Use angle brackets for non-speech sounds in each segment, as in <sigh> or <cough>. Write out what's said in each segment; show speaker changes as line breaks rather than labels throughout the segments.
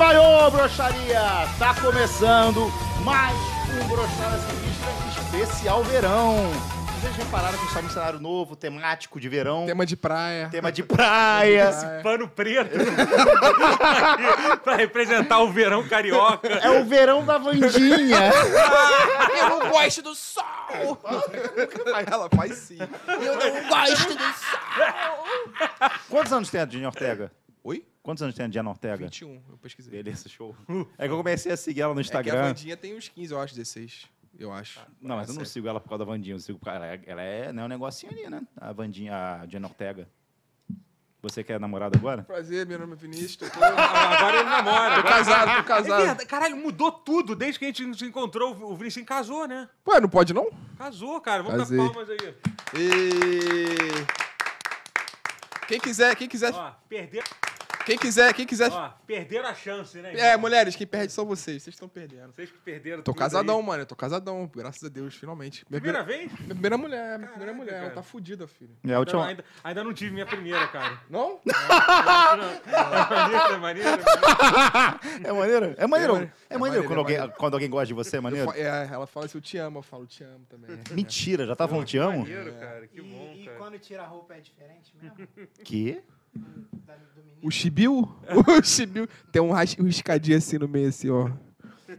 Alô, broxaria! Tá começando mais um Broxaria Santista especial verão. Vocês repararam que estamos num cenário novo, temático de verão, tema,
Tema de praia.
de praia.
praia.
<laughs>
<laughs>
Pano preto. pra representar o verão carioca.
É o verão da Vandinha.
Eu não gosto do sol!
Ela faz sim.
Eu não gosto do sol!
Quantos anos tem a Diana Ortega?
Oi?
Quantos anos tem a Diana Ortega?
21, eu pesquisei.
Beleza, show. É que eu comecei a seguir ela no
É que a
Instagram.
Vandinha Ah, tem uns 15, eu acho, 16. Eu acho.
Ah,
não, mas eu não
Essa
sigo ela por causa da Vandinha. Eu sigo por ela. Ela é né, um negocinho ali, né? A Vandinha, a Diana Ortega. Você quer namorada agora?
Prazer, meu nome é Vinícius. Tô... Agora ele namora. Tô
agora-
<laughs> casado, tô
É
casado.
verdade, caralho, mudou tudo desde que a gente se encontrou. O Vinicius casou, né?
Ué, não pode não?
Casou, cara. Vamos
Casei.
dar palmas aí.
E... Quem quiser, quem quiser,
Ó, perder,
quem quiser, quem quiser.
ó, perderam a chance, né?
É, mulheres, quem perde são vocês, vocês estão perdendo.
Vocês que perderam
Tô
tudo
casadão,
aí.
mano. Eu tô casadão. Graças a Deus, finalmente. Minha
Primeira vez?
Minha primeira mulher, minha primeira
Caraca,
mulher. Ela
cara.
tá fudida, filho.
É a
Não,
última.
ainda, ainda não tive minha primeira, cara.
Não?
É maneiro, é maneiro.
É maneiro? É maneiro. É maneiro, quando,
é
alguém,
maneiro.
quando alguém gosta de você, é
Eu É.
maneiro?
fa- é, ela fala assim, eu te amo. Eu falo, te amo também. <laughs>
Mentira, já tá falando te amo?
maneiro, cara. Que bom,
E, e
cara.
quando tira a roupa é diferente mesmo?
Que?
Da- do menino?
O Chibiu? <laughs> O Chibiu. Tem um, ras- um riscadinho assim no meio, assim, ó.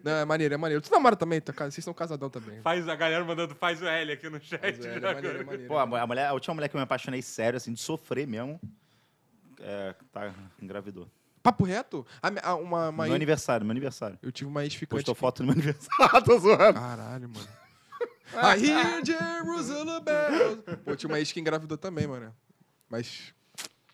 Não, é maneiro, é maneiro. Tu namora também? Tá, ca- vocês são casadão
<laughs>
também.
Faz a galera mandando faz o L aqui no chat. né,
Mas é, ele é maneiro, é maneiro.
Pô, a, mu- a mulher, a última mulher que eu me apaixonei sério, assim, de sofrer mesmo, é, tá, engravidou.
Papo reto? A mi- a- uma, uma
Meu
ex-
aniversário, meu aniversário.
Eu tive uma ex-ficante.
Postou foto no meu aniversário, <laughs> tô zoando. <laughs>
Caralho, mano. I hear Jerusalem bells. Pô, tinha uma ex que engravidou também, mano. Mas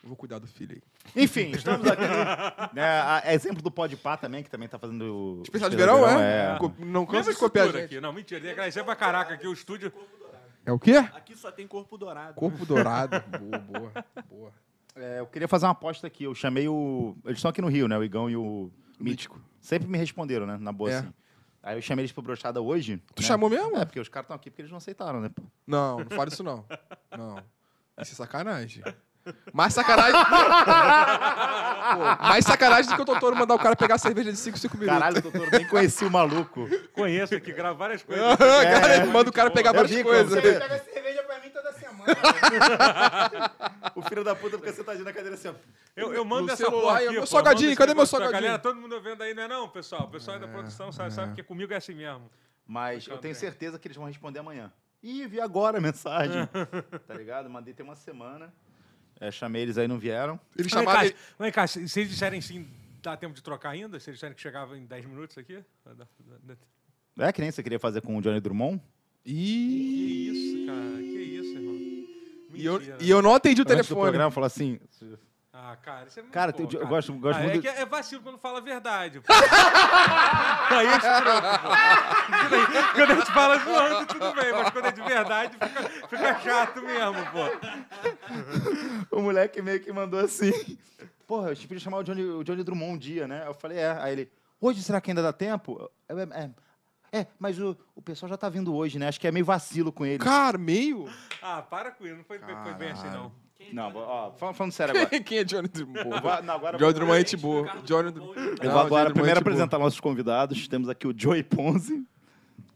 eu vou cuidar do filho aí.
Enfim, estamos aqui.
<laughs>
né, a- é exemplo do Pode Pá também, que também tá fazendo. o
Especial de verão, é?
é.
Co- Não cansa
Mesma
de copiar a
estrutura
gente.
aqui. Não, mentira. Ele agradecer pra caraca aqui o estúdio.
É o quê?
Aqui só tem corpo dourado.
Corpo dourado. boa, boa, boa.
É, Eu queria fazer uma aposta aqui. Eu chamei o. Eles estão aqui no Rio, né? O Igão e o Mítico. Sempre me responderam, né? Na boa,
É.
assim. Aí eu chamei eles pro brochada hoje.
Tu
né?
chamou mesmo?
É, porque os caras estão aqui porque eles não aceitaram, né? pô?
Não, não fala isso não. Não. Isso é sacanagem. Mais sacanagem. Pô, mais sacanagem do que o Totoro mandar o cara pegar a cerveja de 5, 5 minutos.
Caralho, doutor, nem conheci o <laughs> maluco.
Conheço aqui, É.
<laughs>
gravo várias coisas.
Ah, cara, ele manda o cara pegar
Eu
várias
vi quando
coisas.
Você pega cerveja pra mim toda semana.
<laughs> O filho da puta fica sentadinho na cadeira assim, ó.
Eu, eu mando
No
essa
celular,
porra aqui,
eu- meu
pô,
salgadinho,
mando esse
cadê meu
negócio pra
salgadinho?
Galera, todo mundo vendo aí, não é não, pessoal? O pessoal aí da produção sabe, sabe que comigo é assim mesmo.
Mas eu
Bacana,
tenho
né?
certeza que eles vão responder amanhã. Ih, vi agora a mensagem. tá ligado? Mandei tem uma semana. É, chamei eles aí, não vieram.
Ele
Vem
chamava.
cá,
ele-
vem cá, se se eles disserem sim, dá tempo de trocar ainda? Se eles disserem que chegava em 10 minutos aqui? Dá- dá- dá-
É que nem você queria fazer com o Johnny Drummond?
Que
Ih.
isso, cara, que isso, irmão.
E eu,
Mentira.
e eu não atendi o
Antes do
telefone.
programa, falou <laughs> assim...
Ah, cara, isso é muito
Cara,
bom,
tem- eu gosto- gosto
Ah,
muito-
É, que é vacilo quando fala a verdade. pô. <laughs> Aí
Ah,
é escroto, pô. Quando a gente fala zoando, tudo bem, mas quando é de verdade, fica, fica chato mesmo, pô.
O moleque meio que mandou assim. <laughs> Porra, eu podia chamar o Johnny, o Johnny Drummond um dia, né? Eu falei, é. Aí ele, hoje será que ainda dá tempo? Eu, É, é, é, mas o, o pessoal já tá vindo hoje, né? Acho que é meio vacilo com ele.
Cara, meio.
Ah, para com isso, não foi, foi bem assim, não.
Não, ó, fal- falando sério
<laughs>
agora.
Quem é Johnny Drummond?
Vá- não, agora
Johnny Drummond é gente boa. Johnny Drummond. é tipo
eu vou agora primeiro apresentar nossos convidados. Temos aqui o Joey Ponzi,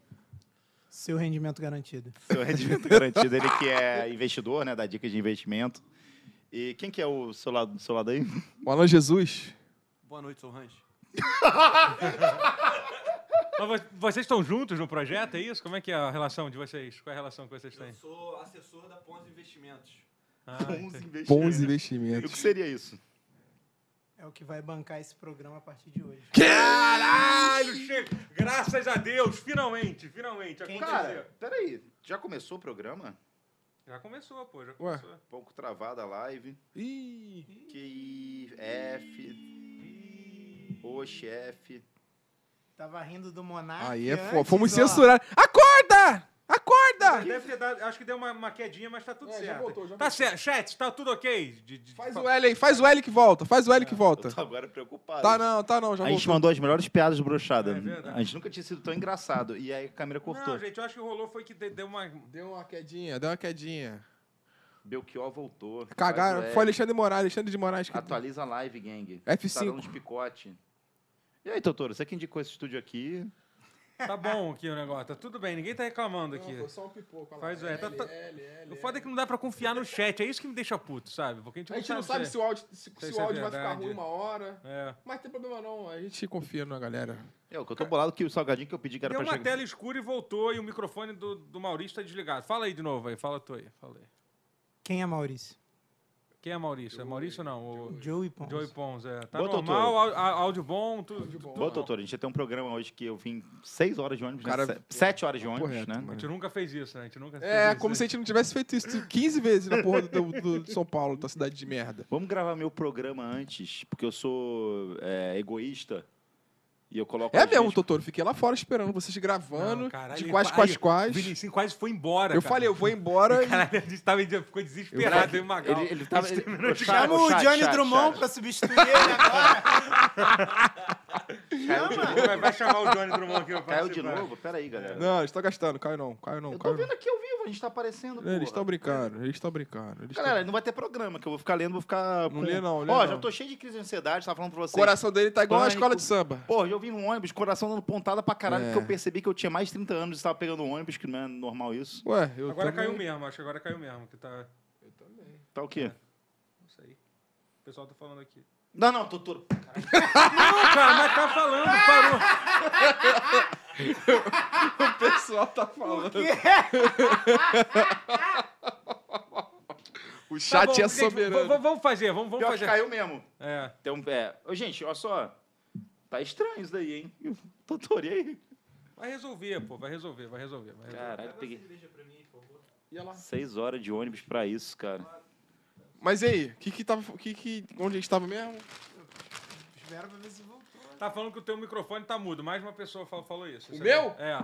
<laughs>
Seu rendimento garantido.
seu rendimento garantido. Ele que é investidor, né? Da dica de investimento. E quem que é o seu lado, do seu lado aí?
O Alan Jesus.
Boa noite, sou o Ranch.
Mas vo- vocês estão juntos no projeto, é isso? Como é que é a relação de vocês? Qual é a relação que vocês
Eu
têm?
sou assessor da Ponzi Investimentos.
Ah,
Ponzi Investimentos. E
Bons
O que
investimentos.
seria isso?
É o que vai bancar esse programa a partir de hoje.
Caralho, chega! Graças a Deus, finalmente, finalmente. aconteceu.
peraí. Já começou o programa?
Já começou, pô, já
Ué.
começou.
Pouco travada a live.
Ih,
QI, F. O chefe.
Tava rindo do Monark.
Aí é
antes,
foda. Fomos
ó.
censurados. Acorda! Acorda!
Deve ter dado, acho que deu uma, uma quedinha, mas tá tudo
É, já
certo.
voltou, já
tá certo, chat, tá tudo ok? De- de-
Faz
fa-
o L aí, faz o L que volta, faz o L que volta.
Ah, Eu tô agora preocupado.
Tá não, tá não, já
A gente
voltou.
mandou as melhores piadas do brochada.
É verdade.
a gente nunca tinha sido tão engraçado. E aí a câmera cortou.
Não, gente, eu acho que rolou foi que de- deu uma.
Deu uma quedinha, deu uma quedinha.
Belchior voltou.
Cagaram,
Faz é, o L.
foi
Tá
tá Alexandre de Moraes, Alexandre de Moraes. Que...
Atualiza a live, gang.
F5.
Tá dando uns picote. E aí, Totoro, você que indicou esse estúdio aqui.
Tá bom aqui o negócio, tá tudo bem, ninguém tá reclamando aqui.
Foi só um pipoco. olha lá.
Faz o- é, tá-
L,
tá-
L, L,
O foda é que não dá pra confiar no chat, é isso que me deixa puto, sabe? Porque a gente,
A gente não sabe se o áudio, se, se
Sei se
o
é
áudio vai ficar
verdade.
ruim uma hora.
É.
Mas tem problema não, a gente confia na galera.
É, o que eu tô bolado que o salgadinho que eu pedi que era
Deu
pra
uma
chegar.
tela escura e voltou, e o microfone do, do Maurício tá desligado. Fala aí de novo aí, fala tu aí, fala aí.
Quem é Maurício?
Quem é Maurício? É Maurício ou não? O
Joey Pons.
Joey Pons, é. Tá
Boa,
normal, áudio, áudio bom, tudo. tudo
Bom,
bom.
Totoro, a gente ia ter um programa hoje que eu vim seis horas de ônibus,
Cara,
né? Se- sete horas de ônibus,
correto,
né?
A gente nunca fez isso, né? A gente nunca fez
É,
isso,
como
né?
se a gente não tivesse feito isso 15 vezes na porra do, do- do São Paulo, tua cidade de merda.
Vamos gravar meu programa antes, porque eu sou é, egoísta e eu coloco.
É
às
mesmo,
vezes-
Totoro, fiquei lá fora esperando vocês gravando,
Não, caralho,
de
ele
quais,
qua-
quais,
aí, O
quais.
Vinicius quase foi embora.
Eu
cara.
falei, eu vou
<laughs>
embora. e-
Caralho, a gente tava, ficou desesperado, hein, Magal?
Ele, ele tava. Ele, Ô, chat,
Chama
ô,
o
chat,
Johnny
chat,
Drummond
chat.
pra substituir ele né? agora.
Vai, vai chamar o Johnny Drummond aqui pra
Caiu de
participar.
novo? Pera aí, galera.
Não, eles estão gastando, Caio não, Caio não,
eu tô
Caio não.
vendo aqui ao vivo, a gente tá aparecendo.
Eles
porra.
estão brincando, eles estão brincando. Eles tão-
Galera, não vai ter programa, que eu vou ficar lendo, vou ficar.
Não lê não, lê
Ó,
não.
já tô cheio de crise de ansiedade, tava falando pra
O
vocês.
coração dele tá igual a
Pânico.
escola de samba.
Porra, eu vim no ônibus, coração dando pontada pra caralho,
É.
porque eu percebi que eu tinha mais de 30 anos e estava pegando ônibus, que não é normal isso.
Ué, eu
Agora
também-
caiu um mesmo, acho que agora caiu mesmo. Que tá.
Tá o quê?
Não sei. O pessoal tá falando aqui.
Não, não, Totoro.
Não, cara, mas tá falando, parou.
O
Ah!
pessoal tá falando. <laughs> o
Tá
chat
bom,
é
gente, v-
soberano.
v- Vamos fazer, vamos, vamos
Pior que
fazer.
caiu mesmo.
É.
Então, é. Ô, gente, olha só. Tá estranho isso daí, hein? <laughs> Eu Totorei.
Vai resolver, pô, vai resolver, vai resolver. Vai resolver.
Caralho, peguei. Seis horas de ônibus pra isso, cara.
Mas e aí, que que tava, que que, onde a gente tava mesmo?
Espera pra ver se voltou.
Tá falando que o teu microfone tá mudo. Mais uma pessoa fal- falou isso.
O
Você
meu?
É.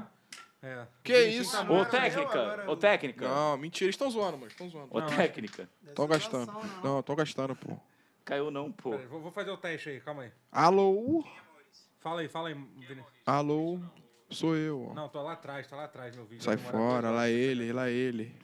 É.
Que
Vinicius
isso?
tá
Ô,
mudo.
técnica. Ô, técnica.
Não, mentira, eles estão zoando, mano, estão zoando.
Ô, técnica.
Estão gastando.
Não.
Não, estão gastando, pô.
Caiu não, pô.
Peraí, vou, vou fazer o teste aí, calma aí.
Alô?
Fala aí, fala aí, Vinícius.
Alô? Sou eu. ó.
Não, tô lá atrás, tá lá atrás meu vídeo.
Sai
Demora dois
fora,
horas.
lá ele, lá ele.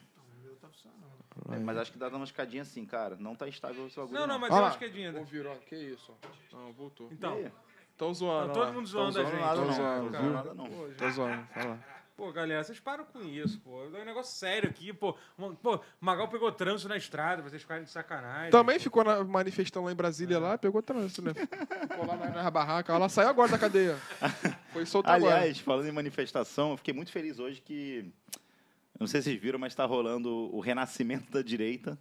É, mas acho que dá uma escadinha assim, cara. Não tá estável esse bagulho.
Não, não, mas
Olha
eu
lá.
acho que é dinheiro.
Ouviram, que isso? ó. Não, voltou.
Então,
Ih,
Estão zoando,
tá
ó
todo
lá.
mundo
Não
zoando a
zoando nada,
gente.
não.
zoando,
Não
cara.
zoando nada, não.
Tô zoando, fala.
Pô, galera, vocês param com isso, pô. É um negócio sério aqui, pô. Uma- Pô, Magal pegou trânsito na estrada, vocês ficarem de sacanagem.
Também ficou na manifestando lá em Brasília, lá, pegou trânsito, né? Ficou lá na, na barraca, ela saiu agora da cadeia. Foi solta agora.
Aliás, falando em manifestação, eu fiquei muito feliz hoje que. Não sei se vocês viram, mas tá rolando o renascimento da direita.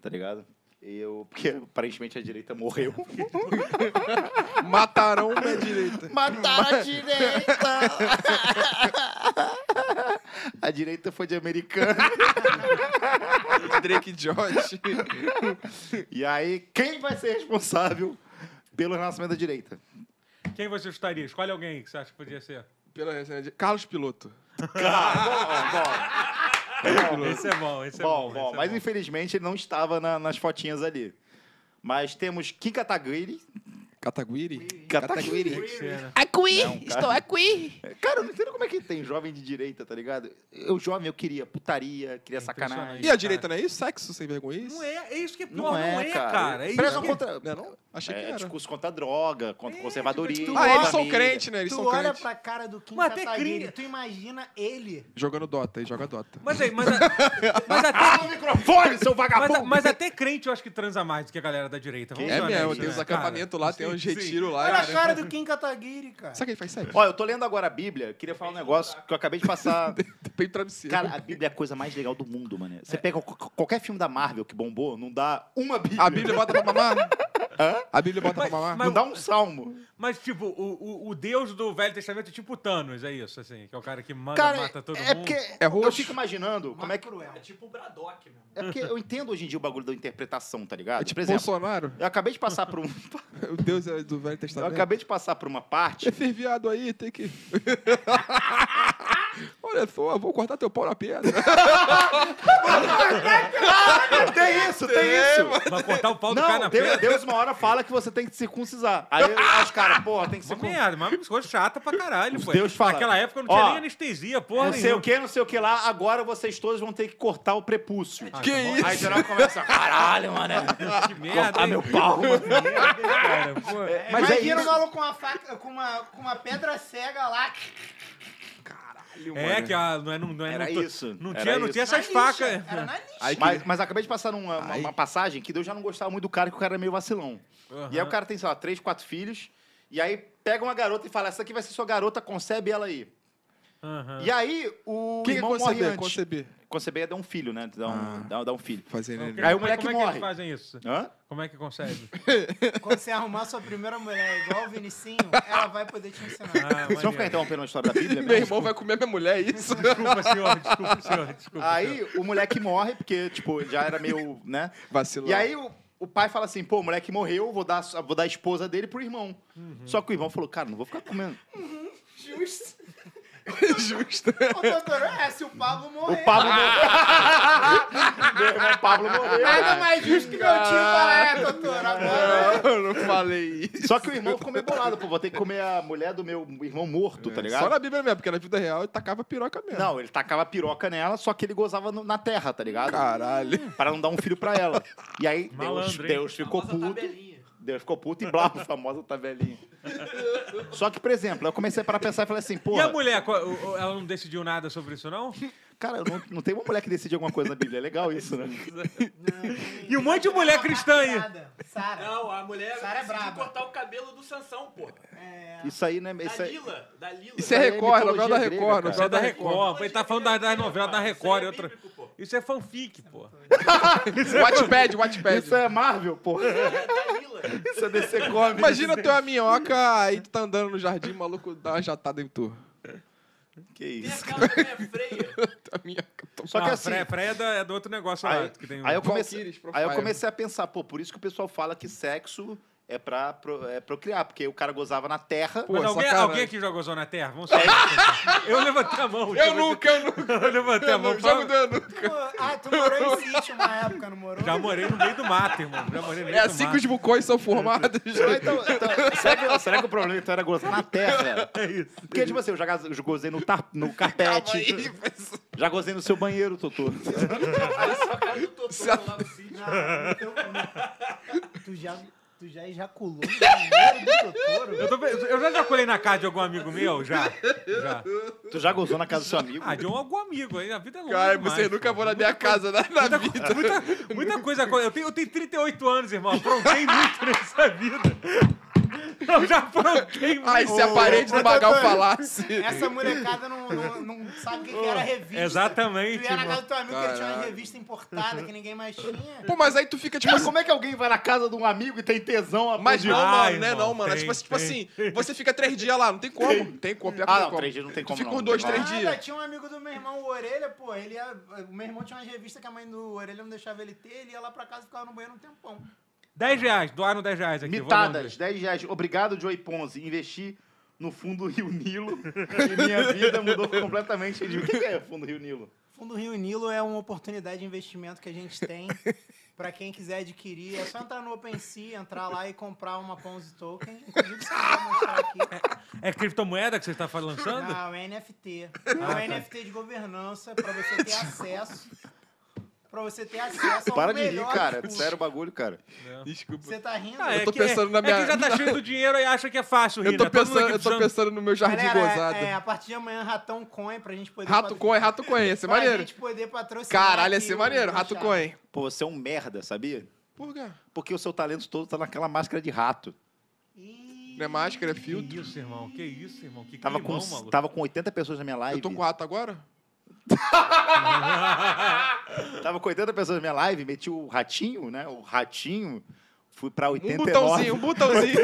Tá ligado? Eu, porque aparentemente a direita morreu.
Mataram uma direita.
<laughs> Mataram a direita! <laughs> a direita foi de americano.
Drake Josh.
E aí, quem vai ser responsável pelo renascimento da direita?
Quem você estaria? Escolhe alguém que você acha que podia ser.
Pela resenha de Carlos Piloto.
Esse é bom, esse é bom.
Bom, bom,
esse é
mas
bom.
infelizmente ele não estava na- nas fotinhas ali. Mas temos Kim Kataguiri.
Cataguiri?
Kataguiri.
Tem que ser, né?
Aqui, estou aqui. Cara, eu não entendo como é que tem jovem de direita, tá ligado? Eu jovem, eu queria putaria, queria sacanagem.
E a direita não é isso? Sexo sem vergonha? é Isso?
Não é, é isso que é pior, não, é, cara. É isso
Pressão
que-
contra...
Não é não? Achei que
É,
era.
discurso contra a droga, contra o conservadorismo.
Ah, eles são
família.
crentes, né? Eles
tu
são
olha
crentes.
pra cara do Kim
Mas até
Kataguiri,
cringe.
tu imagina ele.
Jogando Dota, aí joga Dota.
Mas aí, mas, a- mas até,
Microfone, seu
mas,
vagabundo!
a- mas até crente eu acho que transa mais do que a galera da direita. Vamos
É
ser
mesmo,
honestos,
tem uns
né, cara?
acampamentos lá, tem uns retiros lá.
Olha a
cara.
cara do Kim Kataguiri, cara.
Sabe que ele faz sexo?
Ó, eu tô lendo agora a Bíblia, queria falar um negócio que eu acabei de
<laughs>
passar.
Peito travesseiro.
Cara, a Bíblia é a coisa mais legal do mundo, mané.
É.
Você pega qu- qualquer filme da Marvel que bombou, não dá uma Bíblia.
A Bíblia bota pra mamar? A Bíblia bota pra mamar?
Não dá um salmo.
Mas, tipo, o, o, o Deus do Velho Testamento é tipo o Thanos, é isso, assim. Que é o cara que manda,
Cara,
mata todo
é
mundo.
porque
É roxo.
eu fico imaginando como é que...
cruel.
É tipo o Braddock, meu irmão.
É porque eu entendo hoje em dia o bagulho da interpretação, tá ligado?
É tipo
Por exemplo,
Bolsonaro?
eu acabei de passar
<laughs>
por um...
O Deus é do Velho
Eu
Testamento.
acabei de passar por uma parte...
<laughs> Esse viado aí tem que. Olha só, vou cortar teu pau na pedra.
Tem Tem isso, tem isso.
Vai cortar o pau do cara
Não,
na
Deus,
pedra.
Deus uma hora fala que você tem que circuncisar. Aí <laughs> aí os caras, porra, tem que
Uma
circuncisar.
merda, mas coisa chata pra caralho, pô.
Deus fala.
Naquela época eu não tinha
Ó,
nem anestesia, porra
Não sei o
nenhuma.
que, não sei o que lá. Agora vocês todos vão ter que cortar o prepúcio.
Que isso?
Aí geral começa, caralho, mano.
<laughs> Que merda,
Cortar
hein?
meu pau.
<laughs> Cara, pô.
Mas é
Imagina o
isso.
maluco com uma faca, com uma, com uma pedra cega lá.
É, que a, não é, não, não
<laughs>
é,
Era
não, to-
isso,
Não
era
tinha, não
isso.
tinha essas
Na lixa,
facas.
Era na lixa.
Aí que-
Mas, mas acabei de passar numa uma,
Aí.
uma passagem que Deus já não gostava muito do cara, que o cara era meio vacilão.
Aham.
E aí o cara tem, sei lá, três, quatro filhos. E aí pega uma garota e fala, essa aqui vai ser sua garota, concebe ela aí.
Aham.
E é aí o
O que é
irmão morre
conceber?
antes.
Conceber.
Conceber é dar um filho, né? Dar um,
Ah.
dar, dar um filho.
Fazer
Não,
neném.
Aí o
como é-
moleque
como é que
morre.
eles fazem isso?
Hã?
Como é que consegue?
Quando você arrumar sua primeira mulher igual o Vinicinho, ela vai poder te ensinar.
Ah,
Vocês vão ficar então.
maneiro.
interrompendo a história da Bíblia?
<laughs> Meu irmão vai comer minha mulher, é <laughs> isso?
Desculpa, senhor, desculpa, senhor, desculpa.
Aí o moleque morre, porque, tipo, ele já era meio, né?
Vacilão.
E aí o, o pai fala assim, pô, o moleque morreu, vou dar, a- vou dar a esposa dele pro irmão. Só que o irmão falou, cara, não vou ficar comendo.
Justo.
<laughs> Justo.
<laughs> O doutor, é, se o Pablo
O
morrer.
Pablo morreu. Meu irmão Pablo morreu.
Nada mais justo que meu tio falar, é, doutor, agora.
Eu não falei isso.
Só que o irmão ficou meio bolado, pô, vou ter que comer a mulher do meu irmão morto, tá ligado?
É. Só na Bíblia mesmo, porque na vida real ele tacava piroca mesmo.
Não, ele tacava piroca nela, só que ele gozava no- na terra, tá ligado?
Caralho.
Pra não dar um filho pra ela. E aí, Deus,
Malandro, hein?
Deus ficou
Famosa
puto.
tabelinha.
Deus ficou puto e blá, <laughs> a famosa tabelinha. Só que, por exemplo, eu comecei para pensar e falei assim, pô,
E a mulher, qual- o- o- ela não decidiu nada sobre isso, não?
cara, eu não, não tem uma mulher que decide alguma coisa na Bíblia. É legal isso, né?
E um monte de mulher cristã aí.
Nada. Sara.
Não, a mulher
Sara é
decidiu
braba.
cortar o cabelo do Sansão, pô.
É.
Isso aí, né? Isso
Da
aí,
Lila, da Lila. é
Isso é
Aí é
Record,
mitologia
novela da
grega,
Record,
cara.
Isso é
novela
da
da
Record. pô, Ele tá falando da, da novela da Record
Isso é
e outra.
bíblico, pô.
Isso é fanfic, pô.
Record. Watchpad, Watchpad.
isso é Marvel, pô.
É da Lila.
Isso é DC Comics.
Imagina tu é uma minhoca, aí tu tá andando no jardim, o maluco dá uma jatada em tu. <laughs>
Que
Tem
isso.
aquela também, a
<laughs>
freia.
Tu é minhoca. tu-
Só que assim...
Freia, é, da- é do outro negócio lá.
Aí,
Que tem um...
aí eu comecei,
Valkyries,
aí eu
Profile.
comecei a pensar, pô, por isso que o pessoal fala que sexo é pra pro- é procriar, porque o cara gozava na terra.
Pô,
Mas alguém,
sacanagem.
alguém aqui já gozou na Terra?
<laughs>
Vamos sair. eu levantei a mão.
Eu nunca, eu nunca.
Eu levantei a
Eu
mão.
nunca.
pra-
Jogo do eu nunca.
Tu- ah, tu morou em sítio uma época, não morou?
Já morei no meio do mato, irmão. Já morei no meio
É
do
assim que
mato.
os vulcões são formados. <laughs>
Então, então, <laughs> será, que, será que o problema então era gozar na terra? É isso. Porque, tipo assim, eu já gaz- eu gozei no, tar- <laughs> no
Calma aí,
carpete, já gozei no seu banheiro, Totô.
Só que eu tô todo lá no sítio.
Não, no teu- no- tu já, tu já ejaculou no banheiro do Totoro?
Eu, tô pe- eu já ejaculei na casa de algum amigo meu? Já. já.
Tu já gozou na casa do seu amigo?
Ah, de algum amigo. aí A vida é longa.
Cara,
demais,
vocês
pô.
nunca vão na minha casa na, na vida.
Muita, muita coisa. aco- Eu tenho, eu tenho 38 anos, irmão. Aprontei muito <laughs> nessa vida. Eu já aprontei muito.
Ai, se a parede do Magal falasse.
Essa molecada não, não, não sabe o que, que era revista. Tu
<laughs> Exatamente,
ia na casa
irmão.
do teu amigo que ele tinha uma
Caralho.
revista importada que ninguém mais tinha.
Pô, mas aí tu fica tipo
Mas
assim.
como é que alguém vai na casa de um amigo e tem tesão a
Mas não,
Ah,
mano, né?
irmão,
Não, mano. É
tem,
tipo, assim, tipo
tem.
assim, você fica três dias lá, não tem como. Tem como, pior que
Ah,
tem
não,
como.
três dias não tem
Tu
como,
Fica
não, não
com dois,
tem
três
como.
Nada,
dias.
tinha um amigo do meu irmão, o Orelha, pô, ele ia, o meu irmão tinha uma revista que a mãe do Orelha não deixava ele ter, ele ia lá pra casa e ficava no banheiro um tempão.
10 reais, doaram 10 reais aqui.
Mitadas, 10 reais. Obrigado, Joey Ponzi. Investi no fundo Rio <laughs> Nilo e minha vida mudou completamente. Eu digo, O que que é fundo Rio Nilo?
O Fundo Rio Nilo é uma oportunidade de investimento que a gente
<laughs>
tem pra quem quiser adquirir. É só entrar no OpenSea, entrar lá e comprar uma Ponzi Token. Inclusive, você vai mostrar aqui.
É criptomoeda que você está lançando?
Não, é NFT.
Ah,
É um
tá.
NFT de governança pra você ter acesso. Pra você ter acesso ao
Para de rir,
melhor
cara.
discurso.
Sério o bagulho, cara.
Desculpa.
Você tá rindo?
Ah,
Eu tô
que-
pensando na
É
minha-
que já tá cheio do dinheiro e acha que é fácil rir,
Eu tô
né?
tá
Todo mundo
pensando,
aqui
eu tô
precisando-
pensando no meu jardim
Galera,
gozado.
É, é, a partir de amanhã, Ratão Coin, pra gente
é,
poder...
Rato
patro-
Coin, Rato Coin, ia ser
pra
maneiro.
gente poder patrocinar
Caralho, ia
aqui
ser
o-
maneiro,
o
Rato
chat.
Coin.
Pô, você é um merda, sabia?
Por quê?
Porque o seu talento todo tá naquela máscara de rato.
Ih,
Não é máscara,
né?
é
Que
filtro.
isso, irmão? Que isso, irmão? Que
Tava,
climão,
com,
maluco.
tava com 80 pessoas na minha live.
Eu tô com rato agora?
Tava com 80 pessoas na minha live, meti o ratinho, né? O ratinho. Fui pra
Um
89.
botãozinho, um
<laughs>
botãozinho.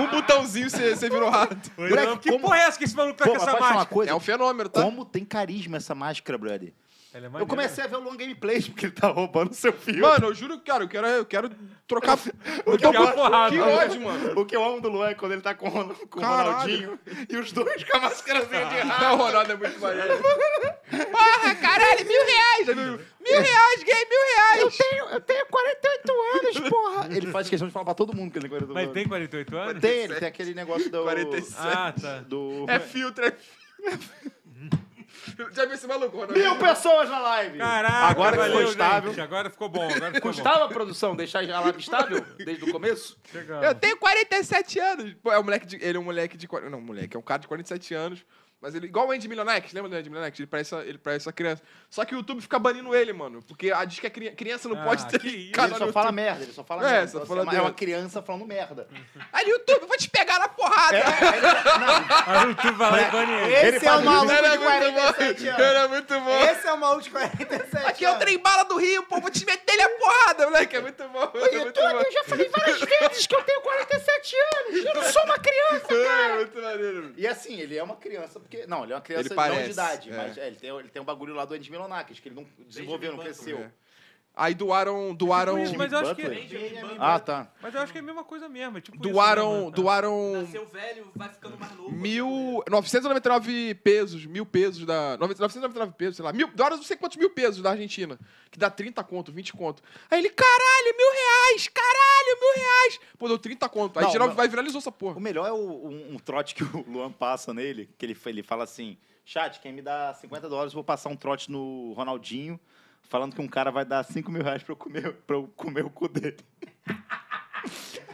um botãozinho, você você virou rato.
Foi,
Moleque,
não. que
como-
porra é essa que esse maluco tá
Pô,
com
mas
essa
pode falar uma
máscara?
coisa?
É um fenômeno, um tá?
Como tem carisma essa máscara, brother?
Ela é
Eu
maneira.
comecei a ver o long gameplay <laughs> porque ele tá roubando seu filme.
Mano, eu juro, cara, eu quero, eu quero trocar.
<laughs>
Eu tô
Que é uma
com-
porrada.
Que ódio, mano.
O que eu amo do Luan é quando ele tá com, o Ron- com o
Caralho.
Ronaldinho e os dois com a máscarazinha de
<laughs>
rato.
Não, o Ronaldo é muito maneiro.
Porra, caralho, mil reais! Já viu? Mil reais, gay, mil reais!
Eu tenho, eu tenho 48 anos, porra! Ah, Ele faz questão de falar pra todo mundo que ele é tem 48
Mas
anos.
tem 48 anos?
Tem, ele tem aquele negócio do...
47.
Ah, tá.
Do...
É filtro, é filtro. Já viu esse maluco, Ronaldo?
Mil pessoas na live!
Caraca,
Agora que
valeu,
ficou estável.
gente. Agora ficou bom. Agora ficou
Custava a produção deixar a live estável desde o começo?
bom. Legal.
Eu tenho 47 anos. Pô, é um moleque de, ele é um moleque de... quar- Não, moleque, é um cara de 47 anos. Mas ele... Igual o Andy Milionex, lembra do Andy Milionex? Ele parece, a- ele parece essa criança. Só que o YouTube fica banindo ele, mano. Porque a, diz que a cri- criança não
Ah,
pode ter
que isso.
canal
ele
no
só fala merda, ele só fala
É,
merda.
só
Então,
fala
assim, é uma
merda.
criança falando merda.
YouTube. Aí, YouTube, eu vou te pegar na porrada.
É,
Aí o YouTube vai lá e bane ele.
Esse é o maluco
Era
de
né? muito
47 anos.
Era muito bom.
Esse é o maluco de 47 anos.
Aqui é o trem bala do Rio, pô. Vou te meter ele a porrada, moleque. É muito bom. É muito bom.
já falei várias vezes que eu tenho 47 anos! Eu não sou uma criança!
<laughs> É muito maneiro.
E assim, ele é uma criança, porque. Não, ele é uma criança
Ele
não
parece,
de idade,
é.
mas é, ele, tem, ele tem um bagulho lá do Andy Milonakis, que ele não desenvolveu, não cresceu.
É. Aí doaram... Doaram...
Mas eu acho que...
é
Butler?
Benjamin
Ah, tá.
Mas eu acho que é a mesma coisa mesmo. é tipo isso, né,
Doaram...
mano?
Doaram...
Nasceu velho, vai ficando mais novo.
Mil... 999 pesos, mil pesos da... 9- 999 pesos, sei lá. Mil... Dólares, não sei quantos mil pesos da Argentina. Que dá 30 conto, 20 conto. Aí ele, caralho, mil reais! Caralho, mil reais! Pô, deu 30 conto. Aí
Não,
geral
não.
vai viralizou essa porra.
O melhor é o- um, um trote que <laughs> o Luan passa nele, que ele, ele fala assim: chat, quem me dá 50 dólares, eu vou passar um trote no Ronaldinho, falando que um cara vai dar 5 mil reais pra eu comer, pra eu comer o cu dele. <laughs>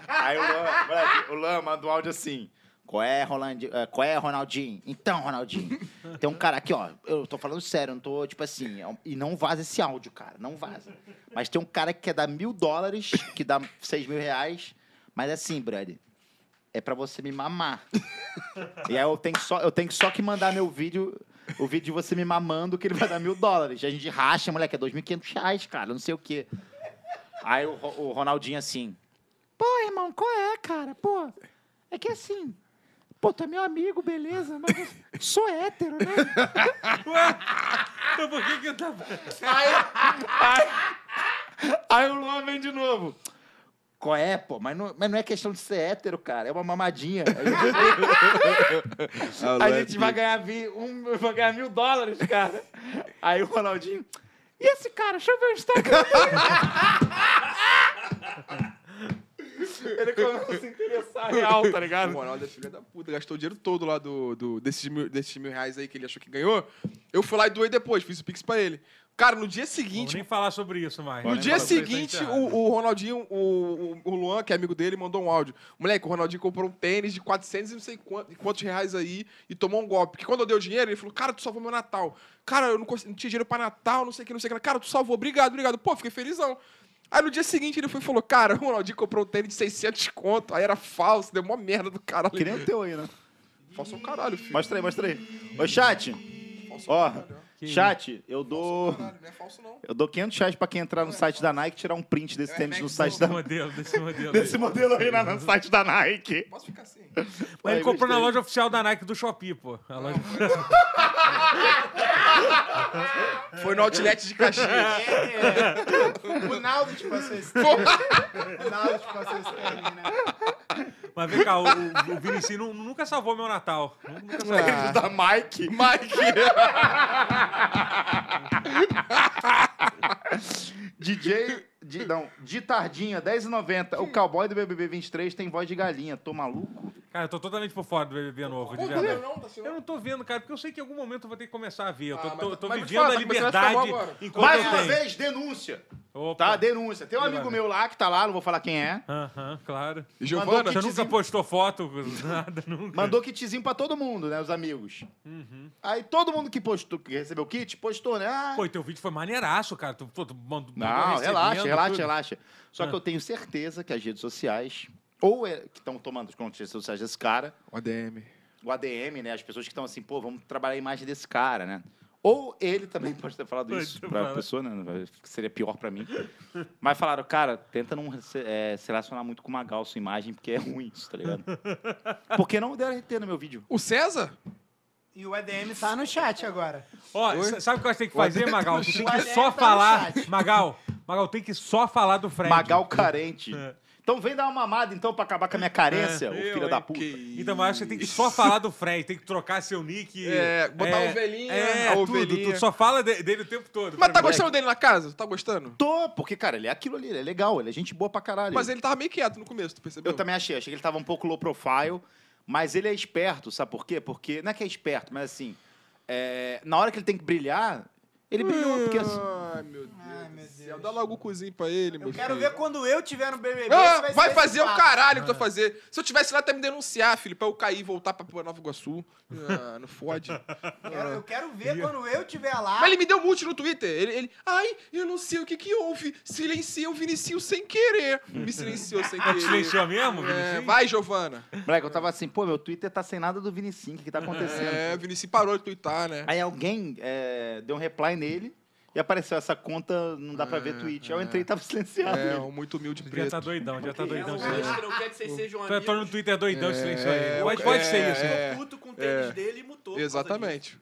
Aí o Luan, moleque, o Luan manda um áudio assim. Qual é, Rolandi, eh, qual é, Ronaldinho? Então, Ronaldinho, tem um cara aqui, ó. Eu tô falando sério, eu não tô, tipo assim. é um- E não vaza esse áudio, cara, não vaza. Mas tem um cara que quer dar mil dólares, que dá seis mil reais. Mas assim, brother, é pra você me mamar. e aí eu tenho, que só, eu tenho que só que mandar meu vídeo, o vídeo de você me mamando, que ele vai dar mil dólares. A gente racha, moleque, é dois mil e quinhentos reais, cara, não sei o quê. Aí o, Ro- o Ronaldinho assim, pô, irmão, qual é, cara? Pô, é que assim, pô, tu é meu amigo, beleza, mas eu sou hétero, né?
Então por que que eu tava...
Aí o Luan vem de novo. Qual é, pô? Mas não, mas não é questão de ser hétero, cara. É uma mamadinha.
É,
A gente vai ganhar, vi- um, vai ganhar mil dólares, cara. Aí o Ronaldinho. E esse cara? Deixa eu ver o Instagram dele." Ele começa a se interessar real, tá
O
ligado?
Ronaldo é filho da puta, gastou o dinheiro todo lá do, do- desses, mil, desses mil reais aí que ele achou que ganhou. Eu fui lá e doei depois, fiz o Pix pra ele. Cara, no dia
Vamos
seguinte,
nem falar sobre isso mais.
no
Vamos
dia
falar sobre isso,
seguinte,
a gente
o, o Ronaldinho, o, o, o Luan, que é amigo dele, mandou um áudio. Moleque, o Ronaldinho comprou um tênis de 400 e não sei quant- e quantos reais aí e tomou um golpe. Porque quando eu dei o dinheiro, ele falou, cara, tu salvou meu Natal. Cara, eu não, consegui- não tinha dinheiro pra Natal, não sei o que, não sei o que. lá. Cara, tu salvou, obrigado, obrigado. Pô, fiquei felizão. Aí no dia seguinte ele foi e falou, cara, o Ronaldinho comprou um tênis de 600 conto, aí era falso, deu uma merda do
<laughs>
caralho.
Que nem o teu aí, né?
Faça o caralho, filho.
Mostra aí, mostra aí. Ô, chat. Ó, chat, eu dou.
Caralho, não é falso, não.
Eu dou 500 reais pra quem entrar no site da Nike e tirar um print
É,
desse tênis no site da. <laughs>
Desse modelo, desse modelo.
Desse modelo aí na- no site da Nike.
Posso ficar assim.
Mas ele
Aí,
comprou na
gostei.
loja oficial da Nike do Shopee, pô. A loja...
Foi no outlet de Caxias.
É. O Naldo te passou esse tempo. O Naldo te passou esse tempo, né?
Mas vem cá, o, o Vinicius nu- nunca salvou meu Natal. Nunca salvou.
<laughs>
Ah.
Da Mike.
Mike.
DJ. De, não, de tardinha, 10,90. O cowboy do BBB 23 tem voz de galinha. Tô maluco?
Cara, eu tô totalmente por fora do BBB novo, de verdade.
tá
Eu não tô vendo, cara, porque eu sei que em algum momento eu vou ter que começar a ver. Eu tô,
Ah,
tô-
mas-
tô
mas vou te
vivendo
falar, mas
a
você vai ficar
liberdade
bom agora.
enquanto
Mais
eu
uma
tenho.
vez, denúncia.
Opa.
Tá? Denúncia. Tem um amigo meu lá que tá lá, não vou falar quem é.
Aham, claro.
Giovana,
Você nunca postou foto, <laughs> nada, nunca.
Mandou kitzinho pra todo mundo, né? Os amigos.
Uhum.
Aí todo mundo que postou, que recebeu o kit, postou, né? Ah,
Pô, e teu vídeo foi maneiraço, cara. Tu, tu, tu mandou, mandou
não,
tá recebendo,
relaxa, relaxa,
tudo.
relaxa. Só
Ah.
que eu tenho certeza que as redes sociais, ou é, que estão tomando as contas das redes sociais desse cara,
ODM.
o ADM, né? As pessoas que estão assim, pô, vamos trabalhar a imagem desse cara, né? Ou ele também pode ter falado isso
Pode
pra
falar.
pessoa, né? que Seria pior pra mim. Mas falaram, cara, tenta não se- eh, se relacionar muito com Magal sua imagem, porque é ruim isso, tá ligado? Porque não deram RT no meu vídeo.
O César?
E o EDM tá no chat agora.
Ó, sa- sabe o que eu acho que tem que fazer, Magal? Tu
um
tem
O
que
Adriano
só
tá no
falar.
chat.
Magal, Magal, tem que só falar do Fred.
Magal carente.
É.
Então vem dar uma mamada, então, pra acabar com a minha carência, ô filho da puta.
Então, eu acho que tem que só falar do Fred, tem que trocar seu nick.
É, botar a ovelhinha,
É,
a
tudo,
ovelhinha.
tu só fala de- dele o tempo todo.
Mas tá
Fred.
gostando dele na casa? Tá gostando?
Tô, porque, cara, ele é aquilo ali, ele é legal, ele é gente boa pra caralho.
Mas ele tava meio quieto no começo, tu percebeu?
Eu também achei, achei que ele tava um pouco low profile, mas ele é esperto, sabe por quê? Porque, não é que é esperto, mas assim, é, na hora que ele tem que brilhar, ele brilhou, porque assim...
Ai, meu Deus.
Ai, meu
do céu.
Deus.
Dá logo o cozinho pra ele, meu
Eu quero
filho.
ver quando eu tiver no BBB.
Ah,
se
vai,
ser esse
fazer o
papo.
caralho que tu vai
Ah.
fazer. Se eu tivesse lá, até me denunciar, filho, pra eu cair e voltar pra Nova Iguaçu. Ah, não
<laughs>
fode.
Eu quero- eu quero ver quando eu tiver lá.
Mas ele me deu multi no Twitter. Ele, ele, ai, eu não sei o que que houve. Silenciei o Vinicius sem querer. Me silenciou
<laughs>
sem
Ah, te
querer.
silenciou mesmo,
É,
Vinicius?
vai, Giovana.
Moleque, eu tava assim, pô, meu Twitter tá sem nada do Vinicim, o que que tá acontecendo?
É, o Vinicius parou de twittar, né?
Aí alguém é, deu um reply nele e apareceu essa conta, não dá pra ver tweet. Aí eu entrei e tava silenciado.
É, um muito humilde
Já tá
preto.
doidão, já
é
tá doidão. silenciou. Então,
Eu um não quero que vocês sejam
Tu entrou no
amigos.
Twitter doidão, silenciou ele.
é,
Mas pode ser isso.
é.
Ficou puto com o tênis dele e mutou. por causa
Exatamente.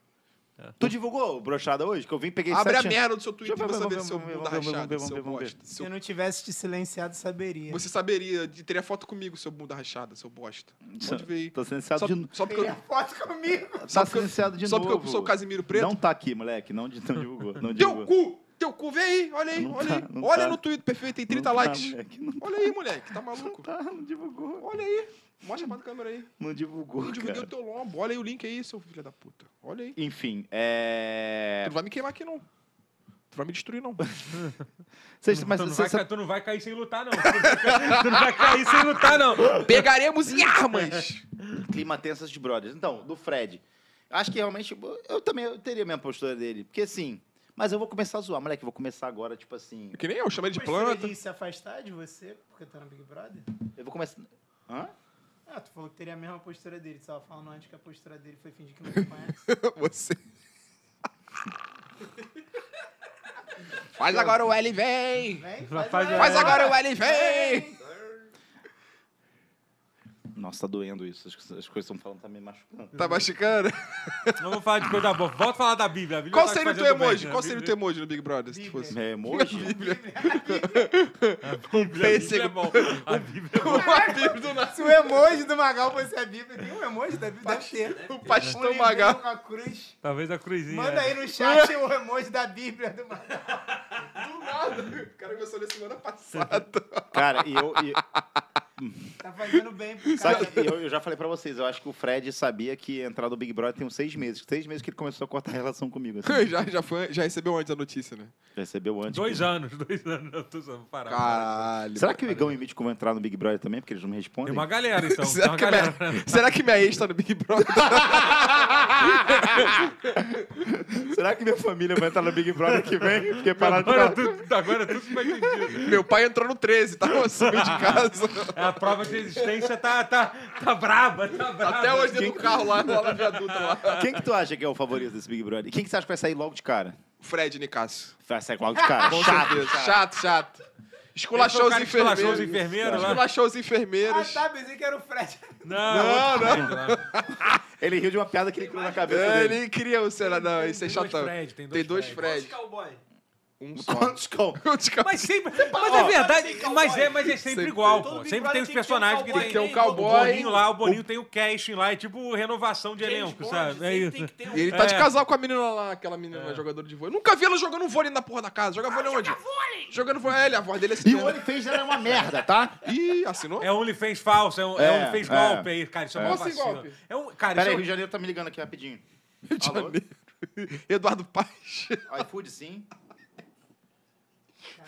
Tu divulgou o brochada hoje? Que eu vim e peguei
É. Abre a
sete...
merda do seu
é Deixa
Twitter pra
eu ver,
saber
vamos
seu
ver,
bunda
vamos ver, vamos ver,
rachado,
vamos ver,
seu
vamos ver.
bosta.
Se eu
seu-
não tivesse te silenciado, saberia.
Você saberia, de- teria foto comigo, seu bunda rachada, seu bosta. Pode ver aí.
é Tô silenciado
Só,
de novo.
só porque eu,
Teria foto comigo.
Tá
porque eu-
silenciado de
só
novo.
porque eu sou o Casimiro Preto?
Não tá aqui, moleque. Não, di- não divulgou. Não
Teu
divulgou.
cu! Teu cu, vem aí, olha aí,
Não
olha
tá,
aí.
não
olha
tá.
no Twitter, perfeito, tem 30
não
likes.
Tá, moleque, não
Olha aí, moleque, tá maluco?
tá, não divulgou.
Olha aí, mostra pra câmera aí.
Não divulgou,
Eu divulguei o
cara.
teu lombo, olha aí o link aí, seu filho da puta. Olha aí.
Enfim, é...
Tu não vai me queimar aqui, não. Tu vai me
<laughs>
destruir, não.
Vocês- mas
tu, não
cê-
vai,
cê-
ca- tu não vai cair sem lutar, não. <laughs> tu não vai cair sem lutar, não.
Pegaremos em armas!
clima tenso de brothers. Então, do Fred. Acho que realmente tipo, eu também eu teria a mesma postura dele. Porque assim, mas eu vou começar a zoar, moleque. Eu vou começar agora, tipo assim.
Que nem eu, chamei é de
Mas
planta.
ele se afastar de você porque tá no Big Brother?
Eu vou começar. Hã?
Ah, tu falou que teria a mesma postura dele. Tu tava falando antes que a postura dele foi fingir que não te conhece.
<laughs> Você. Faz agora o L, vem!
Vem,
Faz
né? faz,
o-
aí.
Faz agora o L, vem!
Nossa, tá doendo isso. As, as coisas que estão falando tá me machucando.
Tá machucando?
Vamos falar de coisa boa. Volta a falar da Bíblia. A Bíblia
Qual
tá
seria o teu
fazendo bem,
emoji?
né?
Qual seria o teu emoji no Big Brother, se
Bíblia.
fosse?
É <laughs> emoji?
A Bíblia, a Bíblia
pêssego.
é bom. A Bíblia é
<laughs>
bom.
Uma Bíblia do nada.
Se o emoji do Magal fosse a Bíblia, tem um emoji da Bíblia? Deve ter.
O
Um
né? pastor
livrinho
Magal.
com a
<laughs>
cruz.
Talvez a cruzinha.
Manda aí no chat o emoji da Bíblia do Magal.
Do nada. O cara começou na semana passada.
Cara, e eu. E,
Tá fazendo bem pro cara.
sabe que eu, eu já falei pra vocês, eu acho que o Fred sabia que ia entrar no Big Brother tem uns seis meses. Seis meses que ele começou a cortar a relação comigo. <laughs> Assim.
<laughs> já, já, foi, já recebeu antes a notícia, né?
Recebeu antes.
Dois anos, dois anos. Eu tô só parar.
Caralho.
Será que o Igão e o Mítico vão entrar no Big Brother também? Porque eles não me
Tem
respondem.
uma galera, então. Tem
Será
uma
que,
galera.
minha, será que minha ex tá no Big <laughs> Brother?
Será que minha família vai entrar no Big Brother que vem? Porque pararam de
Agora
falar.
tudo, agora tudo é foi entendido.
Meu pai entrou no 13, tá? Saiu de casa.
É A prova de resistência tá, tá, tá braba, tá braba.
Até hoje dentro do carro lá, lá na viaduto lá.
Quem que tu acha que é o favorito desse Big Brother? E Quem que você acha que vai sair logo de cara?
Fred Nicasso.
Vai sair logo de cara.
Com
Chato.
certeza. Chato, chato. Esculachou os
Esculachou
enfermeiros.
os enfermeiros né? lá.
Esculachou os
Ah,
enfermeiros.
tá, pensei que era o Fred.
Não, não.
Ele riu de uma piada que ele criou na cabeça
É,
dele.
ele queria o Senna, não, esse é
dois
chatão.
Fred, tem dois
Tem dois
disso.
<laughs> Fred.
Pode, cowboy.
Um só.
Quantos com?
Mas sempre. Mas é verdade, mas é, mas é sempre
Sempre.
igual,
Todo
pô.
Big
Sempre
Brother
tem
tem
os
que ter um
personagens que
cowboy,
tem.
Que é um
O
O
cowboy.
Boninho lá, o Boninho tem o casting lá, é tipo renovação de
James
elenco,
Bond,
sabe? É
sempre
isso.
tem que ter um-
<laughs> E ele tá de
É.
casal com a menina lá, aquela menina jogadora de vôlei. Nunca vi ela jogando vôlei na porra da casa. Joga vôlei onde? Jogando vôlei. É, ele, a voz dele é assim.
E o OnlyFans era uma merda, tá?
Ih, assinou?
É OnlyFans falso, é, um- é,
É,
OnlyFans
é.
golpe aí, cara. Isso é, uma
Como assim
vacina.
golpe?
É um, cara,
Pera aí,
isso
Rio
é
de Janeiro tá me ligando aqui rapidinho.
Rio de
Alô?
Janeiro. Eduardo
<laughs>
Paz.
iFood, sim.
um-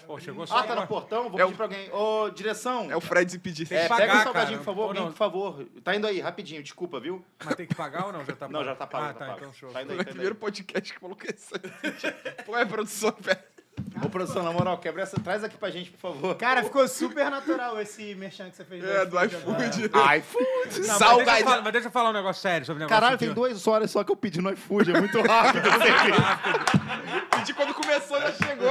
pô, chegou só
Ah, tá
agora.
no portão? Vou
É o-
pedir pra alguém. Ô, direção.
É o Fred impedido.
Tem que
É,
pagar,
pega o
cara.
salgadinho, por favor.
Ou
Vem,
não.
por favor. Tá indo aí, rapidinho. Desculpa, viu?
Mas tem que pagar ou não? Já tá pago?
Não, já tá pago.
Ah,
já
tá,
pago.
então show.
Tá indo aí,
Foi o
tá indo aí.
primeiro podcast que falou que é isso. Pô, é produção, velho.
Ô, produção, na moral, quebra essa. Traz aqui pra gente, por favor.
Cara, ficou super natural esse merchan que você fez.
É, do
agora.
iFood.
iFood.
Não, mas
Salgadinho.
deixa eu falar- Mas deixa eu falar um negócio sério sobre o negócio.
Caralho,
de-
tem duas horas só que eu pedi no iFood. É <laughs> muito rápido.
E de quando começou já chegou.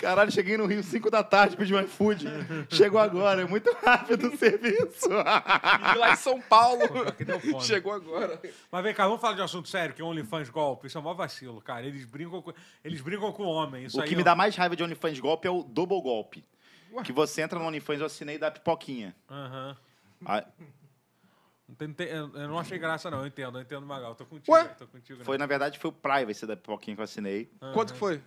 Caralho, cheguei no Rio 5 da tarde, pedi um iFood. Chegou agora, é muito rápido o serviço.
E lá em São
<laughs>
Paulo.
Que deu fome.
Chegou agora.
Mas vem cá, vamos falar de um assunto sério, que é OnlyFans golpe. Isso é mó vacilo, cara. Eles brincam com, eles brincam com o homem. Isso
o
aí
que
é
me
um-
dá mais raiva de OnlyFans golpe é o double golpe. Que você entra no OnlyFans, eu assinei da pipoquinha.
um- Aham.
Ah,
Não tem- tem- eu eu não achei graça, não. Eu entendo, eu entendo, Magal. Tô contigo,
Ué?
tô contigo. né?
foi, na verdade, foi o privacy da pipoquinha que eu assinei.
Quanto que foi?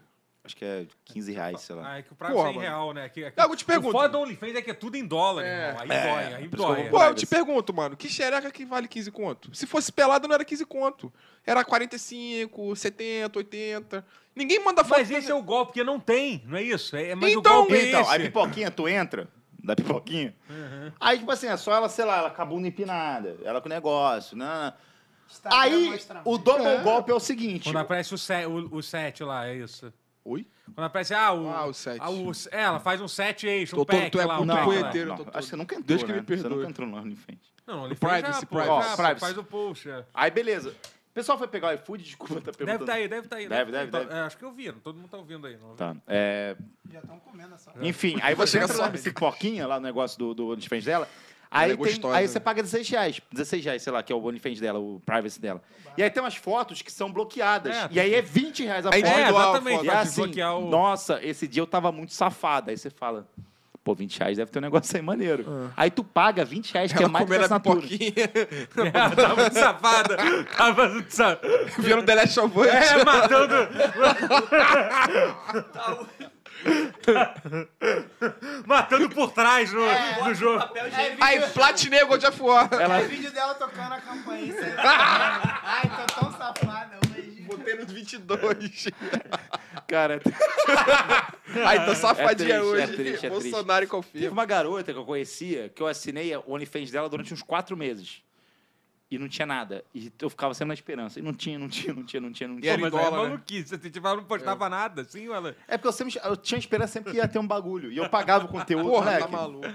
Acho que é 15 reais, sei lá.
Ah, é que o prazo
Porra,
é em
mano.
real, né? Que, que,
Eu vou te perguntar.
O foda do OnlyFans é que é tudo em dólar, irmão. Aí dói, aí
É, por isso que eu
dói.
vou-
Pô, eu
Privacy.
te pergunto, mano, que xereca que vale 15 conto? Se fosse pelada, não era 15 conto. Era 45, 70, 80. Ninguém manda foto.
Mas esse é o golpe, porque não tem, não é isso? É, mas
Então,
o golpe é
Então,
esse.
a pipoquinha, tu entra, da pipoquinha. Aí, tipo assim, é só ela, sei lá, ela com a bunda empinada, ela com o negócio. né?
Instagram
Aí,
Tá, mostra-
o double golpe é o seguinte.
Quando aparece o 7 o, o set lá, é isso.
Oi?
Quando aparece, ah, o...
Ah, o set.
ah, o- é, ela faz um set eixo, um
Doutor,
pack
tu é
lá. um
puto
pack lá.
punheteiro.
não,
doutor.
acho que você nunca entrou,
Deixa que
né?
me perdoe.
Você nunca entrou no OnlyFans.
Não, ele
Privacy,
fez já, pô,
privacy.
já, pô,
Privacy.
faz o post. é.
Aí, beleza. O pessoal foi pegar o iFood, <laughs> desculpa, tá perguntando.
Deve tá aí, deve tá aí.
Deve, deve,
tá-
deve.
é, acho que eu vi, todo mundo tá ouvindo aí. Não
Tá. É,
Já estão comendo essa.
enfim, aí você
Chega
entra
só
lá
a
na
gente.
pipoquinha, lá no negócio do, do OnlyFans dela. Aí, tem-
é gostosa,
aí
né?
você paga 16 reais, 16 reais, sei lá, que é o OnlyFans dela, o privacy dela. E aí tem umas fotos que são bloqueadas.
É,
e aí é 20 reais a
É
foto.
É,
individual,
exatamente.
E é
Vai
assim,
desbloquear o...
nossa, esse dia eu tava muito safada. Aí você fala, pô, 20 reais deve ter um negócio aí maneiro. Aí tu paga 20 reais, que é
Ah. Ela
mais do que
comendo a
assinatura.
pipoquinha, <laughs>
É, <laughs> tava muito safada. Tava muito safada.
vendo The Last of Us.
É, matando... matando por trás no, no jogo.
É,
Papel higiênico.
Aí, platinei o God of War.
É vídeo dela tocando a
<laughs>
campainha. você- Ai, tô tão safada. um beijinho.
Botei nos 22.
Cara,
Aí, tô safadinha
É triste,
hoje.
é triste, é
Bolsonaro confia.
Teve uma garota que eu conhecia que eu assinei o OnlyFans dela durante uns quatro meses. E não tinha nada. E eu ficava sempre na esperança. E não tinha, não tinha, não tinha, não tinha, não
E
tinha.
era
Pô, mas
em
aí é
dólar, né?
maluquice. Você tipo, ela não postava nada, assim, ela...
É porque eu sempre eu tinha esperança sempre que ia ter um bagulho. E eu pagava o conteúdo,
Porra, tá
moleque.
maluco.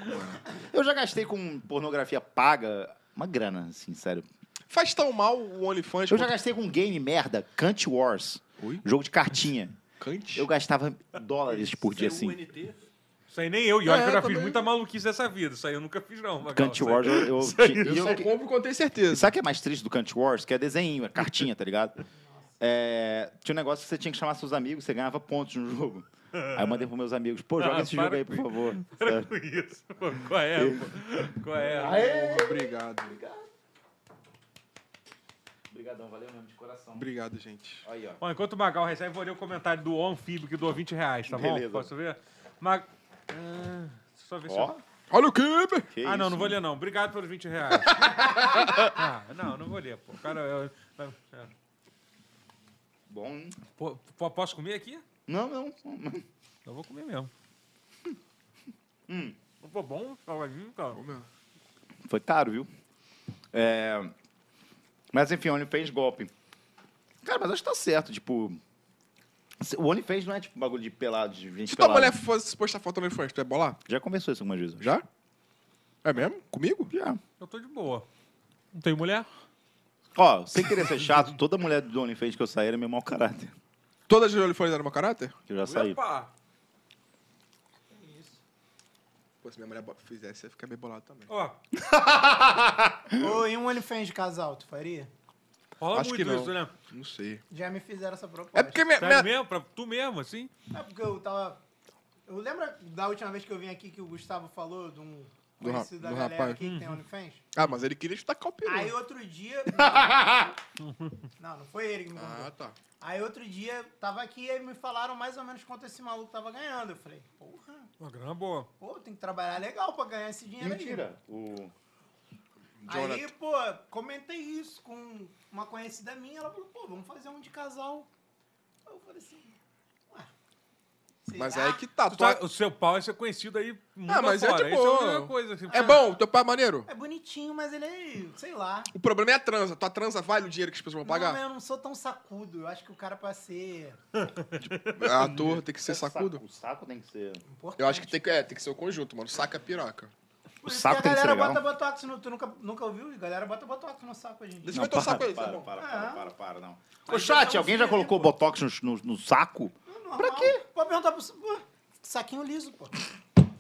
eu já gastei com pornografia paga uma grana, assim, sério.
Faz tão mal o OnlyFans
Eu já gastei com game merda, Cunt Wars.
Oi?
Jogo de cartinha.
Cante.
Eu gastava dólares por dia,
é
assim.
UNT.
Isso aí nem eu. E olha
É,
que eu já
também.
fiz muita maluquice dessa vida. Isso aí eu nunca fiz, não. Magal.
Cunt
Isso aí- <laughs> é
Wars, eu... eu, tinha-
Eu
e eu-
só compro quando tenho certeza.
Sabe o que é mais triste do Cunt Wars? Que é desenho, é cartinha, tá ligado? É, tinha um negócio que você tinha que chamar seus amigos, você ganhava pontos no jogo. Aí eu mandei pros meus amigos, pô, joga
Ah,
esse
para
jogo aí,
com
por favor.
Para com isso, pô. Qual é, pô? Qual é?
Porra, obrigado.
Obrigadão, valeu mesmo, de coração.
Obrigado, gente.
Aí, ó.
Bom, enquanto o Magal recebe, vou ler o comentário do Onfib que doou 20 reais, tá bom?
Beleza.
Posso ver? Mag... Ah, só ver se eu...
Ó,
Olha o clipe!
que
ah, não,
isso,
não vou ler, não. Obrigado pelos 20 reais. <laughs> ah, não, não vou ler, pô. Cara, eu... eu- é.
Bom. hein?
Pô, po- posso comer aqui?
Não, não. não.
Eu vou comer mesmo.
Hum.
Pô, bom, salgadinho, cara.
Foi caro, viu? É, Mas enfim, o OnlyFans golpe. Cara, mas acho que tá certo, tipo. O OnlyFans não é tipo bagulho de pelado, de gente
Se tua
pelada.
mulher fosse postar foto no OnlyFans, tu ia bolar?
Já conversou isso algumas vezes?
Já? É mesmo? Comigo?
Já.
Eu tô de boa. Não tem mulher?
Ó, sem querer ser chato, toda mulher do OnlyFans que eu saí era meu mau caráter.
Todas as OnlyFans eram meu caráter?
Que eu já saí.
Opa!
Pô, se minha mulher bo- fizesse, ia ficar meio bolado também.
Ó,
Ô, e um OnlyFans de casal, tu faria?
rola
Acho que
muito
não.
isso, né?
Não sei.
Já me fizeram essa proposta.
É porque minha... minha...
Sério mesmo? Pra tu mesmo, assim?
É porque eu tava. Eu lembro da última vez que eu vim aqui que o Gustavo falou de um
Do ra-
conhecido da
do
galera
rapaz.
aqui que tem OnlyFans?
Ah, mas ele queria chutar calpeiro.
Aí
<laughs>
outro dia. não, não foi ele que me contou.
Ah, tá.
Aí outro dia, tava aqui e me falaram mais ou menos quanto esse maluco tava ganhando. Eu falei, porra,
Uma grana boa.
pô, tem que trabalhar legal pra ganhar esse dinheiro aí.
Mentira. O...
Aí, pô, comentei isso com uma conhecida minha. Ela falou, pô, vamos fazer um de casal. Aí Eu falei assim, ué. será?
Mas aí que tá.
Tu
Tu
tá- o seu pau é ser conhecido aí muito
Ah, mas é de
afora. Isso
boa.
é a única coisa. Assim,
É bom, teu pai é maneiro.
É bonitinho, mas ele é, sei lá.
O problema é a transa. Tua transa vale o dinheiro que as pessoas vão
Não,
pagar?
mas eu não sou tão sacudo. Eu acho que o cara pra ser
A Ator Ah, tem que ser sacudo.
O É saco tem que ser.
importante.
Eu acho que tem que, é, tem que ser o conjunto, mano. Saca a piroca.
Por
o
isso
saco
que a
tem que ser
galera
legal.
bota botox no... Tu nunca, nunca ouviu? A galera bota botox no saco, hoje em dia.
Deixa eu ver teu saco aí. tá
para, para,
bom.
para,
Ah.
para, para, para, não. Ô, chat, alguém já colocou botox no, no- no saco?
Pra quê? Pode perguntar pro... su- pô, Saquinho liso, pô.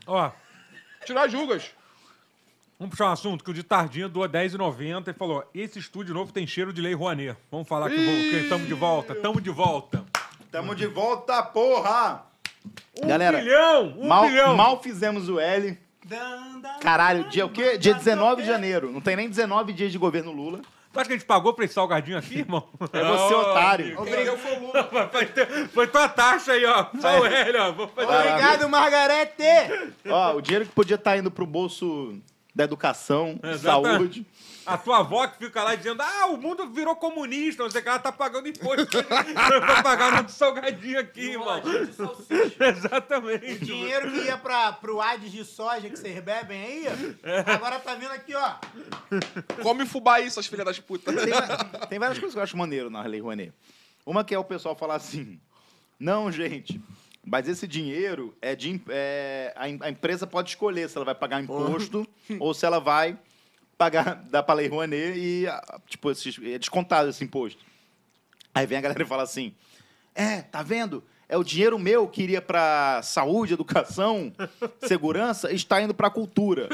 Ó,
Tirar as julgas.
vamos puxar um assunto que o de Tardinha doou 10,90 e falou: esse estúdio novo tem cheiro de Lei Rouanet. Vamos falar que, vou, que tamo de volta, tamo de volta.
Tamo de volta, porra!
Um
Galera,
bilhão! Um
mal,
bilhão!
mal fizemos o L. Caralho, dia o quê? Dia 19 de janeiro. Não tem nem 19 dias de governo Lula.
Tu acha que a gente pagou pra esse salgadinho aqui, irmão?
É você, otário.
<laughs> Foi, teu- foi tua taxa aí, ó. Só o Hélio, ó. Vou fazer-
Obrigado, Margarete!
Ó, o dinheiro que podia estar indo pro bolso da educação,
Exatamente.
saúde.
A tua avó que fica lá dizendo, ah, o mundo virou comunista, não sei o que, ela tá pagando imposto <laughs> pra pagar no salgadinho aqui, irmão. <laughs>
<laughs>
Exatamente.
Dinheiro que ia pra, pro Hades de soja que vocês bebem aí, ó. agora tá vindo aqui, ó.
Come fubá aí, suas filhas das putas.
Tem, va- tem várias coisas que eu acho maneiro na Lei Rouanet. Uma que é o pessoal falar assim: não, gente, mas esse dinheiro é de. im- é, a, em- a empresa pode escolher se ela vai pagar imposto <laughs> ou se ela vai pagar, dar pra Lei Rouanet e, ah, tipo, esses- é descontado esse imposto. Aí vem a galera e fala assim: é, tá vendo? É o dinheiro meu que iria pra saúde,
<laughs>
educação, segurança, está indo pra cultura.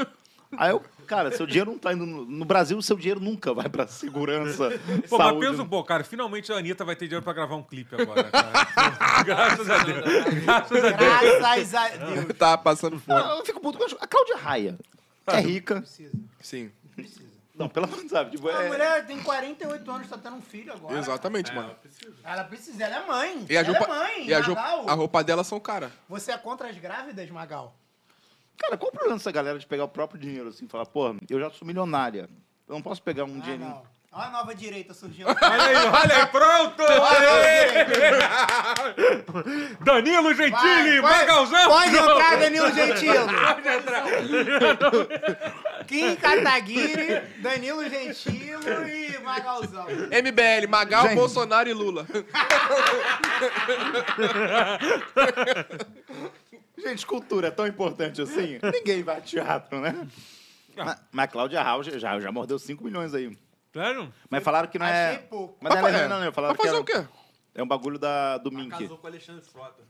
Aí eu, cara, seu dinheiro não tá indo. No, no Brasil, seu dinheiro nunca vai pra segurança.
Pô, mas
saúde.
pensa um pouco, cara. Finalmente a Anitta vai ter dinheiro pra gravar um clipe agora, cara. <laughs> Graças a Deus. Graças a Deus.
Graças a Deus.
<laughs> tá passando fome.
Não, eu fico puto com a- a Cláudia Raia. É rica.
Sim.
Não, pelo amor de Deus, sabe? Tipo,
A
é,
mulher tem 48 anos, tá tendo um filho agora.
Exatamente, mano.
Ela precisa, ela é mãe.
E a
ela
roupa,
é mãe.
e a, ju-
Magal,
a roupa dela são cara.
você é contra as grávidas, Magal?
cara, qual o problema dessa galera de pegar o próprio dinheiro assim e falar, pô, eu já sou milionária. Eu não posso pegar um
Ah,
dinheirinho.
não. Olha a nova direita surgindo.
Olha aí, olha aí, pronto! Danilo Gentili,
Vai, vai.
Magalzão!
Pode
Não.
entrar, Danilo Gentili.
Pode entrar.
<laughs> Kim Kataguiri, Danilo Gentilo e Magalzão.
MBL, Magal, Bolsonaro e Lula.
Gente, cultura é tão importante assim. Ninguém vai a teatro, né? <laughs> Mas, mas Cláudia Raul já, já, já mordeu 5 milhões aí.
Sério?
Mas falaram que não é.
Achei pouco.
Mas ela,
É.
não, não, não, falaram
Vai fazer o
que era-
quê?
é um bagulho da, do Mink.
Casou com o Alexandre Frota.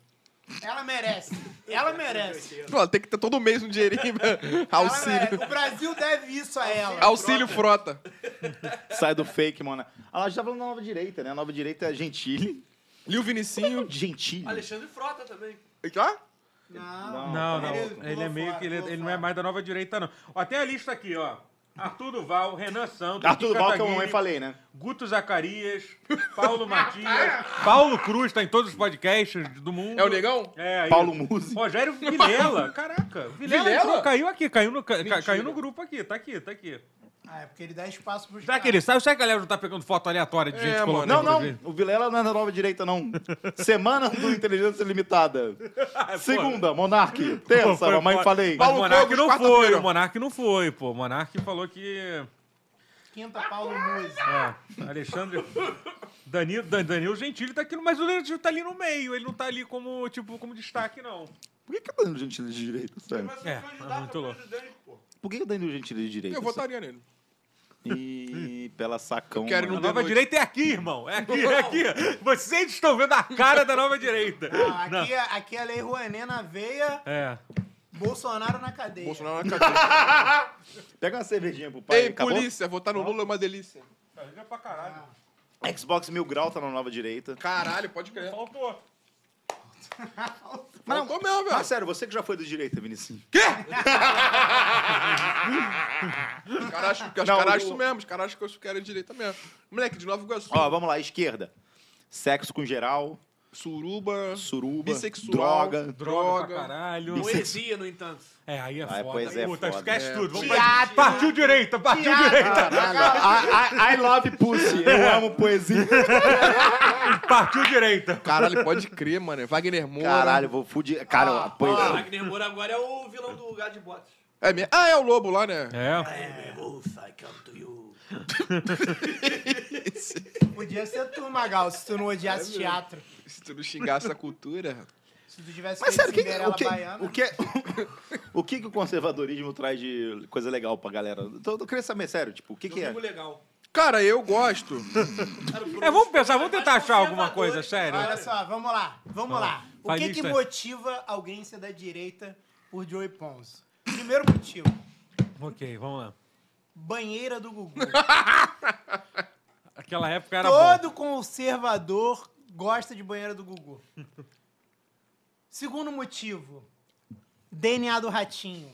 Ela merece. Ela merece.
Pô, tem que ter todo mês um dinheirinho.
<laughs> Ela
Auxílio.
merece. O Brasil deve isso a ela.
Auxílio frota.
Sai do fake, mano. Ah, lá, a gente tá falando da nova direita, né? A nova direita é Gentile.
Liu Vinicinho.
Gentile.
Alexandre Frota também.
Ah?
Não.
Não, não.
Ele
Ele,
pulou
é meio
fora,
que. Ele,
pulou
ele não é
fora.
mais da nova direita, não. Ó, tem a lista aqui, ó. Arthur Duval, Renan Santos.
Arthur
Kim
Duval, que eu
Kataguiri,
mamãe falei, né?
Guto Zacarias, Paulo Matias, <laughs> Paulo Cruz, tá em todos os podcasts do mundo.
É o negão?
É, aí.
Paulo Musi.
Rogério Vilela. Caraca, Vilela,
Vilela?
entrou, caiu aqui, caiu no, ca- caiu no grupo aqui, tá aqui, tá aqui.
Ah, é porque ele dá espaço pros
Será que ele sabe? Será que a galera não tá pegando foto aleatória de gente
mano.
colocando?
Não,
pra
não.
gente?
O Vilela não é da nova direita, não. Semana do Inteligência Limitada. Segunda, Monarque.
Pô,
Terça,
foi
mamãe
foda.
falei.
Mas o Monark
Campos,
não foi,
quarta-feira.
o Monark não foi, pô. O Monark falou que...
Quinta, Paulo Muzi.
É, Alexandre. Danilo, Dan- Danilo Gentili tá aqui, no- mas o Danilo Gentili tá ali no meio, ele não tá ali como, tipo, como destaque, não.
Por que, que o Danilo Gentili de direita, sério?
Mas
É,
o
é
candidato
muito louco.
presidente, pô.
Por que que o Danilo Gentili é de direita?
Eu votaria nele.
Ih, pela sacão.
quero
mano.
A
não
nova
noite.
direita é aqui, irmão. É aqui, é aqui. Vocês estão vendo a cara da nova direita.
Não, aqui, é- aqui é a Lei Rouanet na veia,
É.
Bolsonaro na cadeia.
Bolsonaro na cadeia.
Pega uma cervejinha pro pai.
Ei,
é acabou?
polícia, votar no Lula é uma delícia.
Carrega é pra caralho.
Xbox Mil Grau tá na nova direita.
Caralho, pode crer.
Faltou.
Mas não, tô mesmo,
Ah,
velho.
sério, você que já foi da direita, Vinicinho.
Os caras acham os
Não,
caras acham
o-
isso mesmo, os caras acham que eu quero direita mesmo. Moleque, de Nova Iguaçu.
Ó, vamos lá, esquerda. Sexo com geral,
Suruba,
suruba,
bissexual,
droga.
Droga, pra
droga.
caralho.
Poesia, no entanto.
É, aí é
Ah,
foda.
pois é,
Puta,
foda.
esquece
É.
tudo. Vamos pra...
Teatro.
Partiu direita, partiu
Teatro.
direita.
I, I- I love pussy. Eu amo poesia.
Partiu direita.
Caralho, pode crer, mano. É Wagner Moura.
Caralho, vou fudir. Cara, a
O
poesia.
Wagner Moura agora é o vilão do Gado de Botas.
É mesmo? Ah, é o Lobo lá, né?
É.
Podia ser tu, Magal, se tu não
É
odiasse teatro.
Se tu não xingasse a cultura...
Se tu tivesse
Mas
feito
sério, o que,
Cinderela
o, que,
Baiana.
o, que, <laughs> o que que o conservadorismo traz de coisa legal pra galera? Então, eu queria saber, sério, tipo, o que, que é?
Domingo um legal.
Cara, eu gosto.
É, vamos pensar, vamos tentar
Mais
achar alguma coisa,
conservadores,
sério.
Olha só, vamos lá, vamos lá. O
faz
que,
isso,
que
né?
motiva alguém ser da direita por Joey Pons? Primeiro motivo,
Ok, vamos lá.
banheira do Gugu.
Aquela época era bom.
Todo conservador gosta de banheira do Gugu. Segundo motivo, DNA do ratinho.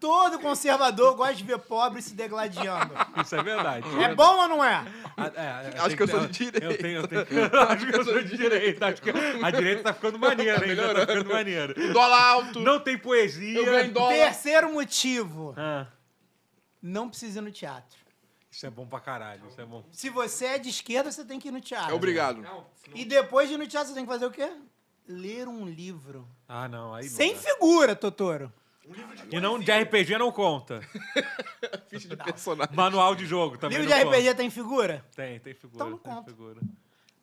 Todo conservador gosta de ver pobre se degladiando.
Isso é verdade.
É bom ou não é?
Ah, é, é,
Acho
tem
que eu sou de direita.
Eu tenho,
<laughs>
eu tenho. Acho que eu sou de direita. Acho que a direita tá ficando maneira, hein? Tá ficando maneira.
Dólar alto.
Não tem
Eu ganho em
poesia.
dólar.
Terceiro motivo,
Ah,
não precisa ir no teatro.
isso é bom pra caralho, isso é bom.
Se você é de esquerda, você tem que ir no teatro.
É Obrigado.
E depois de ir no teatro, você tem que fazer o quê? Ler um livro.
Ah, não, aí não
Sem
dá.
figura, Totoro.
E não de RPG não conta.
Ficha de personagem.
Manual de jogo também
livro de
não conta.
RPG tem figura?
Tem, tem figura.
Então não
tem
conta.
figura.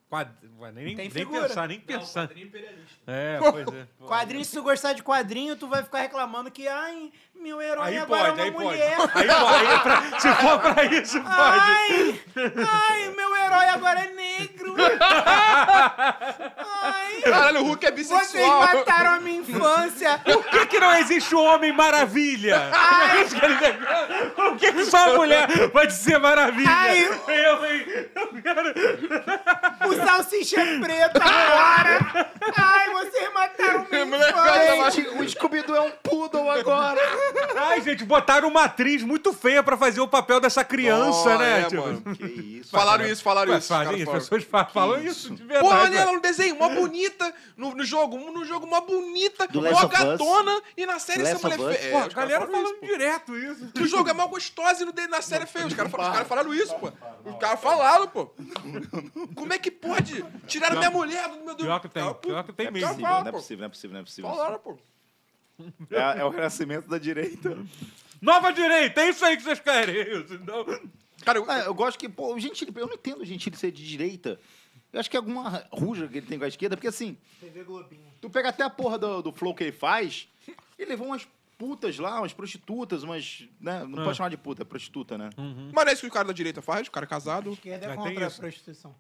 Quad- ué, Nem,
Tem
nem
figura.
pensar, nem
Não,
pensar.
quadrinho imperialista.
É, pois é.
Quadrinho, se tu gostar de quadrinho, tu vai ficar reclamando que, ai, meu herói
Aí
agora
pode,
é
aí
uma
pode. Aí
mulher.
pode. Aí é pra- se for pra isso, <laughs> pode.
Ai, ai, meu herói agora é negro. Ai,
Caralho, o Hulk é
vocês
bissexual. <laughs>
mataram a minha infância.
Por que, que não existe o Homem Maravilha? Não é <laughs> isso que ele tem? Por que, que só a mulher pode ser maravilha?
Ai.
Eu, hein?
O salsicha é preta agora. Ai, vocês mataram minha infância.
Gente, o Scooby-Doo é um poodle agora.
Ai, gente, botaram uma atriz muito feia pra fazer o papel dessa criança,
Oh,
né?
é,
tipo,
mano.
<laughs> Que isso.
Falaram isso, falaram
Ué,
isso. os
fazem
caras
isso,
falaram.
as pessoas fa- falam
Que é
isso de
Porra,
verdade.
olha ela no desenho, mó bonita. No, no jogo, no jogo mó bonita,
Do Last
mó
of Us.
gatona. E na série
Last
essa mulher
of Us.
feia. É,
Pô, a
os caras
galera
falam isso,
falando direto isso.
pô. Que o jogo é mal gostosa e no de- na série é feio. Os caras fal- os caras falaram isso, pô. Os caras falaram, pô.
<laughs>
Como é que pode? Tiraram minha mulher do meu... do-
Pior que tem,
Ah, pô.
pior que tem
É
mesmo.
pior que
Não é
pô.
possível, não é possível, não é possível.
Falaram, pô.
É, é o renascimento da direita.
Nova direita, é isso aí que vocês querem. Isso, então. não.
Cara, eu-
Ah, eu gosto que, pô, o Gentili, eu não entendo o Gentili ser de direita. Eu acho que é alguma ruja que ele tem com a esquerda, porque assim,
TV Globinho.
tu pega até a porra do, do flow que ele faz, ele levou umas putas lá, umas prostitutas, umas. Né? Não pode chamar de puta, é prostituta, né?
Mas não é isso que o cara da direita faz, o cara é casado.
Esquerda
Mas
é
tem
contra a
isso.
prostituição.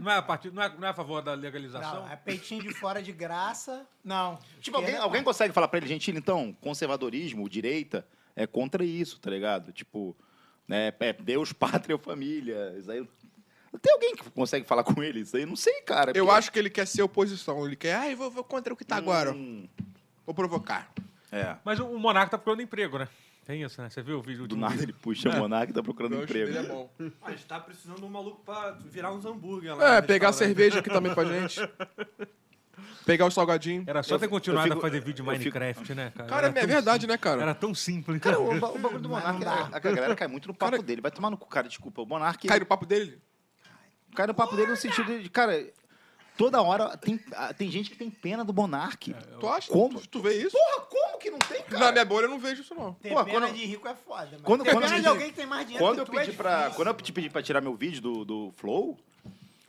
Não é a partir, não é, não é a favor da legalização?
Não, é peitinho de fora de graça. Não. é
Tipo, alguém,
Esquerda-
alguém consegue falar pra ele, Gentili, então, conservadorismo, direita, é contra isso, tá ligado? Tipo, né, é Deus, pátria ou família. Isso aí. Tem alguém que consegue falar com ele isso aí? Não sei, cara.
Eu
É porque-
acho que ele quer ser oposição. Ele quer, ai, vou, vou contra o que tá agora.
Hum.
Vou provocar.
É.
Mas o, o Monarca tá procurando emprego, né? Tem isso, né? Você viu o vídeo
Do
de-
nada ele puxa o monarca e tá procurando
É. Eu acho que
emprego.
ele é bom.
Ah, a gente tá precisando de um maluco pra virar uns hambúrguer lá.
É,
no
pegar
restaurante.
cerveja aqui também pra
<laughs>
gente. Pegar o salgadinho.
Era só ter continuado
eu fico-
a fazer vídeo de
eu fico-
Minecraft, né, cara?
Cara,
Era
é
tão
verdade, né,
sim-
cara?
Era tão simples. então.
Cara, o, ba- o bagulho do Monark,
dá.
a, a galera cai muito no papo
Cara-
dele. Vai tomar no cu, cara, desculpa. O Monark
Cai
cai,
no papo dele?
no papo dele no sentido de, cara, toda hora tem, ah, tem gente que tem pena do Monark.
Tu acha?
Como?
Tu, tu vê isso?
Porra, como que não tem, cara?
Na minha bolha eu não vejo isso, não.
Ter
Pô,
pena
quando-
de rico é foda, mano.
quando-
Ter
quando
pena
eu
de
pedi-
alguém que tem mais dinheiro
Quando
que
eu
tu é
pedi pra,
difícil.
quando eu te pedi pra tirar meu vídeo do, do Flow,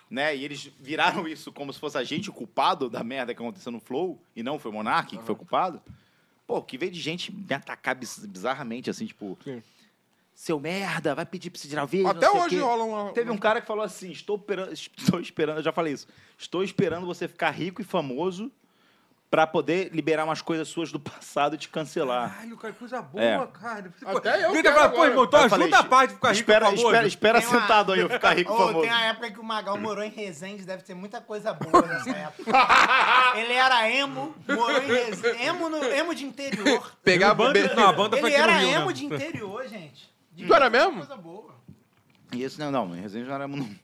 né, e eles viraram isso como se fosse a gente o culpado da merda que aconteceu no Flow, e não foi o Monark que foi o culpado, pô, que veio de gente me atacar biz- bizarramente, assim, tipo...
Sim.
Seu merda, vai pedir pra se tirar vídeo,
Até
não sei o
hoje
quê."
rola uma.
Teve um cara que falou assim: estou esperando, estou esperando, eu já falei isso. Estou esperando você ficar rico e famoso pra poder liberar umas coisas suas do passado e te cancelar.
Caralho, cara, coisa boa,
É.
cara. Você
Até
pode-
eu
Grita
quero
pra pô,
agora.
irmão, então
Aí eu
ajuda
falei,
a parte de ficar rico,
espera,
por favor.
espera, espera
Tem uma-
sentado aí eu ficar rico e
Ô,
famoso.
tem a época que o Magal morou em Resende, deve ter muita coisa boa
<laughs>
nessa época. Ele era emo, morou em Resende, emo, no, emo de interior.
Pegar a
Banda, não, a banda foi
Ele
aqui no
era
Rio,
emo
né?
de interior, gente. De
Tu era mesmo?
Coisa boa.
E esse não, não, em resenha já era <laughs> não. Eu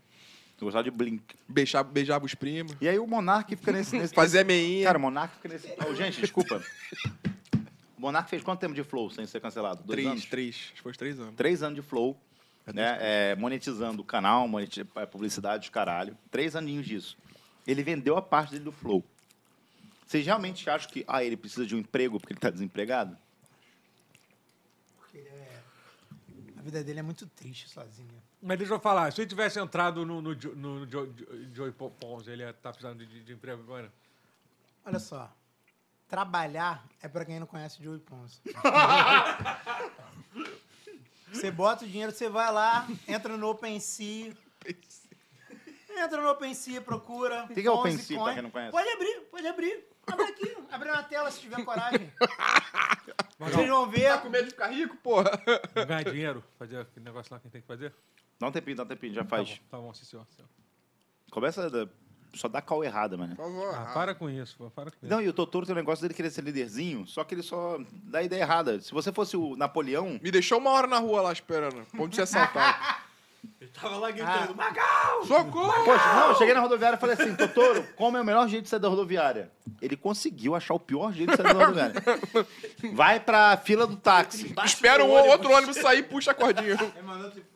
gostava de Blink.
Beijar, beijar os primos.
E aí o Monark fica nesse. <laughs> nesse
Fazer meinha.
Cara, o Monark fica nesse. Oh, gente, desculpa. O Monark fez quanto tempo de flow sem ser cancelado? Dois
três,
anos?
três. Acho que foi uns três anos.
três anos de flow, né? é, monetizando o canal, moneti- é, publicidade, os caralho. Três aninhos disso. Ele vendeu a parte dele do flow. Vocês realmente acham que ah, ele precisa de um emprego porque ele tá desempregado?
Porque ele é- A vida dele é muito triste sozinha.
Mas deixa eu falar, se ele tivesse entrado no, no, Jo- no, Jo- Jo- Joey Po- Pons, ele ia estar precisando de, de emprego agora?
Olha só.
<laughs>
Trabalhar é pra quem não conhece o Joey Pons. Você bota o dinheiro, você vai lá, entra no OpenSea. Entra no OpenSea, procura. O
que que é OpenSea, pra quem não conhece?
Pode abrir, pode abrir. Abre aqui, abre na tela se
<laughs>
tiver coragem. Vocês vão ver.
Tá com medo de ficar rico, porra?
Ganhar dinheiro, fazer aquele negócio lá que tem que fazer.
Dá um tempinho, dá um tempinho, já faz.
Tá bom, sim, senhor. sim, senhor.
Começa. da- Só dá call errada, mano.
Ah, para com isso, pô, para com isso.
Não, e o Totoro tem um negócio dele querer ser líderzinho, só que ele só dá ideia errada. Se você fosse o Napoleão,
Me deixou uma hora na rua lá esperando. Vamos ser assaltado.
Ele tava lá
Ah.
gritando, Magal!
<laughs> Socorro!
Poxa, não, eu cheguei na rodoviária e falei assim, Totoro, como é o melhor jeito de sair da rodoviária? Ele conseguiu achar o pior jeito de sair da rodoviária. Vai pra fila do táxi.
Espera um ou outro ônibus sair e puxa a cordinha.
Ele mandou tipo,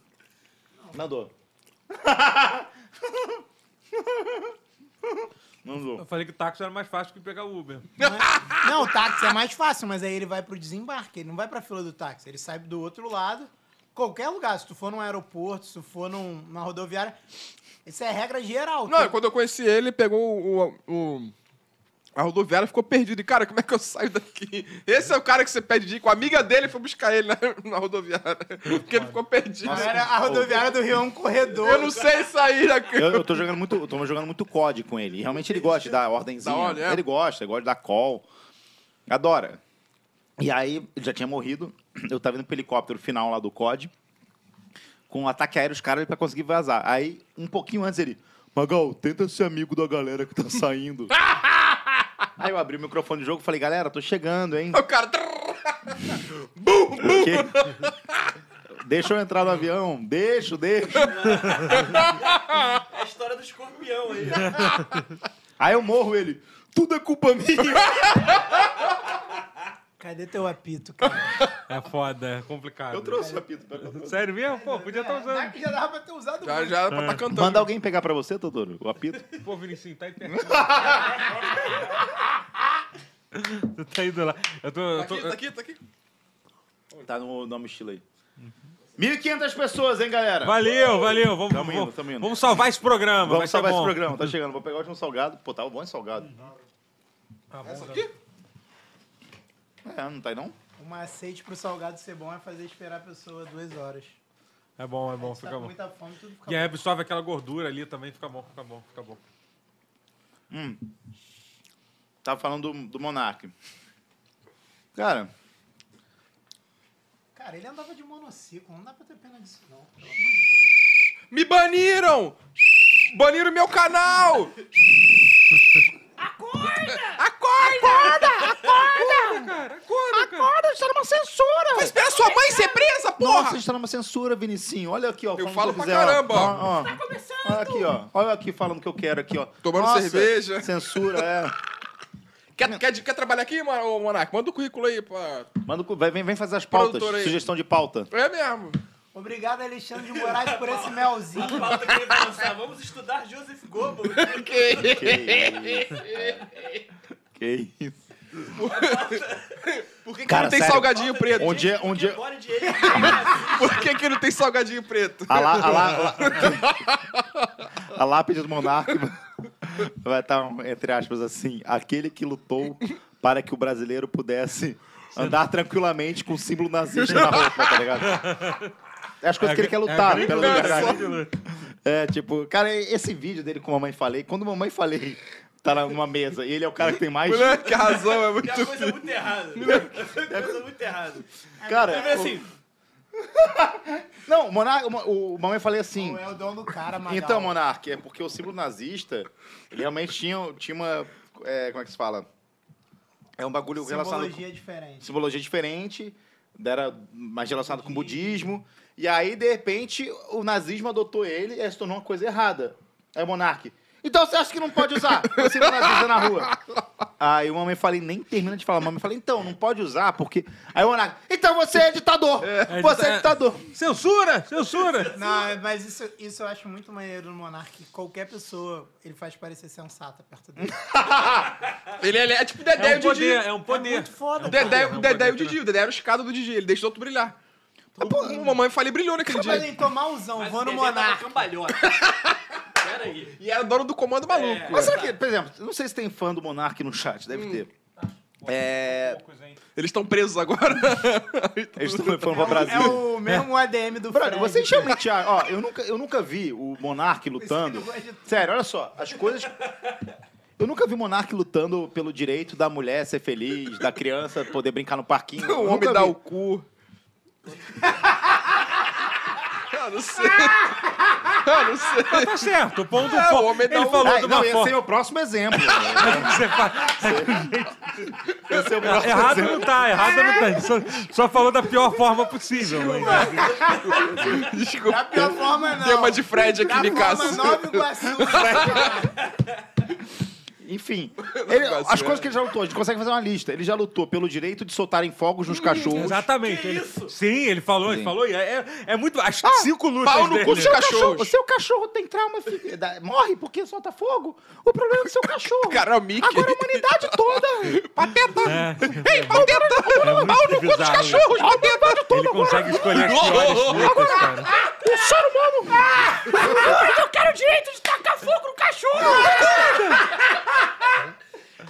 <laughs> Mandou. Mandou.
Eu falei que o táxi era mais fácil que pegar o Uber.
Não, o táxi é mais fácil, mas aí ele vai pro desembarque, ele não vai pra fila do táxi, ele sai do outro lado, qualquer lugar. Se tu for num aeroporto, se tu for num- numa rodoviária, isso é regra geral.
Não,
Tu-
quando eu conheci ele, ele pegou o. o- o- a rodoviária ficou perdido. E, cara, como é que eu saio daqui? Esse é o cara que você pede dica. A amiga dele foi buscar ele na, na rodoviária. Porque ele ficou perdido.
Galera, a rodoviária do Rio é um corredor.
Eu não sei sair daqui.
Eu, eu tô jogando muito, eu tô jogando muito COD com ele. E Realmente ele gosta de dar ordenzinha.
Da ordem, é.
Ele gosta, ele gosta de dar call. Adora. E aí, ele já tinha morrido. Eu tava indo pro helicóptero final lá do COD. Com um ataque aéreo, os caras pra conseguir vazar. Aí, um pouquinho antes, ele. Magal, tenta ser amigo da galera que tá
<laughs>
saindo. aí eu abri o microfone do jogo e falei, galera, tô chegando, hein?
O cara.
Porque... Deixa eu entrar no avião. Deixa, deixa.
É A história do escorpião aí.
Aí eu morro ele. Tudo é culpa
<laughs>
minha.
Cadê teu apito, cara?
É foda, é complicado.
Eu trouxe o apito pra contar.
Sério mesmo? Pô, podia estar
Não,
usando.
que É, já dava pra ter usado
Já,
muito.
já era pra tá cantando.
Manda alguém pegar pra você, Totoro, o apito.
Pô, Vinicinho, tá internado. <laughs> tu tá indo lá. Eu tô. Eu tô
Aqui, tá aqui, tá aqui.
Tá no, na mochila aí. 1.500 pessoas, hein, galera?
Valeu, valeu. Vamos,
Tamo indo,
vamos,
tamo indo.
vamos salvar esse programa. vai
Vamos
ser
salvar
bom.
esse programa, tá chegando. Vou pegar o último salgado. Pô, tava bom esse salgado.
Tá bom, tá
É, não tá aí não?
O macete pro salgado ser bom é fazer esperar a pessoa duas horas.
É bom, é bom,
Se tá
fica
com
bom.
muita fome, tudo fica
E é- aí
bom.
absorve aquela gordura ali também, fica bom, fica bom, fica bom.
Tava falando do, do Monark. Cara,
Cara, ele andava de monociclo, não dá pra ter pena disso, não. Pelo amor de
Me baniram! Baniram meu canal! Acorda! Acorda!
Acorda, cara.
está numa censura!
Vai esperar sua mãe ser presa, porra!
Nossa, está numa censura, Vinicinho. Olha aqui, ó.
Eu
falando o que
falo pra
quiser, ó.
caramba, ó.
Ó, ó. Tá começando! Olha aqui, ó. Olha aqui falando o que eu quero aqui, ó.
Tomando cerveja.
Censura, é.
Quer, quer, quer trabalhar aqui, Mon- ô, Monark? Manda o currículo aí É pra.
Manda, o cu- vai- vem, vem fazer as pautas.
Produtor aí.
Sugestão de pauta.
É mesmo.
Deus. Obrigado, Alexandre de Moraes, por esse
<laughs>
melzinho.
Falta que ele vai lançar. Vamos estudar Joseph Goebbels.
Que isso. Que isso.
Por que, que
Cara,
não tem
sério.
salgadinho preto?
Onde é- onde é-
Bora de ele.
Por que, que não tem salgadinho preto?
A, lá, a, lá, a, lá- a lápide do monarca <laughs> vai estar, entre aspas, assim, aquele que lutou para que o brasileiro pudesse andar tranquilamente com o símbolo nazista na roupa, tá ligado? É as coisas que ele quer lutar
é a
pela
grande
liberdade.
grande luta.
É, tipo, cara, esse vídeo dele com a Mamãe Falei, quando a Mamãe Falei tá na- numa mesa e ele é o cara que tem mais...
Moleque, a razão é
É
muito.
uma coisa muito errada. <laughs> É uma coisa muito errada.
Cara,
Ele vê assim,
o- não, o, Monar- o Ma- o Mamãe Falei assim...
Não é o dom do cara, Magal.
Então, Monark, é porque o símbolo nazista ele realmente tinha, tinha uma. é, como é que se fala? É um bagulho relacionado. Com,
Simbologia é diferente.
simbologia diferente, era mais relacionado com o budismo. E aí, de repente, o nazismo adotou ele e aí se tornou uma coisa errada. Aí, o Monark. Então você acha que não pode usar o símbolo nazista na rua? Aí o mamãe falei, nem termina de falar. Mamãe falei, então, não pode usar, porque. Aí o Monark, então você é ditador! você é
é-
ditador!
Censura! Censura!
Não, mas isso, isso eu acho muito maneiro no Monark. Qualquer pessoa, ele faz parecer sensata perto dele.
Ele, ele é tipo Dedé
É
e
um
o Didi.
poder, é um poder.
muito foda,
O Dedé,
É
o
um
Dedé e o
poder,
Didi. O Dedé era o escada do Didi. Ele deixou outro brilhar. Pô, a mamãe falei brilhou naquele
Mas
dia.
em tomarzão,
mas é
vou
o
no
Dedé tava
Monark. <laughs>
cambalhota. Pera aí.
E era dono do comando maluco.
Mas será que, por exemplo, não sei se tem fã do Monark no chat, deve ter. É,
Eles estão presos agora.
eles estão levando pra
É
Brasil.
o mesmo ADM do
Brother,
Fred.
vocês tinham me Thiago. Ó, eu nunca, eu nunca vi o Monark lutando. Sério, olha só, as coisas. Eu nunca vi Monark lutando pelo direito da mulher ser feliz, da criança poder brincar no parquinho. <laughs> Eu
o homem
nunca
dá
vi. <laughs>
o cu. Eu não sei. Eu não sei.
Tá certo, o ponto
É,
fo-
o homem dá
Ele
um-
falou
Ai,
de
não,
uma
esse
forma.
é o próximo exemplo.
Você faz-
Esse é o próximo
Errado
exemplo.
não tá, errado não tá. Só, só falou da pior forma possível, mas.
Da
Desculpa.
pior forma, não.
Tema de Fred
Da
aqui,
forma,
Nicasso.
nove Iguaçu. Fred.
Enfim, ele-
gosto,
as
né?
coisas que ele já lutou, a gente consegue fazer uma lista. Ele já lutou pelo direito de soltarem fogos nos cachorros.
Exatamente. ele- Sim, ele falou, ele falou. e É, é, é muito. As cinco lutas.
pau no
dele.
cu do
Seu cachorro,
Cachorros.
seu cachorro tem trauma, filho, da- morre porque solta fogo. O problema é do seu cachorro.
Cara, é o Mickey.
Agora a humanidade
<laughs>
toda. Pateta.
É.
Ei, pateta.
É muito
Pau no cu dos
bizarro,
cachorros. Pateta.
Ele consegue escolher as piores lutas, cara.
O ser humano.
Eu quero o direito de tacar fogo no cachorro!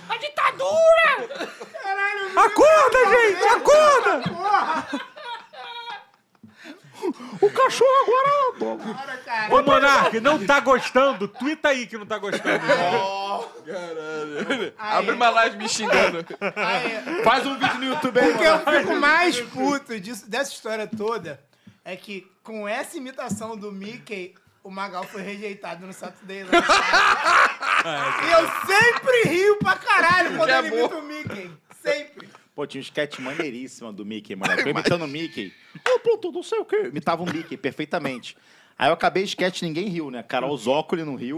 A ditadura!
Acorda, gente! Acorda!
O cachorro agora.
Ô, Monark, não tá gostando? Twitta aí que não tá gostando.
Abre uma live me xingando.
Faz um vídeo no YouTube
O que eu fico mais puto disso, dessa história toda é que com essa imitação do Mickey, o Magal foi rejeitado no Saturday Night Live. E eu sempre rio pra caralho quando
É
ele
bom.
imita o Mickey. Sempre.
Pô, tinha um sketch maneiríssimo do Mickey, <laughs> moleque. Eu imitando o Mickey. Ô, Pluto, não sei o quê. Imitava o Mickey perfeitamente. Aí eu acabei o sketch, ninguém riu, né? Carol Zócoli não riu.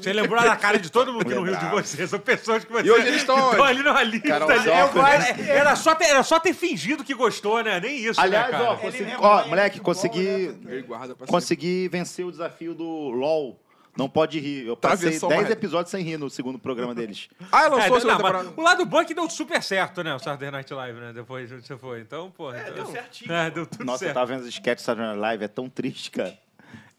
Você lembrou da cara de todo mundo que não riu de você. São pessoas que você.
E hoje eles estão
que
onde?
ali na lista.
Carol
ali.
Zócoli.
Era, era só ter, era só ter fingido que gostou, né? Nem isso, né,
Aliás,
cara?
ó, consegui,
Ele
ó
remoia
moleque,
futebol,
consegui,
né?
Ele guarda pra sempre.
consegui vencer o desafio do LOL. Não pode rir. Eu
Tá,
passei
versão
10
mais-
episódios sem rir no segundo programa
<laughs>
deles.
Ah, lançou
É,
a segunda
não, mas
temporada.
o lado bom é que deu super certo, né? O Saturday Night Live, né? Depois que você foi. Então, porra. então- É, deu certinho. deu tudo
Nossa, tá eu
certo.
tava vendo os sketches do Saturday Night Live, é tão triste, cara.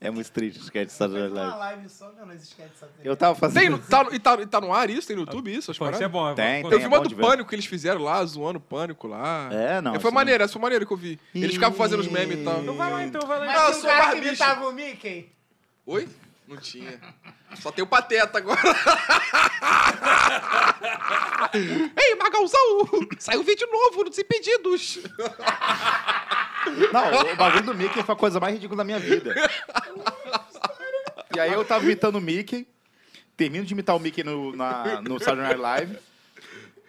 É muito triste os sketches do Saturday Night
Uma
Live.
live só vendo os sketches de Saturday
Eu tava fazendo...
Tem no, tá, no- e, tá, e tá no ar isso? Tem no YouTube isso? As
Pô, isso é
paradas?
bom. é bom.
Tem,
Quando-
Eu vi uma
bom
do
de ver.
Pânico que eles fizeram lá, zoando o Pânico lá.
É, não,
E
isso
foi
não-
maneiro, essa foi maneira que eu vi. Eles ficavam fazendo os memes e tal.
Então vai lá, então vai lá.
Mas
Ah,
ah,
sou
o cara que
barbicha.
imitava o Mickey.
Oi? Não tinha. Só tem o Pateta agora. <laughs> Ei, Magalzão! Saiu vídeo novo no Desimpedidos.
Não, o bagulho do Mickey foi a coisa mais ridícula da minha vida. E aí eu tava imitando o Mickey, termino de imitar o Mickey no, na, no Saturday Night Live.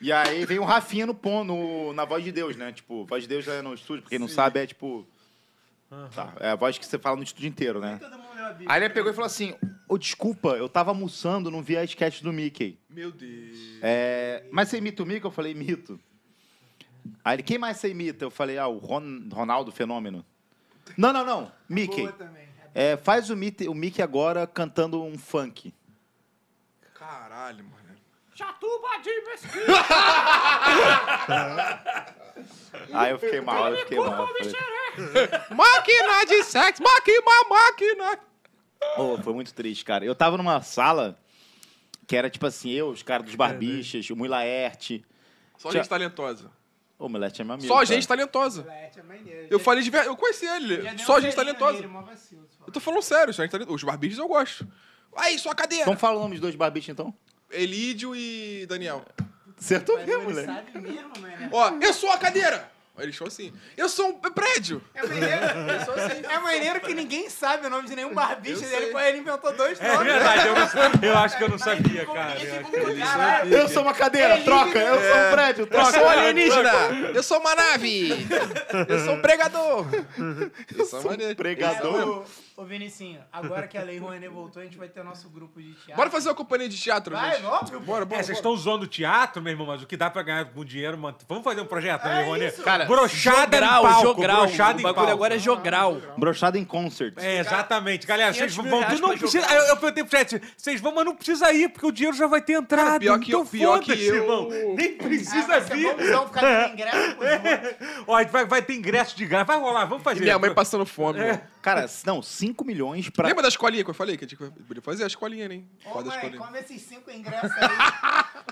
E aí vem o Rafinha no, pon- no na voz de Deus, né? Tipo, voz de Deus é no estúdio, pra quem não sabe, é tipo. Tá, é a voz que você fala no estúdio inteiro, né?
Todo mundo leu a Bíblia.
Aí ele pegou e falou assim: Ô, desculpa, eu tava almoçando, não vi a sketch do Mickey.
Meu Deus.
É, mas você imita o Mickey? Eu falei, imito. Aí ele, quem mais você imita? Eu falei, ah, o Ron- Ronaldo Fenômeno. Não, não, não,
tá
Mickey.
Boa também.
É, faz o Mickey, o Mickey agora cantando um funk.
Caralho, mano.
Chatuba de mesquita,
Aí eu fiquei mal, eu fiquei mal. Eu falei,
mexerê!
Máquina de sexo! Máquina, máquina!
Pô, foi muito triste, cara. Eu tava numa sala que era tipo assim, eu, os caras dos barbichas, o Mui Laerte.
Só
Tchau.
gente talentosa. tá?
Ô, meu Laerte é meu amigo.
Só
cara.
gente talentosa.
Colete é maneiro.
Eu
Já-
falei de verdade. Eu conheci
já
ele.
dei
Só
uma
gente tá
olhadinha
talentosa.
nele, mó vacilo, só.
Eu tô falando sério, só gente talentosa. Os barbichos eu gosto. Aí, sua cadeira.
Vamos falar o nome dos dois barbichas, então?
Elídio e Daniel.
Acertou
Mas
é mesmo,
ele
moleque.
sabe mesmo, mano. né?
Ó, eu sou a cadeira. Aí eles falam assim. Eu sou um prédio.
É maneiro, é maneiro que ninguém sabe o nome de nenhum barbicha
Eu
dele,
sei.
pô, ele inventou dois
É
nomes.
verdade, eu, eu acho que eu não sabia, cara. Eu acho que- É,
Caralho,
Eu sou uma cadeira, troca. Eu sou um prédio,
Eu
troca.
sou um alienígena! Eu sou uma nave! Eu sou
<laughs>
um pregador! Eu sou
Um
maneiro.
<laughs> pregador.
Ô, ô, Vinicinho, agora que a Lei Rouanet voltou, a gente vai ter o nosso grupo de teatro.
Bora fazer uma companhia de teatro,
Vai,
gente.
óbvio.
Bora,
É,
bora.
vocês estão zoando o teatro, meu irmão, mas o que dá pra ganhar com dinheiro, mano. Vamos fazer um projeto, né, Rony?
Cara,
brochada
jogral,
em palco,
jogral.
brochada
o
em
bagulho
palco.
agora é jogral.
Brochada em concert.
É, exatamente. Galera, vocês vão.
500 mil reais
não
pra
precisa,
jogar.
eu, eu perguntei pro chat, vocês vão, mas não precisa ir, porque o dinheiro já vai ter entrado.
Cara, pior que
então
eu- pior que
foda-se,
eu-
irmão. Nem precisa vir.
Vamos
<laughs>
ficar dando ingresso pros outros.
Ó, a gente vai, vai ter ingresso de graça. Vai rolar, vamos
E
fazer.
minha mãe passando fome.
É.
mano.
Cara, s- não, 5 milhões pra.
Lembra da escolinha que eu falei? Que a gente podia fazer a escolinha, né, hein?
Ô,
Faz a
mãe, é
escolinha.
come esses cinco ingressos aí.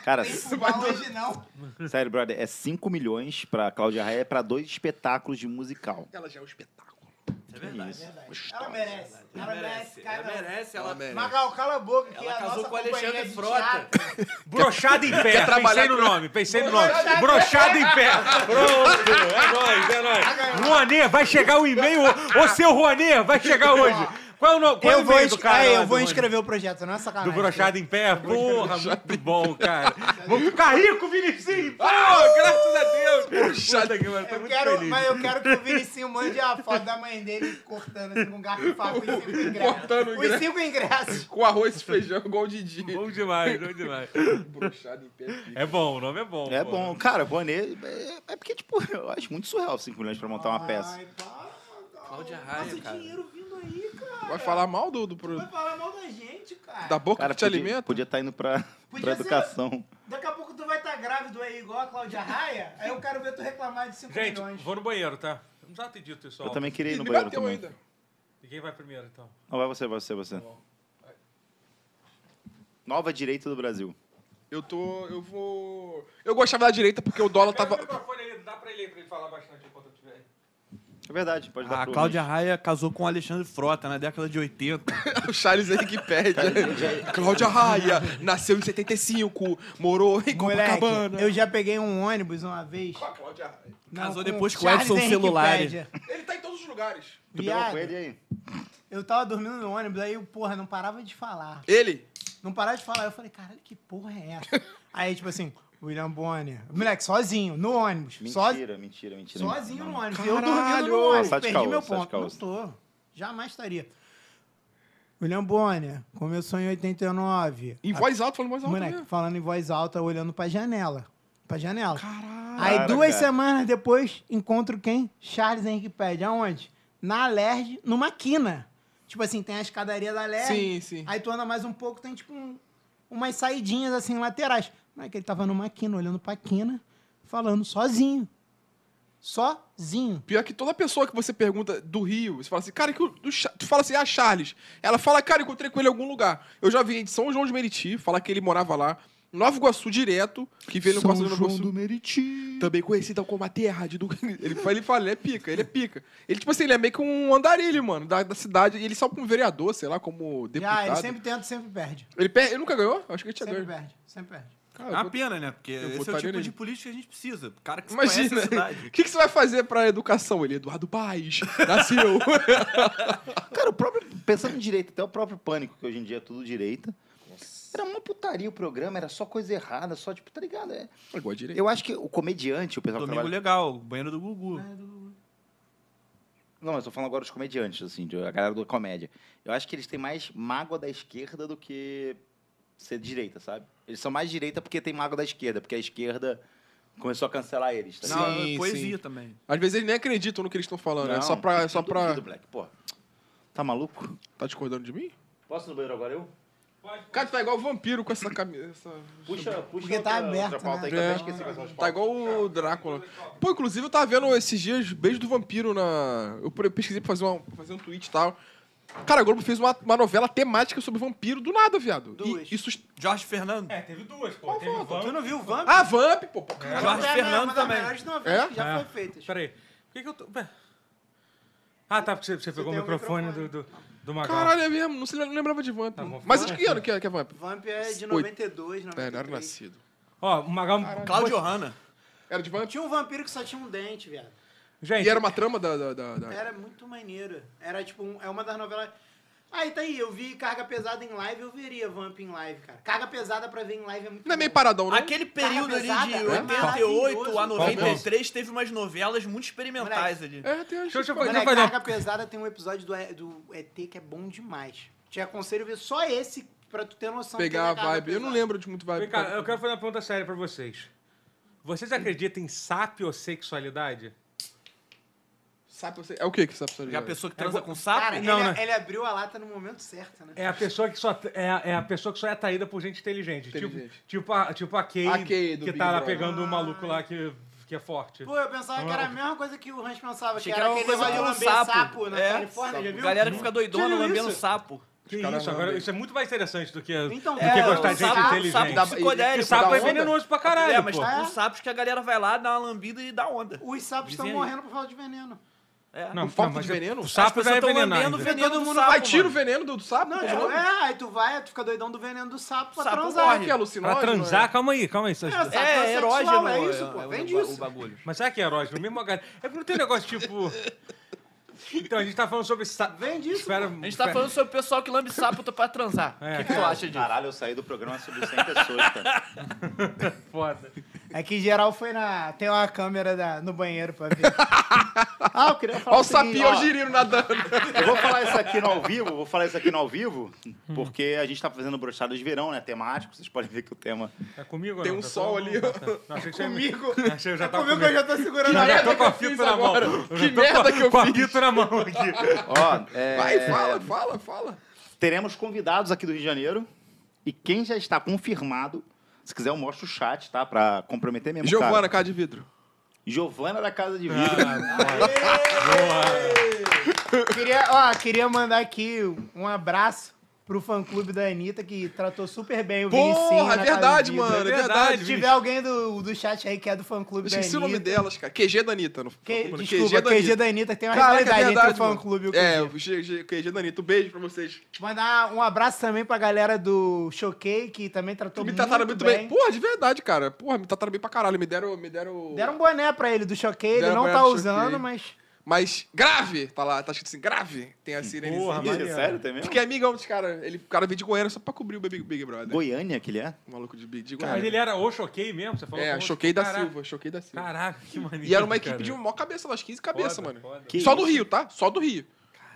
Cara,
Tem
s-
fubá hoje não.
sério, brother, é 5 milhões pra Cláudia Raia é pra dois espetáculos de musical.
Ela já é um <laughs> espetáculo.
É verdade.
Isso.
Ela merece. Ela merece,
Ela
cara.
merece, ela merece.
Magal, cala a boca que
Ela
a
casou
nossa
com o Alexandre
companhia de
Frota.
teatro-
Brochada em pé.
trabalhar
Pensei no
com-
nome, pensei no nome. Brochada em pé. Pronto, é nóis, é nóis. Ruanê, vai chegar o e-mail. Ô, seu Ruanê, vai chegar hoje. Qual é o nome? Qual é
Eu
o
vou,
e-mail do
ins-
cara?
é,
lá do
eu vou
Ruanê?
inscrever o projeto, não é
Do
sacanagem.
brochado em pé? Porra, muito bom, cara. Vou ficar rico, Vinicius! Pô, graças a Deus! Puta que pariu, tô
Eu
muito
quero,
feliz.
mas eu quero que o Vinicinho mande a foto da mãe dele cortando assim com garfo e faca os cinco ingressos.
Cortando o ingresso.
Os cinco ingressos.
Com arroz e feijão, igual o Didi.
Bom demais, bom demais.
Brochado em pé.
É bom, o nome é bom.
É
pô.
bom. Cara, Bonet. É, é porque, tipo, <laughs> eu acho muito surreal 5 milhões pra montar
Ah,
uma peça.
então
Ai, para,
Cláudia
Magal.
Raia,
Nossa,
cara.
dinheiro vindo aí, cara.
Vai falar mal do, do pro-
Vai falar mal da gente, cara.
da boca
Cara,
que te
podia,
alimenta?
podia tá indo pra, pra
Podia ser-
educação.
Daqui a pouco tu vai estar grávido aí, igual a Cláudia Raia. Aí eu quero ver tu reclamar de 5
Gente,
milhões.
vou no banheiro, tá? Não já ter dito isso,
Eu
ó.
também queria ir
Ih,
no
me
banheiro
bateu
também.
ainda. Tá
E quem vai primeiro, então?
Não, vai você, vai você, você. Nova direita do Brasil.
Eu tô. Eu vou. Eu gostava da direita porque o dólar
Pega o
tava.
microfone ali, dá pra ele, pra ele falar bastante enquanto eu tiver aí.
É verdade, pode dar
A
pro-
Ah, Cláudia Raia casou com o Alexandre Frota na década de É 80.
<laughs> o Charles
<laughs> é.
Wikipedia. Cláudia Raia, nasceu em 75, morou em
Moleque,
Copacabana.
eu já peguei um ônibus uma vez.
Ah, Cláudia Raia.
Não,
Casou
com
depois com o
Charles
Edson
Henrique
Celulari.
Pédia.
Ele tá em todos os lugares.
Tu pegou com
Viado,
ele aí?
eu tava dormindo no ônibus, aí, porra, não parava de falar.
Ele?
Não parava de falar. Eu falei, caralho, que porra é essa? <laughs> aí, tipo assim, William Bonner. Moleque, sozinho, no ônibus. sozinho.
Mentira, mentira, mentira.
Sozinho
Não.
no ônibus. Eu dormindo no ônibus.
Só de
Perdi
caô,
meu
só de
ponto.
caô.
Não tô. Jamais estaria. William Bonner começou em 89.
Em voz alta, falando em voz alta
Moleque,
mesmo.
falando em voz alta, olhando pra janela. Pra janela.
Caralho.
Aí
Cara,
duas
cara.
semanas depois, encontro quem? Charles Henrique Pede. Aonde? Na Lerge, numa quina. Tipo assim, tem a escadaria da Lerge.
Sim, sim.
Aí tu anda mais um pouco, tem tipo um- umas saidinhas assim laterais. Não é que ele tava numa quina, olhando pra quina, falando sozinho. Sozinho.
Pior que toda pessoa que você pergunta do Rio, você fala assim, cara, que o, do Cha- tu fala assim, ah, Charles. Ela fala, cara, encontrei com ele em algum lugar. Eu já vi de São João de Meriti, falar que ele morava lá. Nova Iguaçu direto, que veio no Iguaçu Nova Iguaçu.
Meriti.
Também conhecido como a terra de... Du- <laughs> Ele, fala- ele fala, ele é pica, ele é pica. Ele, tipo assim, ele é meio que um andarilho, mano, da, da cidade. E ele só como vereador, sei lá, como deputado.
Já, Ah, ele sempre tenta, sempre perde.
Ele, per- ele nunca ganhou? Acho que ele tinha
Sempre
ganho.
perde, sempre perde.
Cara,
É uma
eu-
pena, né? Porque esse é o
votaria
tipo
nele.
de político que a gente precisa. Cara que se conhece a
Imagina,
cidade.
<laughs> o que, que você vai fazer pra educação? Ele, é Eduardo Paes, nasceu.
Cara, o próprio. Pensando em direita, até o próprio pânico, que hoje em dia é tudo direita. Era uma putaria o programa, era só coisa errada, só, tipo, tá ligado? É.
Igual a direita.
Eu acho que o comediante, o pessoal que
Domingo
trabalha.
legal, banheiro do Gugu.
Não, mas tô falando agora dos comediantes, assim, de- a galera da comédia. Eu acho que eles têm mais mágoa da esquerda do que ser direita, sabe? Eles são mais direita porque tem mágoa da esquerda, porque a esquerda começou a cancelar eles, tá ligado?
Não, é
Sim,
poesia
sim.
também.
Às vezes eles nem acreditam no que eles estão falando, é
Não,
só pra... é Só
eu
pra...
duvido, Black, porra. Tá maluco?
Tá discordando de mim?
Posso ir no banheiro agora eu?
Cara, tu tá igual o vampiro com essa camisa.
Puxa, puxa
Porque tá
outra,
aberto,
outra pauta
né?
aí que eu até
É.
esqueci quais são as
Tá
pautas.
igual o Drácula. Pô, inclusive eu tava vendo esses dias Beijo do Vampiro na. Eu pre- pesquisei pra fazer, uma, pra fazer um tweet e tal. Cara, a Globo fez uma, uma novela temática sobre vampiro do nada, viado.
Duas.
E, e sust...
Jorge Fernando.
É, teve duas, pô. Teve né? o Vamp.
Tu não viu o Vamp?
Ah, Vamp, pô. pô, cara.
Ela
Jorge
é a
Fernando
uma das
também.
melhores novelas
É?
que já
É.
foi feita.
Peraí. Por que que eu tô... Pera. Ah, tá, porque você, você pegou
tem
o
o
microfone,
microfone.
do, do, do Magal.
um Caralho, é mesmo. Não se lem- lembrava de Vamp.
Tá bom,
Mas
fala.
acho que ano que é, que é Vamp?
Vamp é de
Oito.
92,
É, não era
93.
nascido.
Ó, o Magal...
Cláudio Hanna.
Era de Vamp?
Tinha um vampiro que só tinha um dente, viado.
Gente,
E era uma trama da. da, da, da-
Era muito maneiro. Era tipo, um- é uma das novelas. Aí tá aí, eu vi Carga Pesada em live, eu veria Vamp em live, cara. Carga Pesada pra ver em live é muito
Não é meio
bom.
paradão, não?
Aquele período ali
pesada,
de
né?
88 a
Maravilhoso.
93 teve umas novelas muito experimentais ali.
É, tem acho.
deixa eu te
Mano,
fazer
é,
fazer uma...
Carga Pesada tem um episódio do, E- do ET que é bom demais. Te aconselho a ver só esse pra tu ter noção.
Pegar a
do que é Carga
vibe. Eu não
Pesada.
lembro de muito vibe.
Vem cá, eu quero fazer uma pergunta séria pra vocês. Vocês acreditam em sapiosexualidade?
Sabe você. É o que que sabe você
É a pessoa que transa com
Cara,
sapo?
ele,
Não, né?
ele abriu a lata no momento certo, né?
É a pessoa que só é, a- é a pessoa que só é atraída por gente inteligente,
Inteligente.
tipo tipo a, tipo a Kay,
A Kay do
que
Big
tá lá
Brother.
pegando o maluco lá que que é forte.
Pô, eu pensava que era a mesma coisa que o Hans pensava,
Achei
que era
uma
aquele
coisa
negócio de
com
lamber sapo, na
É,
Califórnia, já viu?
Galera que fica doidona
Tinha
lambendo
isso?
sapo.
Que isso, agora isso é muito mais interessante do que,
Então,
do
é,
que gostar de gente
sapo,
inteligente.
Sapo psicodélico.
Que sapo
dá
é
onda.
venenoso pra caralho,
É, mas
pô.
tá com sapos que a galera vai lá, dá uma lambida e dá onda.
Os sapos estão
Dizem aí.
morrendo por falta de veneno.
É.
Não,
falta
não, mas
de
é-
veneno?
O
As
sapo já
pessoas
é
tão
envenenado.
lambendo o veneno
Todo
do
mundo
sapo.
Vai, tira o
mano.
veneno do, do sapo.
Não,
de
tipo,
novo.
é, aí tu vai, tu fica doidão do veneno do sapo pra
Ah, Sapo
transar.
morre.
Porra, que é alucinógeno.
Pra
né?
transar, calma aí, calma aí. essas-
assim.
É, sapo
É,
é
erógeno.
sexual, é isso, pô, vem
o-
disso.
O bagulho.
Mas será que é erótico? Mesmo a galera- É porque não tem negócio tipo. Então, a gente tá falando sobre. Sa...
Vem disso,
Espera-
A gente tá
espera-
falando sobre o pessoal que lambe sapo pra transar. O
É,
que, que
tá
tu acha disso?
Caralho, eu saí do programa sobre 100 pessoas, cara.
Foda.
É que em geral foi na. Tem uma câmera da- no banheiro pra ver. ah, eu queria falar.
Olha o
seguinte,
sapinho
ó.
girino nadando.
<laughs> Eu vou falar isso aqui no ao vivo, vou falar isso aqui no ao vivo,
Hum.
porque a gente tá fazendo brochado de verão, né? Temático, vocês podem ver que o tema.
Tá comigo ou
Tem
não?
um
Tá
sol ali,
comigo?
ó.
Não, achei que você ia me-
<laughs> Comigo.
Achei que eu já
É
tava comigo.
comigo que eu já tô segurando a
Eu já
merda.
tô com a fita na mão.
Que merda que eu
Com a
fiz.
fita na mão
<laughs>
aqui.
Ó, é,
Vai, fala, fala, fala.
teremos convidados aqui do Rio de Janeiro e quem já está confirmado, se quiser eu mostro o chat, tá? Pra comprometer mesmo,
Giovana,
cara.
cara de vidro.
Giovana da Casa de Vidro.
Ah,
Queria, ó, queria mandar aqui um abraço pro fã clube da Anitta, que tratou super bem o Vincinho. na
Porra, é
Casa
verdade,
de Vidro.
mano. É
verdade,
verdade.
Se tiver alguém do, do chat aí que é do fã clube da
Esqueci
Anitta.
o nome delas, cara. QG da Anitta. No...
Que,
no
desculpa, QG da Anitta, que tem uma
Caraca,
rivalidade entre o fã
é mano.
clube e o QG.
É, o QG QG da Anitta. Um beijo pra vocês.
Mandar um abraço também pra galera do Choquei, que também tratou
Me
muito,
trataram muito
bem.
bem. Porra, de verdade, cara. Porra, me trataram bem pra caralho. Me deram... Me deram...
Deram um boné pra ele do Choquei, ele
Deram um
não
boné
tá
do
usando,
Choquei.
mas...
Mas grave, tá lá, tá escrito assim, grave. Tem a sirene. assim.
Porra,
Ih,
maneiro.
sério, tem mesmo?
Porque é amigão dos caras. Ele, o cara veio de Goiânia só pra cobrir o Big, Big Brother.
Goiânia que ele é?
O maluco de, Big- de
Mas
Goiânia.
é
ele era o choquei mesmo? Você falou
É,
com o-
choquei da
Caraca.
Silva, choquei da Silva.
Caraca, que maneiro.
E era <laughs> uma equipe
cara.
de um mó cabeça, umas 15 cabeças,
Foda,
mano.
foda.
Que
Só do
isso?
Rio, tá? Só do Rio.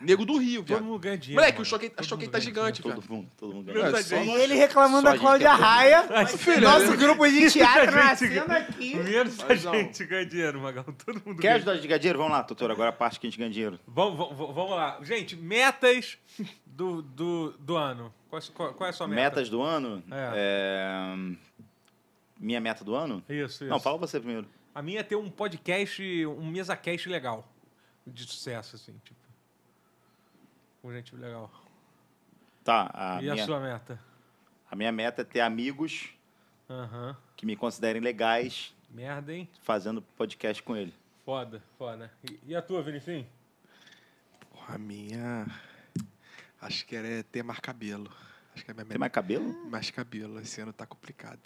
Nego do Rio,
Todo
viado.
mundo ganha dinheiro.
Moleque,
mano.
o choquei, a
Todo
choquei
mundo
tá
ganha
gigante,
Todo
velho.
mundo, todo mundo.
Meu Deus,
E
É só-
ele
Só
reclamando da
gente
Cláudia
ganha
Raia,
Filho,
nosso
né?
grupo
<laughs>
de teatro
Muita gente
nascendo aqui.
Menos a gente ganha dinheiro, Magal. Todo mundo
Quer
ganha.
ajudar a gente a ganhar dinheiro? Vamos lá, doutor, agora a parte que a gente ganha dinheiro.
Vamos, vamos, vamos lá. Gente, metas do, do, do ano. Qual, qual- qual é a sua meta?
Metas do ano? É, Minha meta do ano?
Isso, isso.
Não, fala você primeiro.
A minha é ter um podcast, um mesa cast legal. De sucesso, assim, tipo. Com gente legal.
Tá, a,
e a
minha,
sua meta?
a minha meta é ter amigos
Aham.
que me considerem legais
Merda, hein?
fazendo podcast com ele.
Foda, foda. E, e a tua, Vinicius?
Porra, a minha. Acho que era ter mais cabelo. Acho que é a minha
Tem
meta.
mais cabelo?
Mais cabelo. Esse ano tá complicado.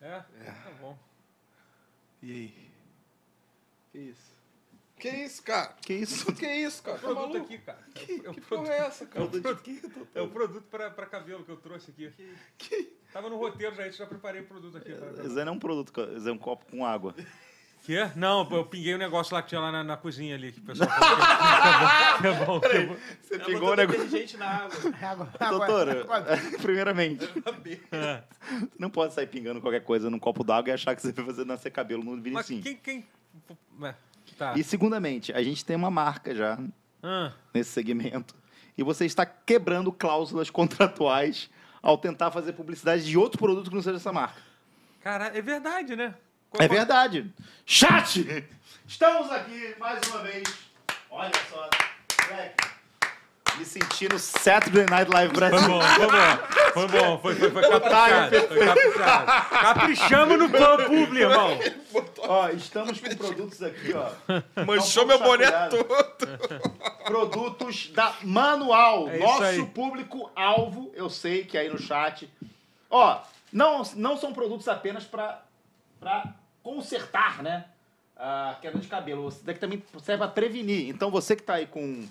É? Tá bom.
E aí? Que isso? Que isso, cara?
Que isso?
Que isso, cara?
É o produto aqui, <laughs> cara. É o
Que
produto,
porra é essa,
é o
cara?
produto, é o produto pra, pra cabelo que eu trouxe aqui. Tava no roteiro já, gente já preparei o produto aqui. pra- pra-
Zé não é um produto, Zé é um copo com água.
Quê? é? Não, pô, eu pinguei o negócio lá que tinha lá na, na cozinha ali, que
<laughs>
o pessoal falou que é bom, que é bom, que é bom.
Você pegou o negócio.
Gente na água.
Agora-
Doutor,
<laughs>
agora-
<laughs> primeiramente, você não pode sair pingando qualquer coisa num copo d'água e achar que você vai fazer nascer cabelo no
Mas
Vinicinho.
quem... quem... é, Tá.
E segundamente, a gente tem uma marca já
Ah,
nesse segmento e você está quebrando cláusulas contratuais ao tentar fazer publicidade de outro produto que não seja essa marca.
cara, é verdade, né?
É verdade. Chat! Estamos aqui mais uma vez. Olha só, moleque. Me sentindo Saturday Night Live
Foi
Brasil.
bom, foi bom. Foi bom, foi, foi,
Tá,
foi caprichado. Foi caprichado. Caprichamos no pão público, irmão.
<laughs>
ó, estamos com produtos aqui, ó. Tá
Manchou
Não
meu
posso
boné
achar cuidado.
todo.
Produtos da Manual.
É isso aí.
nosso público-alvo, eu sei que é aí no chat. Ó, não, não são produtos apenas para consertar, né? A queda de cabelo. Isso daqui também serve para prevenir. Então você que tá aí com.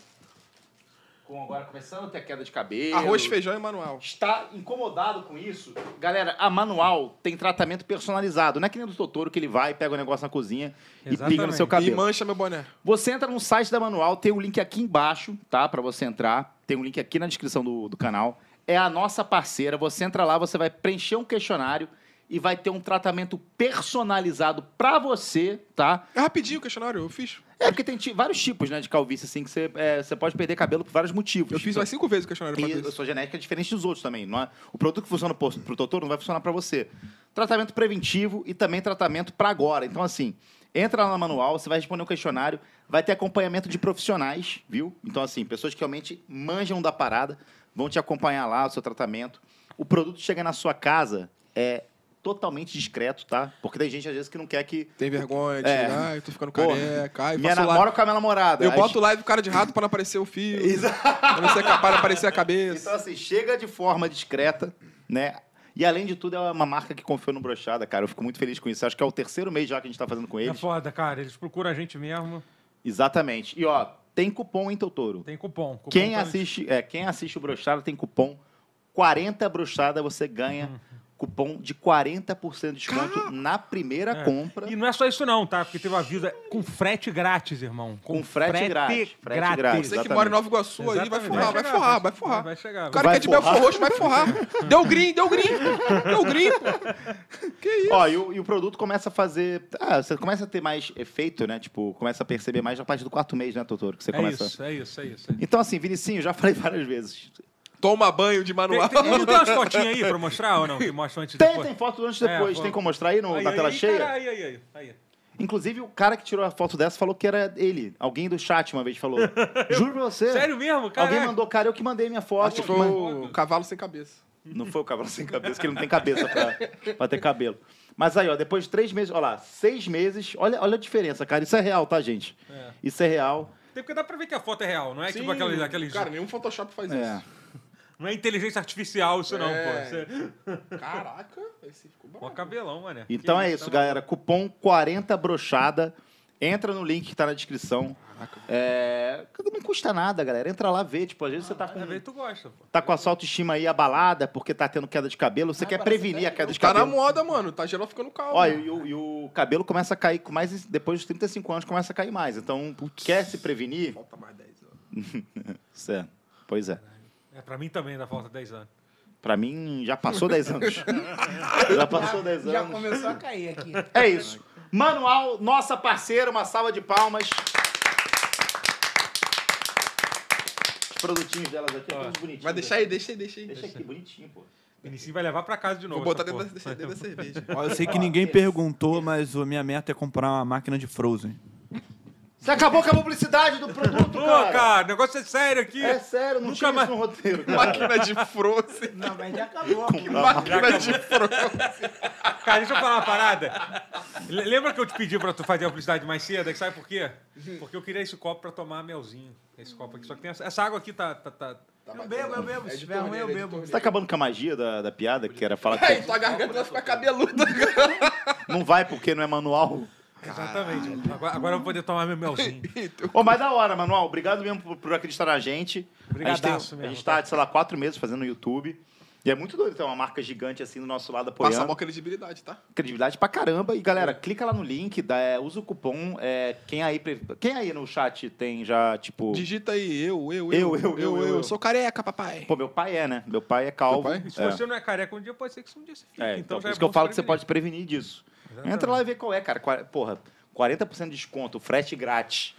Com agora começando a ter queda de cabelo.
Arroz, feijão e manual.
Está incomodado com isso? Galera, a Manual tem tratamento personalizado. Não é que nem do Totoro que ele vai, pega o negócio na cozinha e pinga no
Exatamente.
seu
E
cabelo.
mancha meu boné.
Você entra no site da Manual, tem o link aqui embaixo, tá? Pra você entrar. Tem um link aqui na descrição do, do canal. É a nossa parceira. Você entra lá, você vai preencher um questionário e vai ter um tratamento personalizado pra você, tá?
É rapidinho o questionário, eu fiz.
É porque tem ti- vários tipos, né, de calvície, assim, que você é, você pode perder cabelo por vários motivos. Então,
Eu fiz mais cinco vezes o questionário pra
E a
isso.
sua genética é diferente dos outros também. Não é? O produto que funciona pro, pro doutor não vai funcionar para você. Tratamento preventivo e também tratamento para agora. Então, assim, entra lá no manual, você vai responder um questionário, vai ter acompanhamento de profissionais, viu? Então, assim, pessoas que realmente manjam da parada vão te acompanhar lá, o seu tratamento. O produto chega na sua casa, é totalmente discreto, tá? Porque tem gente, às vezes, que não quer que...
Tem vergonha,
É.
tira, ai, tô ficando
Porra,
careca, ai,
Minha
faço live.
namora com a minha namorada.
Eu
Aí <laughs>
boto live cara de rato pra não aparecer o fio.
Exato.
Pra não ser capaz de aparecer a cabeça.
Então, assim, chega de forma discreta, né? E além de tudo, é uma marca que confiou no Brochada, cara. Eu fico muito feliz com isso. Acho que é o terceiro mês já que a gente tá fazendo com
É
eles.
foda, cara. Eles procuram a gente mesmo.
Exatamente. E ó, tem cupom em Totoro.
Tem cupom. cupom
Quem
pra-
assiste, é, quem assiste o Brochada tem cupom 40 Brochada, você ganha
Uhum.
cupom de 40% de desconto na primeira
É.
compra.
E não é só isso não, tá? Porque teve uma vida com frete grátis, irmão.
Com frete grátis, frete grátis.
Você que mora em Nova Iguaçu aí, vai
Exatamente.
forrar, vai
chegar,
forrar, vai forrar.
Vai chegar.
O cara
Vai
que é de Belfort
forrar. <laughs>
Roxo vai forrar. Deu green, deu green. Deu green, pô.
Ó, e o, e o produto começa a fazer. Ah, você começa a ter mais efeito, né? Tipo, começa a perceber mais na parte do quarto mês, né, Totoro? Que você
É
começa.
isso, é isso, é isso. é isso.
Então, assim, Vinicinho, já falei <laughs> várias vezes.
Toma banho de
Tem,
manual. <laughs>
tem, um não tem umas fotinhas aí pra mostrar ou não? Que mostra antes e
Tem,
depois?
tem foto do antes e
É,
depois.
vou-
tem como mostrar aí no, na tela
aí,
cheia?
cara, aí, aí, aí, aí.
Inclusive, o cara que tirou a foto dessa falou que era ele. Alguém do chat uma vez falou.
<laughs>
Juro pra você.
Sério mesmo, cara?
É. Alguém mandou, cara, eu que mandei minha
Acho
foto.
que foi
Mas-
o cavalo sem cabeça.
Não foi o cavalo sem cabeça, que ele não tem cabeça <laughs> pra, pra ter cabelo. Mas aí, ó, depois de três meses, olha lá, seis meses, olha, olha a diferença, cara. Isso é real, tá, gente?
É.
Isso é real.
Tem porque dá pra ver que a foto é real, não é tipo aquelas, aquelas-
Cara, nenhum Photoshop faz
É.
Não é inteligência artificial isso não,
É.
pô. Você...
isso. Caraca, esse ficou
Ó,
bom. Tá
cabelão, mané.
Então
Que
é isso,
tá
galera. Cupom 40 brochada. Entra no link que tá na descrição. É, Não custa nada, galera. Entra lá, vê. Tipo, às vezes você tá
maluco. Às
com
vezes tu gosta, pô.
tá com a sua autoestima aí abalada porque tá tendo queda de cabelo, você quer prevenir a queda de
Tá na
cabelo.
moda, mano. Tá geral ficando calmo.
Ó, e, o- e o cabelo começa a cair com mais. Depois dos 35 anos começa a cair mais. Então, quer se prevenir?
Falta mais 10 anos.
Cê, pois é.
É, pra mim também dá falta 10 anos.
Pra mim, já passou 10 anos. já passou 10
Já
anos.
começou a cair aqui.
É isso. Manual, nossa parceira, uma salva de palmas. Os produtinhos delas aqui, todos bonitinhos.
Vai deixar aí, deixa aí, deixa aí.
Deixa aqui, bonitinho, pô.
Vinicius vai levar pra casa de novo.
Vou botar
essa
dentro da,
porra.
deixa dentro da cerveja.
Ó, eu sei que ninguém perguntou, mas a minha meta é comprar uma máquina de Frozen.
Você acabou com a publicidade do produto,
Pô,
cara.
cara, o negócio é sério aqui.
É sério, não
Nunca
tinha
mais-
isso no roteiro. cara.
<laughs> Máquina de Frozen.
Não, mas já acabou.
Máquina de Frozen.
Cara, deixa eu falar uma parada. L- Lembra que eu te pedi pra tu fazer a publicidade mais cedo? Que Sabe por quê? Porque eu queria esse copo pra tomar melzinho. Esse copo aqui. Só que tem essa, essa água aqui tá. tá, tá-
Eu bebo,
É
eu bebo. Se tiver ruim, eu bebo.
Você tá acabando com a magia da, da piada, que era falar
Aí,
que é,
tua garganta vai ficar cabeluda.
não vai porque não é manual.
Exatamente. Agora, agora eu vou poder tomar meu melzinho.
Ô, mas da hora, Manual. Obrigado mesmo por, por acreditar na gente. a gente,
Obrigadaço
tem, a
mesmo,
gente tá, sei lá, quatro meses fazendo no YouTube. E é muito doido ter uma marca gigante assim do nosso lado apoiando. É.
Passa a maior credibilidade, tá?
Credibilidade pra caramba. E, galera, clica lá no link, dá, é, usa o cupom. é, quem, aí, pre- quem aí no chat tem já, tipo...
Digita aí, eu, eu,
Eu,
eu,
eu, eu, eu.
Sou careca, papai.
Pô, meu pai é, né? Meu pai é calvo.
Teu pai?
E se
É.
você não é careca um dia, pode ser que isso um dia você fique.
É,
então,
então,
já
por
é
isso que eu
bom
falo
se
que você pode prevenir disso.
Exatamente.
Entra lá e vê qual é, cara. Qua- Porra, 40% de desconto, frete grátis.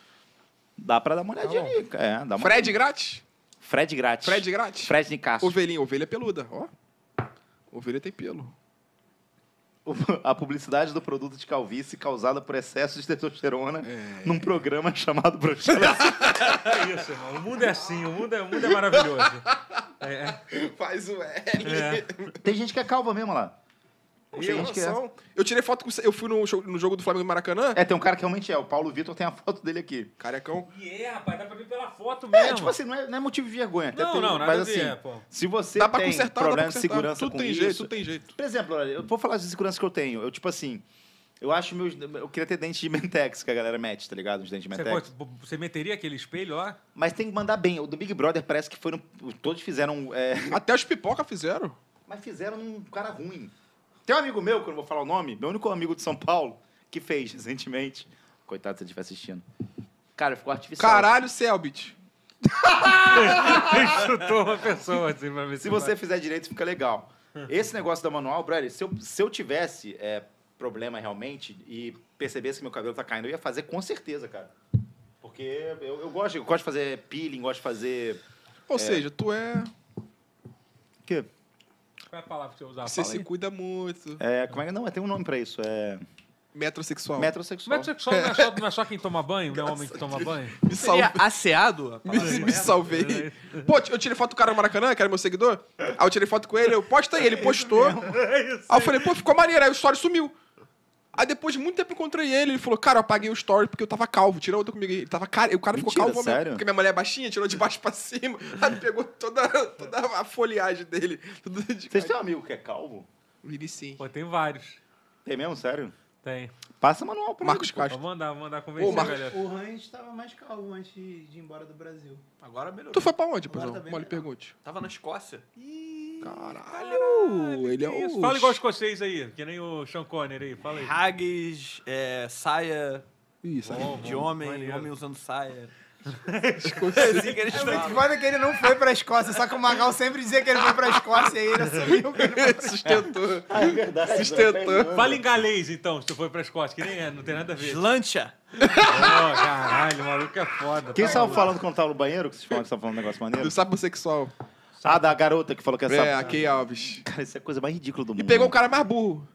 Dá pra dar uma
Tá
olhadinha ali. É, dá uma...
Fred grátis?
Fred grátis.
Fred grátis?
Fred Nicasso. <laughs>
Ovelhinha, ovelha peluda, ó. Ovelha tem pelo.
A publicidade do produto de calvície causada por excesso de testosterona
É.
num programa <laughs> chamado Brochada.
É isso, irmão. O mundo é assim, o mundo é, o mundo é maravilhoso. É,
<laughs>
<laughs>
Faz o L.
é.
Tem gente que é calva mesmo lá. Tem
Eu,
gente que é.
eu tirei foto com. Eu fui no, show- no jogo do Flamengo e Maracanã.
É, tem um cara que realmente é. O Paulo Vitor tem a foto dele aqui.
Carecão.
E é, rapaz, dá pra ver pela foto
É,
mesmo.
tipo assim, não é, não é motivo de vergonha. Até
Não,
tem-
não, nada
mas
de-
assim,
é, pô.
se você
Dá pra
tem
consertar, dá pra
problema de
consertar.
segurança
tudo
com
tem
isso,
jeito, tudo tem jeito.
Por exemplo, olha, eu vou falar de segurança que eu tenho. Eu, tipo assim, eu acho meus. Eu queria ter dente de mentex, que a galera mete, tá ligado? Os dentes de
Você,
mentex.
pô, você meteria aquele
<laughs>
espelho lá?
Mas tem que mandar bem. O do Big Brother parece que foram. Todos fizeram. é, <laughs>
Até os pipoca fizeram.
mas fizeram um cara ruim. Tem um amigo meu, que eu não vou falar o nome, meu único amigo de São Paulo, que fez recentemente. Coitado se ele estiver assistindo. Cara, ficou artificial.
Caralho, Selbit.
Chutou uma pessoa assim pra ver
Se você fizer direito, fica legal. Esse negócio da manual, brother, se eu, se eu tivesse é, problema realmente e percebesse que meu cabelo tá caindo, eu ia fazer com certeza, cara. Porque eu, eu gosto, eu gosto de fazer peeling, gosto de fazer.
Ou seja, tu é.
Que?
Qual é a palavra que você usava?
Você
Fala aí.
se cuida muito.
É, como é que não? Tem um nome pra isso. É.
Metrosexual.
Metrosexual.
Metrosexual não é, só, não é só quem toma banho? Não é homem que toma banho?
Me, sal...
é asseado?
<laughs> me, me salvei. Pô, eu tirei foto do cara no Maracanã, que era meu seguidor. Aí eu tirei foto com ele, eu posta
É
aí, ele postou. Aí eu falei, pô, ficou maneiro. Aí o story sumiu. Aí depois de muito tempo eu encontrei ele, ele falou, cara, eu apaguei o story porque eu tava calvo, tirou outra comigo. Ele tava cara, o cara ficou
Mentira,
calvo mesmo,
sério?
porque minha mulher é baixinha, tirou de baixo pra cima, <laughs> aí pegou toda, toda a foliagem dele. Tudo de
Vocês têm um amigo que é calvo?
Vini sim.
Pô, tem vários.
Tem mesmo, sério?
Tem.
Passa manual pra
Marcos
Vou
Castro.
mandar, vou mandar convencer,
Marcos.
galera.
O Hans tava mais calmo antes de de ir embora do Brasil.
Agora melhorou.
Tu foi pra onde,
Agora
Pedrão?
tá bem
Mole
né?
melhor.
pergunte.
Tava na Escócia.
Caralho, ele é
Que isso?
o...
Fala igual os escocês aí, que nem o Sean Connery aí. Fala aí.
Haggis, é, saia
Isso, aí.
de homem, homem usando saia.
Escocês.
É assim que eles
Tá.
falam.
Foda que ele não foi pra Escócia, só que o Magal sempre dizia que ele foi pra Escócia e ele assumiu.
<laughs> sustentou.
Ah, é verdade.
Sustentou.
Fala em galês, então, se tu foi pra Escócia, que nem é, não tem nada a ver.
Slancha.
Ó, caralho, o maluco é foda.
Quem
tá
estava
maluco.
falando quando tava no banheiro? Que vocês falaram que tava falando um negócio maneiro?
Do sapo sexual.
Ah, da garota que falou que é <laughs>
É, a
sapo.
Key Alves.
Cara, isso é a coisa mais ridícula do mundo.
E pegou o cara mais
<laughs>
burro.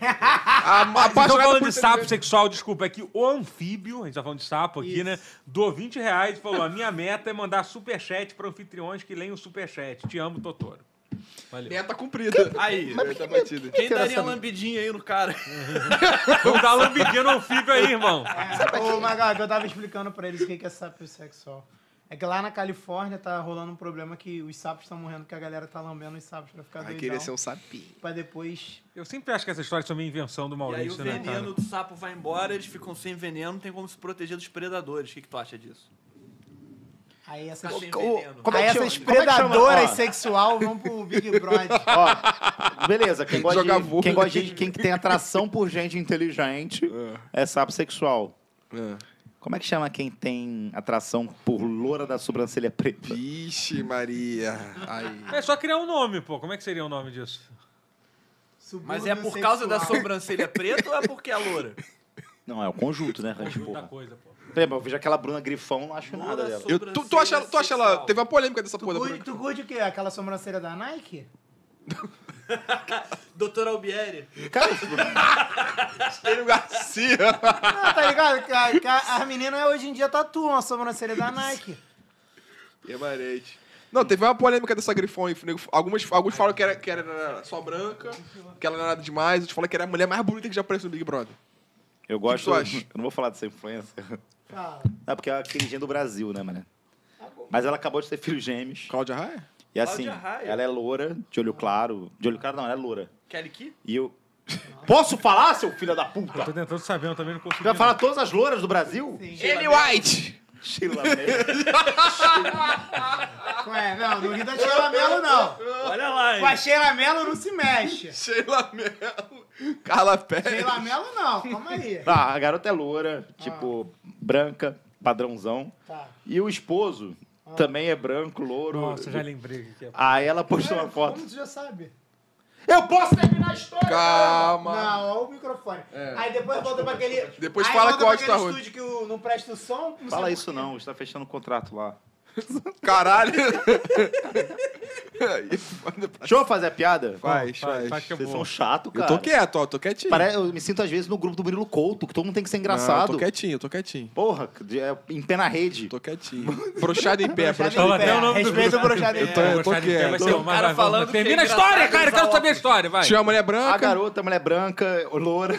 a, a
Então,
apaixonada
falando
por
de
TV.
sapo sexual, desculpa, é que o anfíbio, a gente tá falando de sapo aqui, né? Doou 20 reais e falou: a minha meta é mandar superchat pra anfitriões que leem o superchat. Te amo, Totoro. Valeu.
Meta cumprida.
Aí.
Meta tá batida.
Quem daria uma lambidinha aí no cara?
Vamos dar lambidinha no anfíbio aí, irmão.
Ô, Magal, que eu tava explicando pra eles o que que é sapo sexual. É que lá na Califórnia tá rolando um problema que os sapos estão morrendo, que a galera tá lambendo os sapos pra ficar
Vai
doidão.
querer ser um sapinho.
Pra depois...
Eu sempre acho que essa história é uma invenção
E
do
aí o
Maurício, né, cara?
veneno do sapo vai embora, eles ficam sem veneno, não tem como se proteger dos predadores. O que, que tu acha disso?
Aí essas,
Ficar sem
o-
veneno.
como é
aí
que chama?
essas
Como é que chama?
predadoras
Ó.
sexual vão pro Big Brother.
<laughs> Ó, beleza, quem gosta,
Jogar
de,
vôlei.
quem gosta de gente- quem tem atração por gente inteligente é sapo sexual. Como é que chama quem tem atração por loura da sobrancelha preta?
Vixe, Maria. Aí.
É só criar um nome, pô. Como é que seria o nome disso?
Mas é por causa da sobrancelha preta ou é porque é loura?
Não, é o conjunto, né? Mas,
Muita
porra.
coisa, pô.
Lembra, eu vejo aquela Bruna Grifão, não acho nada dela.
Eu- tu, tu acha, tu acha ela. Teve uma polêmica dessa porra da
Tu,
branca.
tu curte o quê? Aquela sobrancelha da Nike?
Doutor Albieri.
Cara, isso-
Tênio Garcia.
Não, tá ligado? Que a- que a- As meninas é hoje em dia tatuam a sobrancelha da Nike.
é
Emarete. Não, teve uma polêmica dessa grifão aí. nego. Algumas, alguns falam que era, que era só branca, que ela não era nada demais. Outros falam que era a mulher mais bonita que já apareceu no Big Brother.
eu gosto.
tu
<laughs>
acha?
Eu não vou falar dessa influência.
Fala.
Não, porque ela é queridinha do Brasil, né, mané? Mas ela acabou de ter filhos gêmeos.
Cláudia Raia?
E assim,
Cláudia Raia.
ela é loura, de olho claro. De olho claro não, ela é loura.
Kelly Key?
E eu. Posso falar, seu filho da puta?
Tô tentando saber, eu também não consigo.
Vai falar todas as louras do Brasil? Sim.
Kelly White!
Sheila Mello.
Ué, é? não, no Rio da Sheila Mello, não.
Olha lá,
Com a Sheila Mello não se mexe.
Sheila Mello. Carla Pérez.
Sheila Mello, não. Calma aí.
Ah, a garota é loura, tipo, branca, padrãozão.
Tá.
E o esposo também é branco, louro.
Nossa, já lembrei o que é.
Aí ela postou uma foto.
Como tu já sabe?
Eu posso terminar a história!
Calma. É.
Não, olha o microfone. Aí depois volta pra aquele...
Depois
aí
fala
volta
que o
pra
áudio tá
aquele
ruim.
estúdio que o- não presta o som. sei
Fala
por
isso
quê.
não, está fechando o contrato lá.
Caralho.
Deixa eu fazer a piada?
Faz,
Faz,
faz.
faz que é
Vocês
boa.
são chato,
Eu
cara.
tô quieto, ó. Tô quietinho.
Pare- Eu me sinto às vezes no grupo do Murilo Couto, que todo mundo tem que ser
Não, eu
engraçado.
tô quietinho, eu tô quietinho.
Porra, de- é, em pé na rede. <laughs>
Tô quietinho. Brochado em pé, brochado.
Fala até o nome do
Respeita o
grupo.
brochado
Eu tô-
É,
eu tô
Gostar de pé vai
quieto.
ser o
O
mais
cara
vai-
falando que
Termina a
é engraçado
história, cara. Eu quero
usar
saber a história, vai.
Tinha uma mulher
A
branca.
garota, mulher branca, loura.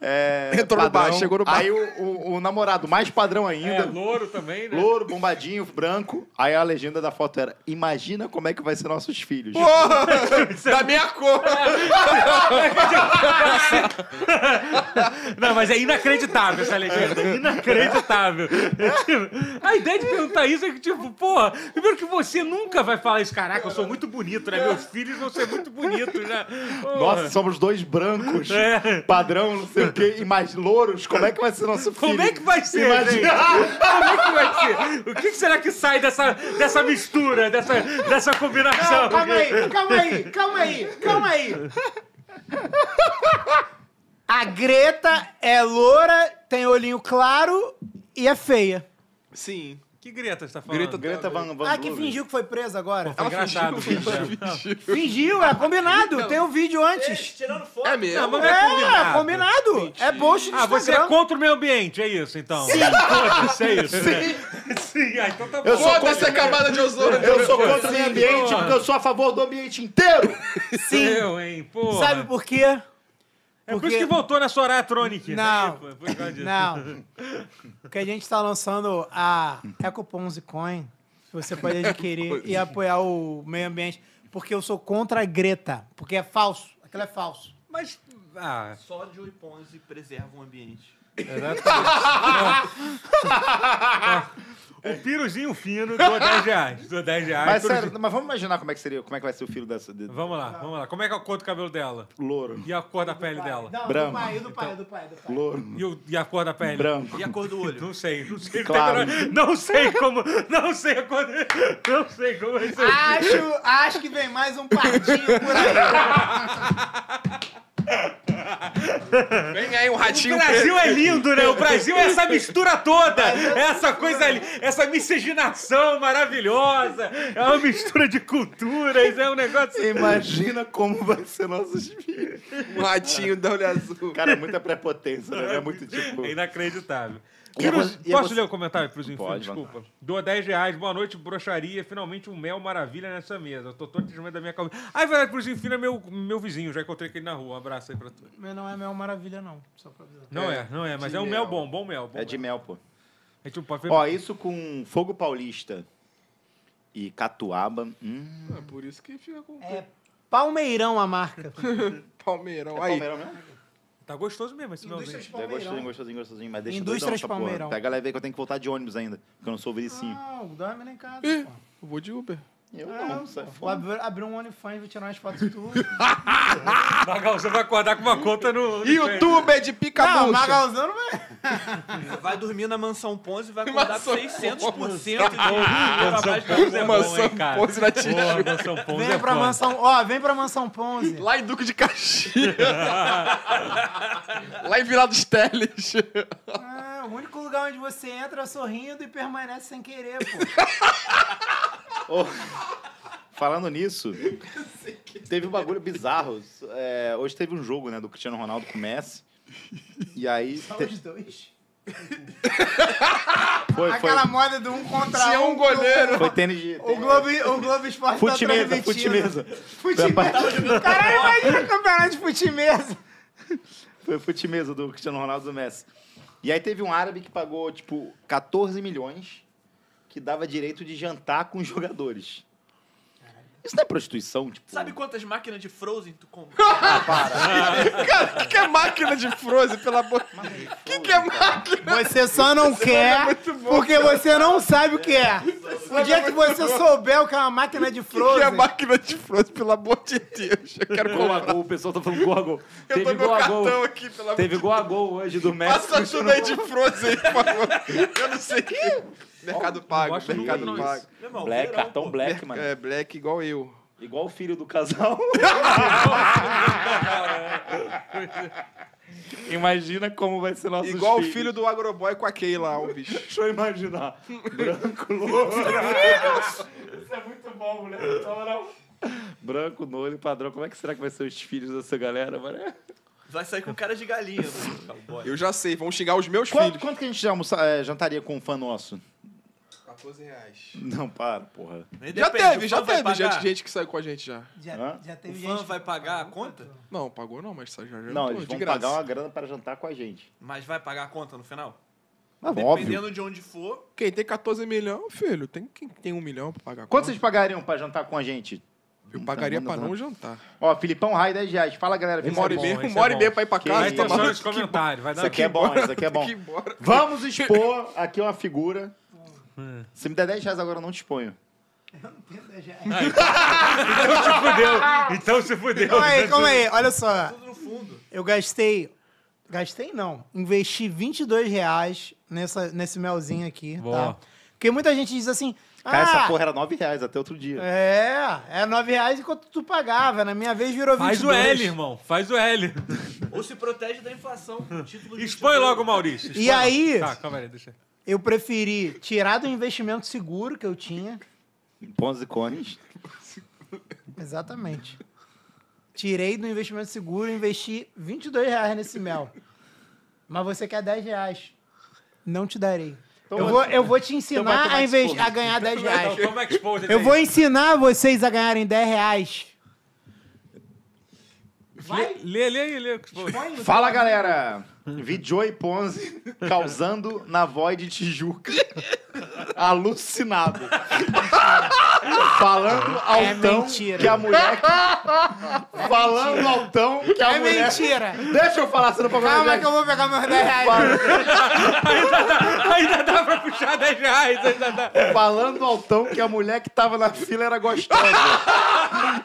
É,
Entrou no
padrão.
bar, chegou no bar.
Aí o, o- o namorado, mais padrão
É,
ainda.
louro também, né?
louro, bombadinho, branco. Aí a legenda da foto era: Imagina como é que vai ser nossos filhos.
<laughs>
da minha cor.
Não, mas é inacreditável essa legenda. Inacreditável. A ideia de perguntar isso é que, tipo, porra, primeiro que você nunca vai falar isso. Caraca, eu sou muito bonito, né? Meus filhos vão ser muito bonitos, né? Porra.
Nossa, somos dois brancos.
É.
Padrão, não sei o Porque, e mais louros, como é que vai ser nosso filho?
Como é que vai ser, gente?
Imagina.
Como é que vai ser? O que que será que sai dessa, dessa mistura, dessa, dessa combinação?
Não, calma aí, calma aí, calma aí, calma aí. A Greta é loura, tem olhinho claro e é feia.
Sim.
Que Greta está falando? Greta
Greta tá Van, Van
Ah, que
Blumen.
fingiu que foi presa agora.
Foi engraçado. Greta.
Fingiu, é combinado.
Então,
Tem um vídeo antes.
Tirando foto.
É mesmo.
Não, mas não é
É,
combinado.
combinado. É post do
Ah, você é
Instagram.
contra o meio ambiente, é isso, então? Sim. Foda-se, é isso. Sim. Sim, ah, então tá bom.
Eu sou
Foda-se a camada de ozônio.
Eu sou contra o meio ambiente porque eu sou a favor do ambiente inteiro.
Sim.
Eu, hein, pô.
Sabe por quê?
É por
porque-
isso que voltou na Soratronic.
Não.
Né? Foi por causa disso.
<laughs> Não. Porque a gente está lançando a EcoPons e Coin. que Você pode adquirir e apoiar o meio ambiente. Porque eu sou contra a Greta. Porque é falso. Aquilo é falso.
Mas. Ah,
Sódio e Ponzi preservam o ambiente.
um piruzinho fino, dou 10 reais. Dou 10 reais.
Mas
piruzinho.
sério, mas vamos imaginar como é que seria, como é que vai ser o filho dessa de,
Vamos lá, vamos lá. Como é que é a cor do cabelo dela?
louro,
E a cor da pele dela?
Não,
Brahma.
do pai, do pai, do pai, do pai.
louro,
E, o- e a cor da pele?
branco.
E a cor do olho?
Não sei, não sei.
<laughs> Claro.
Não sei como. Não sei a cor. Não sei como vai
Ah,
ser.
Acho, acho que vem mais um pardinho por aí.
Vem aí um
O
ratinho preto.
Brasil é lindo, né? O Brasil é essa mistura toda, essa coisa ali, essa miscigenação maravilhosa, é uma mistura de culturas, é um negócio.
Imagina como vai ser nossos filhos.
Um ratinho da olho azul.
Cara, é muita prepotência, né? É muito tipo.
É inacreditável.
E é
Piru-
você- e é
posso
você-
ler o comentário pro Zinfino?
Pode,
Desculpa. Dou 10 reais, boa noite, broxaria. Finalmente um mel maravilha nessa mesa. Eu tô todo desmendo da minha calma. Ah, é verdade, pro Zinfino é meu, meu vizinho, já encontrei com ele na rua. Um abraço aí pra tu.
Mas não é meu maravilha, não. Só pra avisar.
Não é, não é, mas é um mel bom, bom mel. Bom
É de
mel.
mel, pô.
A gente não pode ver.
Ó, isso com fogo paulista e catuaba. Hum.
É por isso que fica com
É Palmeirão a marca.
É
Palmeirão. Aí.
mesmo?
Tá gostoso mesmo esse melzinho.
É gostosinho, gostosinho, gostosinho. Mas deixa
Indústrias
doidão essa porra.
Palmeirão.
Pega a galera vê que eu tenho que voltar de ônibus ainda, porque eu não sou vericinho.
Não, dorme lá em casa.
Ih,
pô.
eu vou de Uber.
eu
Ah,
não, sai
vou
fora.
abrir- abrir um OnlyFans, vou tirar umas fotos tuas.
Magal, você vai acordar com uma conta no. no
Youtuber de
Não,
pica-bucha.
Magalzão não vai.
Vai dormir na mansão Ponzi e vai acordar com 600% de
Mansão
trabalho de
Ponzi é
Uma
bom, hein, cara?
Pose na Tijuca.
Boa, Mansão Ponzi é
Vem pra
foda.
mansão. Ó, vem pra mansão Ponzi.
Lá em Duque de Caxias. Lá em Vila dos Teles.
Ah, o único lugar onde você entra sorrindo e permanece sem querer, pô.
<laughs>
Falando
<laughs>
nisso, teve um bagulho bizarro. É, hoje teve um jogo, né, do Cristiano Ronaldo com o Messi. E aí.
Só
te-
os dois.
Foi, foi,
Aquela moda do um contra
Se é um goleiro.
foi tênis de.
O Globo, o Globo Esporte tá
Futimesa,
transmitindo.
futimesa.
Futimesa. Caralho, imagina campeonato de futimesa.
Foi futimesa do Cristiano Ronaldo e do Messi. E aí teve um árabe que pagou, tipo, 14 milhões, que dava direito de jantar com os jogadores. Isso não é prostituição, tipo.
Sabe quantas máquinas de Frozen tu compra?
Cara, o que, que é máquina de Frozen, pelo amor de Deus? O que, que é máquina?
Você só não
é
quer porque você não sabe o que é. O dia que você souber o que é uma máquina de
O que é
Frozen...
máquina de Frozen, pelo amor de Deus? Eu quero
Gol a
comprar.
gol, o pessoal tá falando gol a gol.
Eu dou
Teve
meu
gol a
cartão
gol.
aqui, pelo amor de
Teve gol a gol hoje do Messi.
Passa tudo aí de Frozen, por favor. Eu não sei o que. Mercado Pago,
gosto nunca
Mercado
disso.
Pago.
Meu irmão,
um Black,
verão,
cartão
pô.
black, mano.
É, Black igual eu.
Igual o filho do casal. Imagina como vai ser nosso
Igual o filho do Agroboy com a Keila
<laughs>
Alves.
Deixa eu imaginar. Branco, louro. Isso é muito bom, mulher. Branco, louro e padrão. Como é que será que vai ser os filhos dessa galera, mano? É
Vai sair com cara de galinha, mano, cowboy.
Eu já sei, vão xingar os meus
Quanto,
filhos.
quanto que a gente já almoça- é, jantaria com um fã nosso?
14 reais.
Não, para, porra.
Nem
Já
depende,
teve,
o
já
fã vai
teve gente,
pagar?
gente que saiu com a gente já.
Hã?
Já, já
O
teve
fã
gente...
vai pagar a conta?
Não, pagou não, mas saiu já. já
Não,
pô,
eles
de
vão
graça.
pagar uma grana para jantar com a gente.
Mas vai pagar a conta no final?
Mas Tá óbvio.
Dependendo de onde for,
Quem tem 14 milhão, filho, tem quem tem 1 milhão pra pagar.
Quanto
conta.
vocês pagariam para jantar com a gente?
Eu
Tá
pagaria pra
né?
não jantar.
Ó, Filipão Rai, 10 reais. Fala, galera.
Uma hora e
isso é
meia,
bom.
esse
uma hora
é
e
bom.
meia pra ir pra
Vai
casa.
ter
tá
só
maluco?
nos comentários, vai
Isso
dar.
aqui é bom, isso aqui é
Tem
<laughs> bom.
<laughs> que ir embora.
Vamos expor aqui uma figura. Se me der 10 reais agora, eu não te exponho.
Então
é
se fudeu. Então se fudeu.
Calma aí, calma aí, olha só. Eu gastei Gastei não. Investi 22 reais nessa, nesse melzinho aqui,
Boa.
tá? Porque muita gente diz assim...
Cara,
ah,
essa porra era 9 reais até outro dia.
É, é 9 reais enquanto tu pagava. Na minha vez virou 22.
Faz o L, irmão. Faz o L.
Ou se protege da inflação. com Títulos
Expõe
de-
logo o Maurício. expõe
E
logo.
aí?
Tá, calma aí, deixa.
Eu preferi tirar do investimento seguro que eu tinha.
Pons e cones.
Exatamente. Tirei do investimento seguro e investi 22 reais nesse mel. Mas você quer 10 reais. Não te darei. eu, vou, eu vou te
vai
ensinar
tomar
a, inves-
expor.
a ganhar 10 reais.
Então, toma exposed
Eu
aí.
vou ensinar vocês a ganharem 10 reais. Vai.
Lê, lê aí, lê. o exposed.
Fala, galera! Vidjoy Ponzi causando na voz de <laughs> Tijuca. Alucinado. Falando altão
mentira.
que a <laughs> mulher... É Falando altão que a
É
mulher...
mentira.
Deixa eu falar, senão o problema
Calma
é
que eu vou pegar meus 10 reais.
Ainda dá pra puxar 10 reais, ainda dá.
Falando altão que a mulher que tava na fila era
<laughs>
gostosa.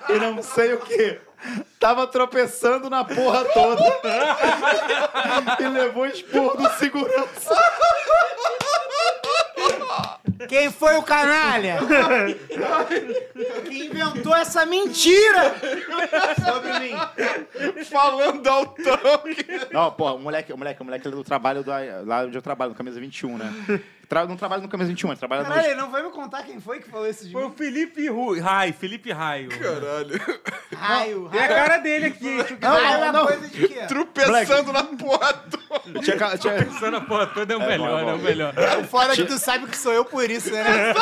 e não sei o quê. Tava tropeçando na porra toda. e levou esporro do segurança.
Quem foi o canalha? que inventou essa mentira sobre mim?
Falando altão. Não, porra, o moleque, o moleque, o moleque ele é do trabalho da, lá onde eu trabalho, no Camisa 21, <laughs> né? Tra, não é trabalho no Camisa 21, ele trabalha
Caralho,
no...
ele não vai me contar quem foi que falou isso de
Foi
mim?
o Felipe Rui. Rai, Felipe Raio.
Caralho.
Raio,
É a
raio.
cara dele aqui.
Raio é coisa de quê?
Tropeçando na porra toda.
Tinha, ca- tinha,
Pensando a porra toda é o melhor,
bom,
é,
é
o
bom.
melhor.
Fora que tu sabe que sou eu por isso, né?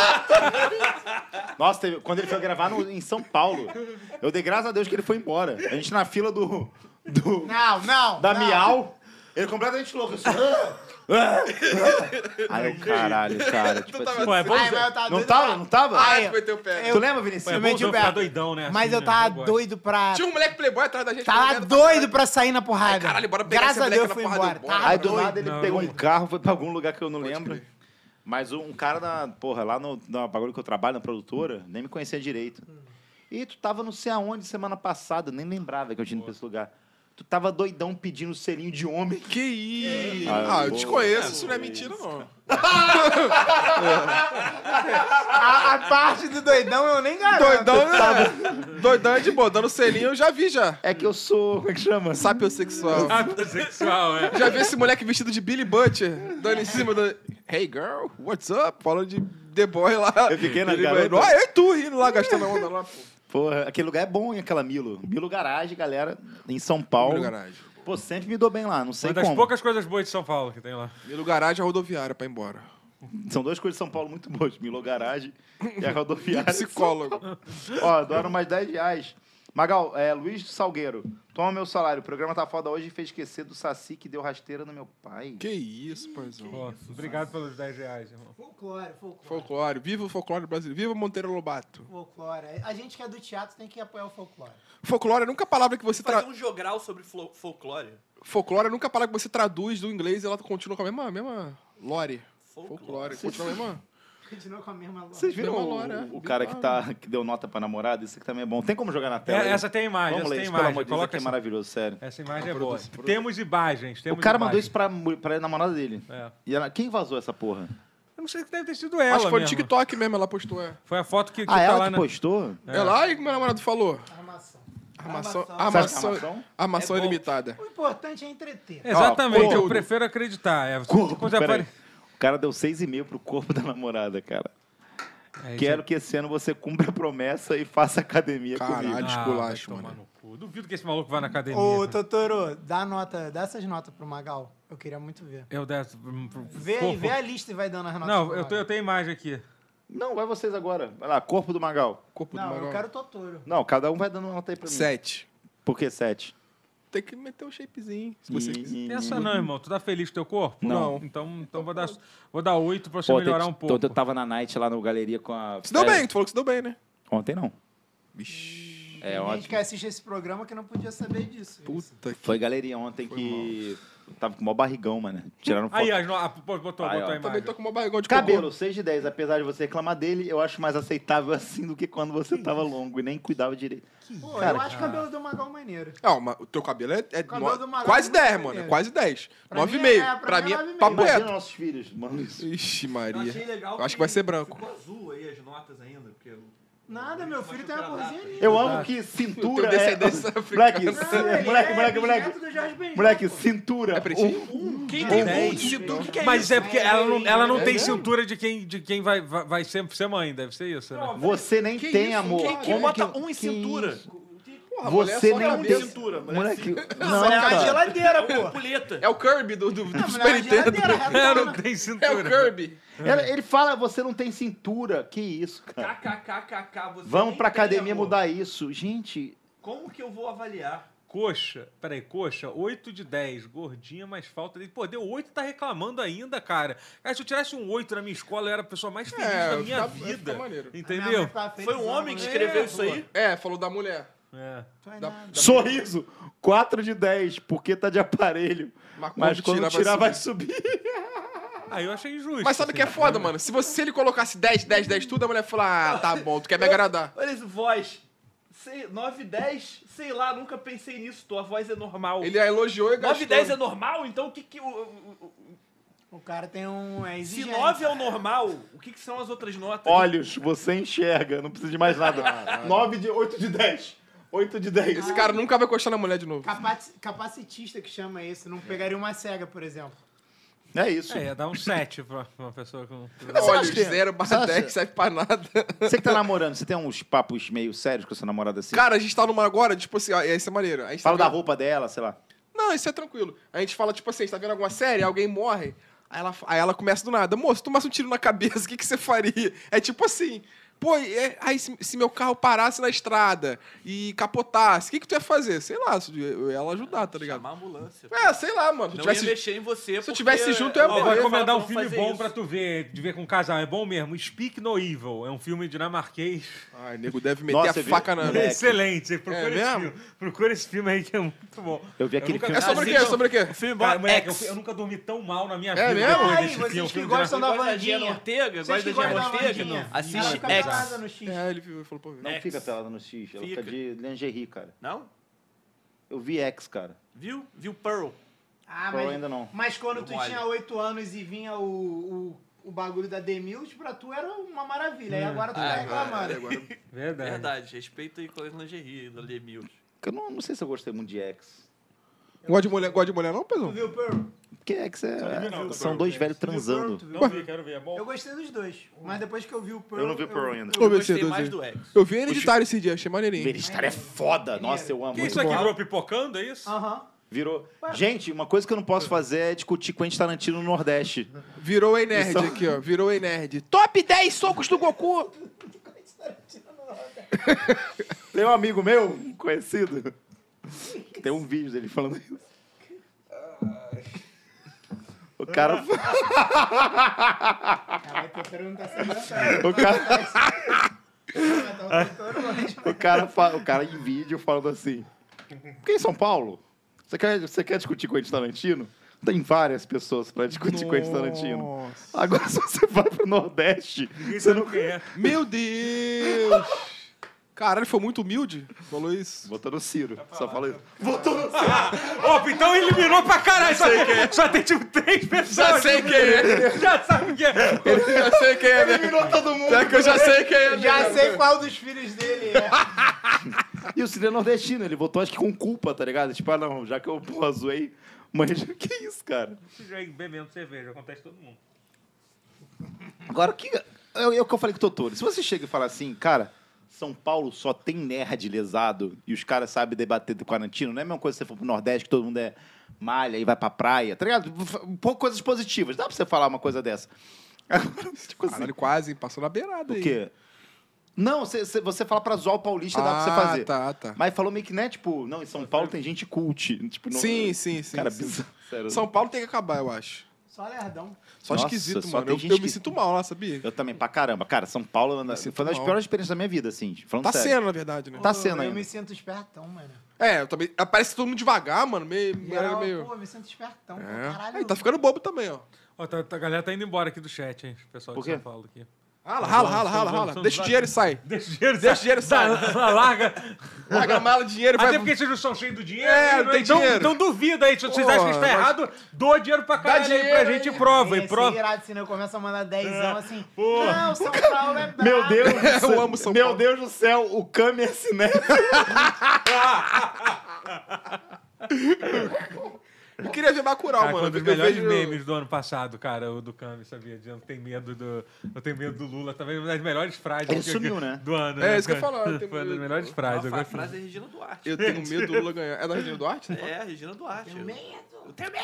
Nossa, teve- quando ele foi gravar no- em São Paulo, eu dei graças a Deus que ele foi embora. A gente na fila do... do
Não, não.
da
não. é
Miau. Ele completamente louco. Assim, "Ah, ah, ah." Aí eu, caralho, cara. Tipo assim,
Pô, é bom.
Ai, mas eu tava
não
doido
tava?
pra-
Não tava?
Ai,
Foi teu pé.
tu
eu,
lembra,
Pô, é
Vinícius?
Sim,
bonzão
Beto.
ficar doidão, né?
mas
assim,
eu
né?
tava
gosto.
doido pra...
Tinha um moleque playboy atrás da gente.
Tava
olhando pra
Tá doido pra sair na porrada.
caralho, bora pegar
Graças
esse
a
moleque
Deus
na
foi
porrada e
embora.
bora.
Tava
Aí do
doido.
nada ele
Não.
pegou um carro, foi pra algum lugar que eu não lembro. Mas um, um cara na, porra, lá no, na bagulho que eu trabalho, na produtora, nem me conhecia direito.
Hum.
E tu tava não sei aonde semana passada, nem lembrava que eu tinha ido pra esse lugar. Tu tava doidão pedindo selinho de homem.
Que isso?
Ah,
Ah, eu te
boa.
conheço, isso não é mentira, não.
A, a parte do doidão eu nem garanto.
Doidão, né? Doidão é de boa, dando selinho eu já vi já.
É que eu sou. Como é que
Hum.
chama?
Sapiosexual.
Ah, sexual, é.
Já vi esse moleque vestido de Billy Butcher, dando em cima do. Hey girl, what's up? Falando de The Boy lá.
Eu fiquei na
Billy
garota.
Butcher. Ah, eu e tu rindo lá, gastando a onda lá, pô.
Porra, aquele lugar é bom, hein, aquela Milo. Milo Garage, galera, em São Paulo.
Milo Garage.
Pô, sempre me dou bem lá, não sei
Uma das
como.
poucas coisas boas de São Paulo que tem lá.
Milo Garage é a rodoviária pra ir embora.
São duas coisas de São Paulo muito boas. Milo Garage e a <laughs>
É.
rodoviária.
Psicólogo.
Ó, doaram mais 10 reais. Magal, é, Luiz Salgueiro, toma meu salário. O programa tá foda hoje e fez esquecer do Saci que deu rasteira no meu pai.
que isso, paizão.
Pô, obrigado pelos 10 reais, irmão.
Folclore, folclore.
Folclore. Viva o folclore brasileiro. Viva Monteiro Lobato.
Folclore. A gente que é do teatro tem que apoiar o folclore. <laughs>
Folclore é nunca a palavra que você tra...
Fazer um jogral sobre flo- folclore.
Folclore é nunca a palavra que você traduz do inglês e ela continua com a mesma. mesma... Lore.
Folclore.
Folclore. Continua a mesma.
Continua com a mesma loja.
Vocês viram
Deu
o,
uma hora,
o
é.
cara que, tá, que deu nota pra namorada? Isso aqui também é bom. Tem como jogar na
É,
tela? aí?
essa tem imagem,
Vamos
essa
ler
tem
isso, pelo amor
imagem.
de Deus, isso
Coloca
aqui é
essa,
maravilhoso, sério.
essa imagem é boa. Temos imagens,
O
temos
cara mandou
imagens.
isso pra, mu- pra namorada dele.
É.
E ela, quem vazou essa porra?
Eu não sei se deve ter sido ela
Acho que foi no
mesmo.
TikTok mesmo, ela postou. É,
Foi a foto que, que
ah,
tá
ela
lá
que
na...
postou?
é. lá e meu namorado falou.
Tá Armação.
Armação,
Armação.
armação,
Armação?
armação,
É bom.
ilimitada.
O importante é entreter.
Exatamente, eu
conteúdo.
prefiro acreditar. É,
Corpo,
coisa
peraí.
pare-
O cara deu 6,5 pro corpo da namorada, cara.
É,
Quero que esse ano você cumpra a promessa e faça
É
academia
Caralho.
comigo.
Ah,
gente.
esculacho,
Ah, vai tomar
mano.
no cu. Duvido que esse maluco vá na academia. né?
Ô, Totoro, dá nota, dá essas notas pro Magal. Eu queria muito ver.
Eu dessa.
Vê aí, vê a lista e vai dando as notas.
Não,
pro
eu, tô- eu
Magal.
tenho imagem aqui.
Não, vai vocês agora. Vai lá, corpo do Magal.
Corpo do
Não, eu
Magal.
quero o Totoro.
Não, cada um vai dando uma nota aí pra mim.
Sete.
Por que 7?
Tem que meter um shapezinho, se você quiser.
Pensa não, irmão. Tu tá feliz com teu corpo?
Não.
Então, então vou dar vou dar 8 pra você melhorar um pouco.
Ontem eu tava na night lá no galeria com a.
Se deu
É,
bem, tu falou que se deu bem, né?
Ontem não. É
Tem gente
ontem.
que assiste esse programa que não podia saber disso.
Puta que...
Foi galeria ontem que. Tava com o maior barrigão, mano. Tiraram foto.
Aí, as no... ah, pô, botou,
Aí, ó,
botou a
Também
imagem.
tô com uma barrigão de cocô.
Cabelo, 6 de 10. Apesar de você reclamar dele, eu acho mais aceitável assim do que quando você tava longo e nem cuidava direito.
Pô,
Cara,
eu acho o cabelo do Magal maneiro.
Não, mas o teu cabelo é, é
cabelo
no-
do Magal
quase
é muito
10, mano. é
maneiro.
Quase 10.
Pra mim é-
9,5.
pra
Pra
mim é
mim é
9,5.
papo
Imagina
reto.
nossos filhos, mano. Isso.
Ixi,
Eu achei
Maria.
legal
Eu acho que vai ser branco.
Ficou azul aí as notas ainda, porque...
Nada, meu filho tem uma corzinha ali.
Eu amo que cintura.
Eu tenho
é-
descendência
<laughs> Moleque,
africana.
ci- <laughs>
é
moleque, moleque, moleque. Moleque, cintura.
É pretinho?
Quem
tem
Mas é porque ela não, ela não
né?
tem cintura de quem, de quem vai, vai, vai ser, ser mãe, deve ser isso, <laughs> né?
Um- Você nem tem, amor.
Quem, quem
Como
bota
que-
um em
que
cintura?
isso?
Porra, mulher
Você
só
nem
cabelo.
tem
cintura,
um
mulher
Moleque, não,
Não, é a
cara.
geladeira,
É uma
pô.
Puleta.
É o Kirby do, do, do
Não, mas é
Super
uma
Nintendo.
geladeira,
Ela
retona.
não
É
tem
o
cintura.
Kirby.
Ela- ele fala, você não tem cintura. Que isso, cara.
KKKKK, você
Vamos
nem
pra
tem,
academia
amor.
mudar isso. Gente,
Como que eu vou avaliar?
Coxa, peraí, coxa, 8 de 10, gordinha, mas falta de. Pô, deu 8 e tá reclamando ainda, cara. Cara, se eu tirasse um 8 na minha escola, eu era a pessoa mais feliz
É,
da minha
tá-
vida.
tá maneiro.
Minha mãe
entendeu?
ficava
Foi um
felizona,
homem que
né?
escreveu isso aí?
É, falou da mulher.
É.
Tô em nada.
sorriso. 4 de 10, porque tá de aparelho.
Mas
Mas
quando
quando
tirar, vai
tirar, vai subir.
Aí eu achei injusto.
Mas sabe o que é
assim.
foda, mano? Se, você, se ele colocasse 10, 10, 10 tudo, a mulher fala, ah,
<laughs>
tá bom, tu quer me agradar.
Olha isso, voz. Sei, 9 10, sei lá, nunca pensei nisso. Tua voz é normal.
Ele a elogiou e gastou.
9 10 é normal? Então o que que... o- o- o-
O cara tem um. É
Se
exigente.
9 é o normal, o que que são as outras notas?
Olhos, você enxerga, não precisa de mais nada. 9 de 8 de 10. 8 de 10.
Esse cara nunca vai encostar na mulher de novo.
Capaci- Capacitista que chama esse. Não pegaria uma cega, por exemplo.
É isso.
É, ia dar um 7 pra pra uma
<laughs>
pessoa com.
Olha,
acha que-
0
você
barra
acha-
10 serve pra nada. <laughs>
Você que tá namorando, você tem uns papos meio sérios com a sua namorada assim?
Cara, a gente tá numa agora, tipo assim, ó, isso é maneiro. A gente tá
Fala da
vendo-
roupa dela, sei lá.
Não, isso é tranquilo. A gente fala, tipo assim, a gente tá vendo alguma série, alguém morre. Aí ela, fa- aí ela começa do nada. Moço, se tomasse um tiro na cabeça, o que, que você faria? É tipo assim. Pô, e é- aí se, se meu carro parasse na estrada e capotasse, o que, que tu ia fazer? Sei lá, se eu ia ela ajudar, tá ligado?
Chamar a ambulância.
É, sei lá, mano. Se
Não
tivesse-
ia mexer em você
se eu
porque-
tivesse junto, eu ia
Ó,
Ó,
morrer.
vou
falar pra
recomendar um
não
filme
fazer
bom
isso.
pra tu ver, de ver com um casal. É bom mesmo. Speak No Evil. É um filme dinamarquês.
Ai, nego deve meter
Nossa,
a
você viu?
faca na.
Moleque.
Excelente. Procura
É
esse
mesmo?
filme. Procura esse filme aí que é muito bom.
Eu vi aquele
nunca-
filme.
É sobre o quê? É
assim,
sobre o quê?
O filme bom
Cara, moleque, eu,
X.
fui- eu nunca dormi tão mal na minha
É
vida.
mesmo?
depois
Ai,
desse
vocês
filme.
que
Um filme
gostam da
Gosta da Diana
Vandinha.
Ortega?
Vocês
Gosta
que
da Diana
gostam da
Ortega?
Vandinha.
Não. Assiste
Ela fica pelada
X.
no X.
É, ele viu, falou, pô.
Né?
Não fica pelada no X, ela fica
Fica.
de lingerie, cara.
Não?
Eu vi X, cara.
Viu? Viu Pearl?
Ah,
Ou
mas,
ainda não.
mas quando tu
Mole.
tinha 8 anos e vinha o, o, o bagulho da Demils, pra tu era uma maravilha. E agora tu tá reclamando.
Verdade.
Verdade. Respeita e coisa lingerie da Lee Mills.
Eu não, não sei se eu gostei muito de X.
Gosta de mulher, gosta de mulher não,
Tu
Pedro?
viu, Pearl?
Porque X é.
não, não,
são dois velhos
é
transando.
Não vi, quero ver. É bom.
Eu gostei dos dois. Mas depois que eu vi o Pearl.
Eu não vi Pearl ainda.
Ô,
Eu
BC,
gostei
dois
mais
aí.
do X.
Eu vi hereditário esse dia, achei maneirinho.
Veristar é foda. Nossa, eu amo.
Que
muito
é isso aqui
bom.
virou pipocando, é isso?
Aham.
Virou. Gente, uma coisa que eu não posso fazer é discutir com a gente Tarantino no Nordeste.
Virou ei nerd aqui, ó. Virou ei nerd. Top 10 socos do Goku!
Tem um amigo meu, um conhecido, que tem um vídeo dele falando isso. O cara.
Caraca, o Pearl não tá <laughs> sendo engraçado.
O cara,
Ela tá tava tentando longe.
o cara, fa- o cara em vídeo falando assim. Porque em São Paulo, você quer, você quer discutir com o Quentin Tarantino? Tem várias pessoas pra discutir com o Quentin Tarantino. Agora, <laughs> se você vai pro Nordeste,
Ninguém
você
tá
sabe
não.
quem é.
Meu Deus! Caralho, foi muito humilde. Falou isso.
Votou no Ciro.
Tá
Só fala isso.
Opa, então eliminou pra caralho. Só, tem, só tem tipo três pessoas.
Já sei quem é.
<laughs> Já sabe quem é.
Já sei quem é. Eliminou todo mundo. É que eu já sei quem é.
Já sei qual dos filhos dele é.
E o Ciro é nordestino, ele votou acho que com culpa, tá ligado? Tipo, ah não, já que eu porra, zoei. Mas <laughs> que isso, cara?
Já bebendo cerveja, acontece todo mundo.
Agora, o que. É o é o que eu falei com o Totoro. Se você chega e fala assim, cara, São Paulo só tem nerd lesado e os caras sabem debater do quarantino, não é a mesma coisa se você for pro Nordeste que todo mundo é malha e vai pra praia, tá ligado? F- Um pouco coisas positivas. Dá pra você falar uma coisa dessa. <laughs> Agora, tipo assim,
Caralho, quase. Passou na beirada
o
aí.
quê? Não, você- você você fala pra zoar o paulista, dá pra você
Ah,
fazer.
tá, tá.
Mas falou meio que, né, tipo, não, em São Paulo tem gente cult. Tipo, não,
Sim, sim, sim.
Cara,
sim.
bizarro. Sério.
São Paulo tem que acabar, eu acho.
Só lerdão.
Só
Nossa,
é esquisito,
só
mano.
tem
Eu,
gente
eu me
que-
sinto mal lá, sabia?
Eu também, pra caramba. Cara, São Paulo na- foi uma das
mal.
piores experiências da minha vida, assim. Falando
Tá
sério.
sendo, na verdade, né?
Tá
Pô,
sendo
Eu
ainda.
me sinto espertão, mano.
É, eu também. Parece todo mundo devagar, mano. Meio.
Geral,
é meio...
Pô, eu me sinto espertão. pô,
É.
Caralho.
Aí, tá ficando bobo também, ó.
Ó, tá- tá- a galera tá indo embora aqui do chat, hein? O pessoal
Por
de
quê?
São Paulo aqui.
Rala, rala, rala, rala, rala. Deixa o dinheiro e sai.
Deixa o dinheiro
Deixa o dinheiro sair.
larga.
Paga a mala de dinheiro e
Até
vai.
porque vocês não são cheios do dinheiro.
É,
né?
não tem
então,
dinheiro.
então duvida aí. Se vocês
Pô,
acham que está
mas-
errado, doa dinheiro pra caralho aí pra
dinheiro
gente e
aí. é
prova. E
É, Esse
prova.
irado, senão eu começo a mandar dezão assim. Não, São Paulo é brabo.
Meu Deus <laughs> do céu.
amo São
Meu
Paulo.
Deus do céu, o Kami é cinéfilo.
Eu queria ver Bacurau,
Cara, foi
mano.
um dos
Eu
melhores
vejo-
memes do ano passado, cara, o do Cami, sabia? De eu não tenho medo do, eu tenho medo do Lula também, uma das melhores frases
Ele
que-
sumiu, né?
do ano.
É, isso que eu ia
cara?
falar, eu tenho
Foi uma das
medo.
melhores frases. Eu
A
gosto.
frase é Regina Duarte.
Eu tenho medo do Lula ganhar. É da Regina Duarte?
É, Regina Duarte.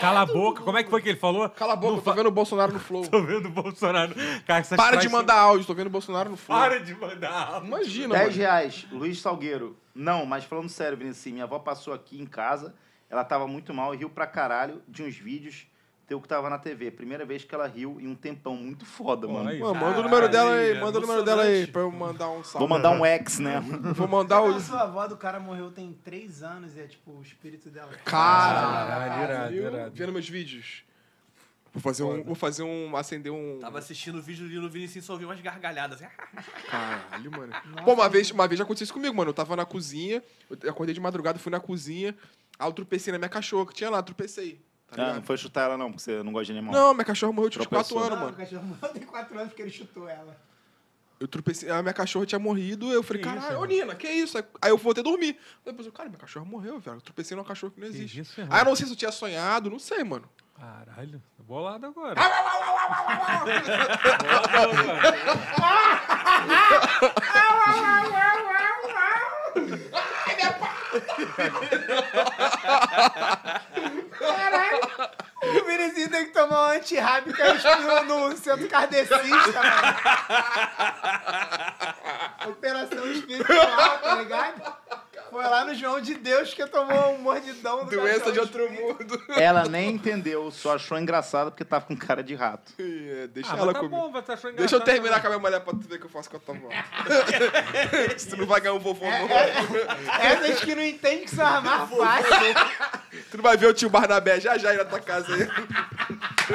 Cala a boca, como é que foi que ele falou? <laughs>
Cala a boca, eu tô vendo o Bolsonaro no Flow.
Tô vendo o Bolsonaro. Cara, essas
Para de
frases-
mandar áudio, tô vendo o Bolsonaro no Flow.
Para de mandar.
Imagina,
10
mano.
reais, Luiz Salgueiro. Não, mas falando sério, Vinícius, assim, minha avó passou aqui em casa, ela tava muito mal e riu pra caralho de uns vídeos teu que tava na TV. Primeira vez que ela riu em um tempão muito foda, mano.
Olha aí.
Mano, manda o número
Caralho,
dela aí,
é
manda o número dela aí pra eu mandar um salve.
Vou mandar um ex, né?
Vou mandar o.
A sua avó do cara morreu tem três anos e é tipo o espírito dela.
Caralho, irado,
Viu?
irado.
Vendo meus vídeos. Vou fazer um. Vou fazer um. Acender um.
Tava assistindo o vídeo ali no Vinicius e só ouvi umas gargalhadas. Assim.
Caralho, mano. Pô, uma vez, uma vez já aconteceu isso comigo, mano. Eu tava na cozinha, eu acordei de madrugada, fui na cozinha, aí eu tropecei na minha cachorra, que tinha lá, tropecei. Tá
<laughs> Ah,
ligado?
não foi chutar ela, não, porque você não gosta de animal.
Não, minha cachorra morreu tipo, de
Tropeçou.
4
Não,
anos,
o
mano.
cachorro morreu tem quatro anos porque ele chutou ela.
Eu tropecei, a minha cachorra tinha morrido, eu falei,
Que isso,
caralho, ô
irmão?"
Nina, que isso? Aí- Aí eu voltei a dormir. Depois eu, cara, minha cachorra morreu, velho. Eu tropecei numa cachorra que não
Que
existe.
isso, irmão?
Aí eu não sei se eu tinha sonhado, não sei, mano.
Caralho, tô bolado agora.
O Vinicius tem que tomar um antirrábico que respirou no centro kardecista, mano. Operação espiritual, tá ligado? Foi lá no João de Deus que tomou um mordidão do
Doença
cachorro
de outro mundo. <laughs>
Ela nem entendeu, só achou engraçado porque tava com cara de rato.
É, deixa
Ah, mas
ela
tá
comigo.
bom, você achou
Deixa eu
engraçado,
terminar com a minha mulher pra tu ver o que eu faço com a tua avó. Se tu não vai ganhar um vovô novo.
Essas que não entendem que são as mais fáceis.
Tu não vai ver o tio Barnabé já já aí na tua casa aí.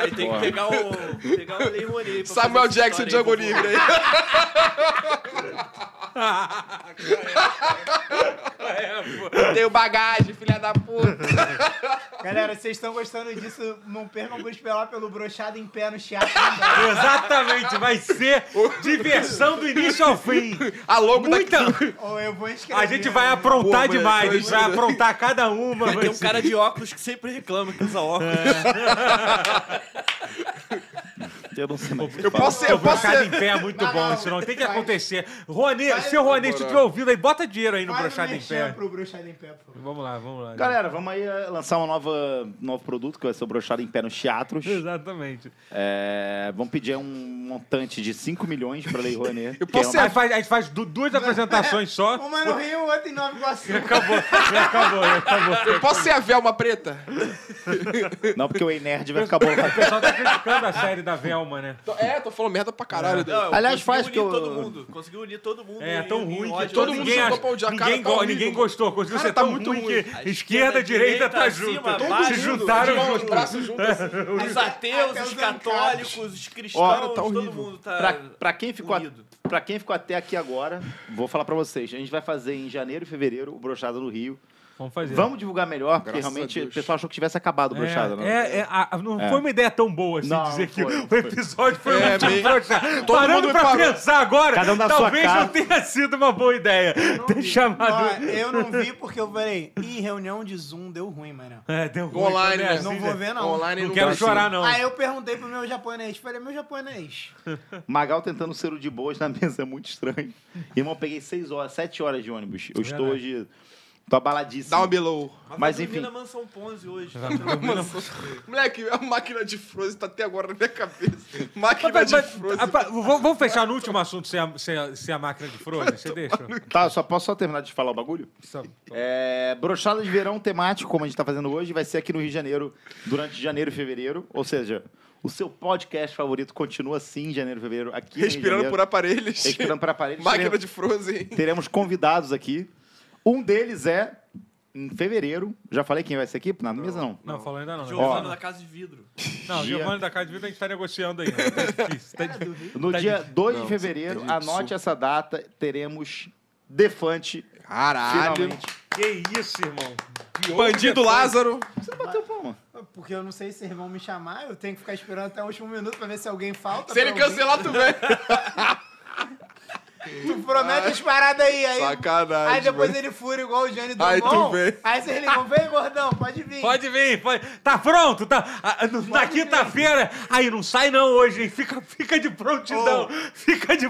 Aí tem que pegar o. Pegar o Lei Rouanet pra fazer
Samuel
essa
Jackson
história aí,
Django
vovô.
Livre aí.
É,
Tenho bagagem, filha da puta.
Galera, vocês estão gostando disso? Não percam o Buspelar pelo brochado em pé no tá? chiado.
Exatamente, vai ser diversão do início ao fim.
A Ah, logo da
Muita.
Ou eu vou escrever.
A gente vai aprontar
Pô, mas
demais, a gente
hoje-
vai aprontar cada uma.
Vai ter um
mas-
cara de óculos que sempre reclama que usa
É.
óculos.
Eu não sei mais. o que
Eu
falar.
posso ser, eu posso
Brocado
ser.
em pé é muito
Não,
bom,
não,
isso não tem que
vai.
acontecer. Ronê, seu Ronê, se tu estiver ouvindo aí, bota dinheiro aí no
Faz um
brochado em
merchan
pé.
pro brochado em pé, por favor.
Vamos lá, vamos lá.
Galera, vamos aí eh, lançar um nova, novo produto que vai ser o brochado em pé nos teatros.
Exatamente.
É, vamos pedir um montante de 5 milhões pra Lei Rouanet. é Eu
posso
Aí faz- a gente faz du- duas apresentações
<laughs>
só.
Uma no Rio, outra em Nova Iguaçu.
Acabou, acabou, acabou.
Eu posso ser a Velma Preta?
Não, porque o Ei Nerd vai ficar bolado.
O pessoal tá criticando a série da Velma, né?
Tô- É, tô falando merda pra caralho. Deus.
Não,
Aliás,
conseguiu
faz
unir
que eu-
todo mundo. Conseguiu unir todo mundo.
É,
em-
tão
em
ruim que
ódio.
todo mundo
ninguém,
jogou
acha-
pra onde a cara
ninguém,
tá
go-
horrível.
ninguém gostou. Conseguiu
Cara,
ser
tá
tão
muito
ruim que
ruim.
esquerda, direita, tá
acima,
junto.
abaixo,
Se É,
todo mundo.
juntaram
Os
junto.
braços juntos assim.
Os ateus,
Até
os
os
católicos, os
Ó,
cristãos,
tá
todo
horrível.
mundo tá.
Pra, pra quem ficou a-
unido.
pra quem ficou até aqui agora, vou falar pra vocês. A gente vai fazer em janeiro e fevereiro o Brochado no Rio.
Vamos fazer.
Vamos divulgar melhor, porque
Graças
realmente
a
o
Deus.
pessoal achou que tivesse acabado o Brochado. né?
É, é, é, a- não foi uma ideia tão boa assim
Não,
dizer
não
que
foi, não
o
foi.
episódio foi
É,
muito
meio-
broxa.
Todo
Parando
mundo
pra
parou.
pensar agora,
Cada um na sua
talvez
casa.
não tenha sido uma boa ideia ter chamado.
Ó, eu não vi porque eu falei, ih, reunião de Zoom deu ruim, mano.
É, deu ruim,
Online,
né?
né?
Assim,
Não vou ver, não.
Online
Não quero
dá,
chorar,
assim.
não.
Aí eu perguntei pro meu japonês, falei, meu japonês,
Magal tentando ser o <laughs> de boas na mesa é muito estranho. Irmão, eu peguei 6 horas, 7 horas de ônibus. Eu estou
Verdade.
hoje Tô abaladíssimo.
Dá uma below.
Mas
eu dormi
enfim.
na Mansão Ponzi hoje.
Moleque, a máquina de Frozen tá até agora na minha cabeça. Máquina
Mas-
de
mas-
Frozen.
ah, pa- v- Vamos fechar no último assunto sem a, sem a- sem a máquina de Frozen? Você deixa?
Tá, só posso só terminar de falar o bagulho?
Só-
É, brochada de verão temático, como a gente tá fazendo hoje, vai ser aqui no Rio de Janeiro, durante janeiro e fevereiro. Ou seja, o seu podcast favorito continua assim em janeiro e fevereiro, aqui no Rio de
Respirando por
Janeiro.
aparelhos.
Respirando por aparelhos.
Máquina
Teremos-
de Frozen.
Teremos convidados aqui. Um deles é, em fevereiro, já falei quem vai ser aqui? Na mesa não.
Não, falou ainda não. né?
Ó.
Giovanni da Casa de Vidro.
Não,
Gia.
Giovanni da Casa de Vida a gente tá negociando ainda. Tá difícil. Tá difícil.
No
Tá
dia 2
Não,
de fevereiro,
tá de
anote
absurdo.
essa data, teremos Defante,
Caralho.
finalmente.
Que isso, irmão.
Bandido Lázaro.
Você não bateu palma.
Porque eu não sei se eles vão me chamar, eu tenho que ficar esperando até o último minuto pra ver se alguém falta.
Se ele
pra alguém.
cancelar, tu vem.
Tu promete as paradas aí, aí.
Sacanagem.
Aí depois
mano.
ele fura igual o Johnny Drummond.
Aí tu vem.
Aí vocês ligam, vem, gordão, pode vir.
Pode vir, pode. Tá pronto, tá. ah, no- Na quinta-feira. Aí não sai não hoje, hein? Fica, fica de prontidão. Fica de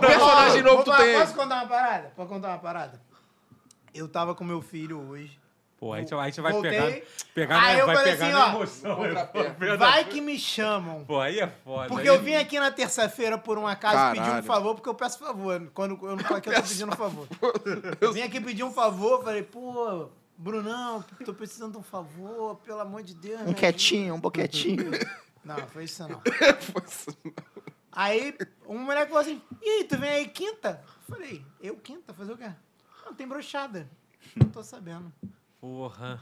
Qual personagem
Vou
novo tu
falar,
tem?
Posso contar uma parada? Posso contar uma parada? Eu tava com meu filho hoje.
Pô, aí você aí você vai
Voltei.
pegar. pegar
Aí
na-
eu
vai
falei
pegar
assim,
na
ó,
emoção. eu vou-
Vai que me chamam.
Pô, aí é foda.
Porque
aí-
eu vim aqui na terça-feira por um acaso pedir um
Caralho.
favor, porque eu peço favor. né? Quando eu não falo que eu tô pedindo favor. Eu vim aqui pedir um favor, falei, pô, Brunão, tô precisando de um favor, pelo amor de Deus. me
Um
ajuda.
quietinho, um boquetinho.
Não, foi isso não. Aí um moleque falou assim: e aí, tu vem aí quinta? Eu falei, eu quinta? Fazer o quê? Não, tem brochada. Não tô sabendo.
é Porra.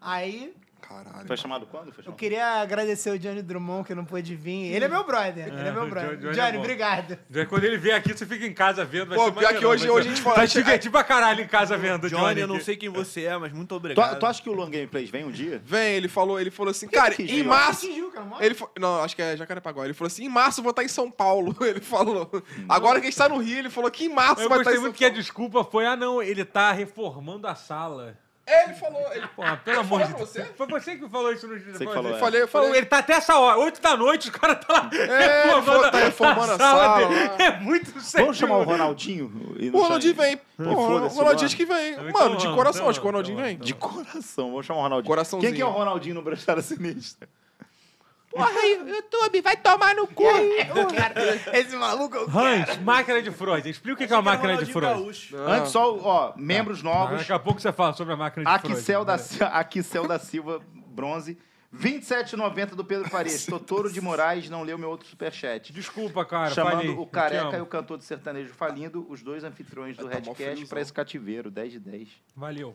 Aí
Caralho.
Foi chamado quando? Foi
eu
chamado?
queria agradecer o Johnny Drummond, que não pôde vir. Ele é meu brother. Ele é
o
meu
Johnny-
brother.
Johnny é
Johnny,
bom.
obrigado.
Quando ele vier aqui, você fica em casa vendo. Vai
Pô,
ser
pior
maneiro,
que hoje-
vai ser-
hoje a gente fala-
Vai se divertir pra caralho em casa vendo, Johnny.
Johnny, eu não
aqui.
sei quem você é, mas muito
Tu,
obrigado.
tu acha que o Long Gameplays vem um dia?
Vem, ele falou, ele falou assim, cara,
que
em
Juca?
março.
Tijuca, não mora?
Ele fa- Não, acho que é Jacarepaguá. Ele falou assim, em março eu vou estar em São Paulo. <laughs> Ele falou. Agora que a gente tá no Rio, ele falou que em março
Hum. Eu
vai estar em
gostei
São
muito
Paulo.
que é a desculpa foi: ah, não, ele tá reformando a sala.
É, ele falou. Ele...
Pô,
<laughs>
pelo amor
falou
de
pra
Deus.
você?
Foi você que falou isso no dia
que falou, é.
Falei, eu
Falou,
falei.
ele tá até essa hora, 8 da noite, o cara tá lá <laughs>
É, ele falou que tá reformando a sala lá.
É muito sério.
Vamos chamar o Ronaldinho? e não
O Ronaldinho
chama-
vem. Pô, o
foda-se,
Ronaldinho
mano.
diz que vem.
Então
Mano, de
vamos,
coração,
então
acho que o
vamos,
Ronaldinho
então
vem.
vamos.
De coração, vamos chamar o Ronaldinho.
Coraçãozinho.
Quem que é o Ronaldinho no Brochada Sinistra?
Porra, YouTube, vai tomar no cu.
um
<laughs>
Esse maluco. eu-
Hans, máquina de Frozen. Explica o que, que é uma máquina
um
de Frozen.
Frozen.
Ah.
Antes, só, ó, membros novos.
Daqui a pouco você fala sobre a máquina de né?
Aquicel
Frozen.
da, Si- Aquicel da Silva, bronze. 27,90 do Pedro Farias. Totoro de Moraes não leu meu outro superchat.
Desculpa, cara.
Chamando
falhei.
o
Eu te
careca e o
amo.
cantor de sertanejo falindo, os dois anfitriões do
Tá mó
Redcast
friozão.
pra esse cativeiro. 10 de 10.
Valeu.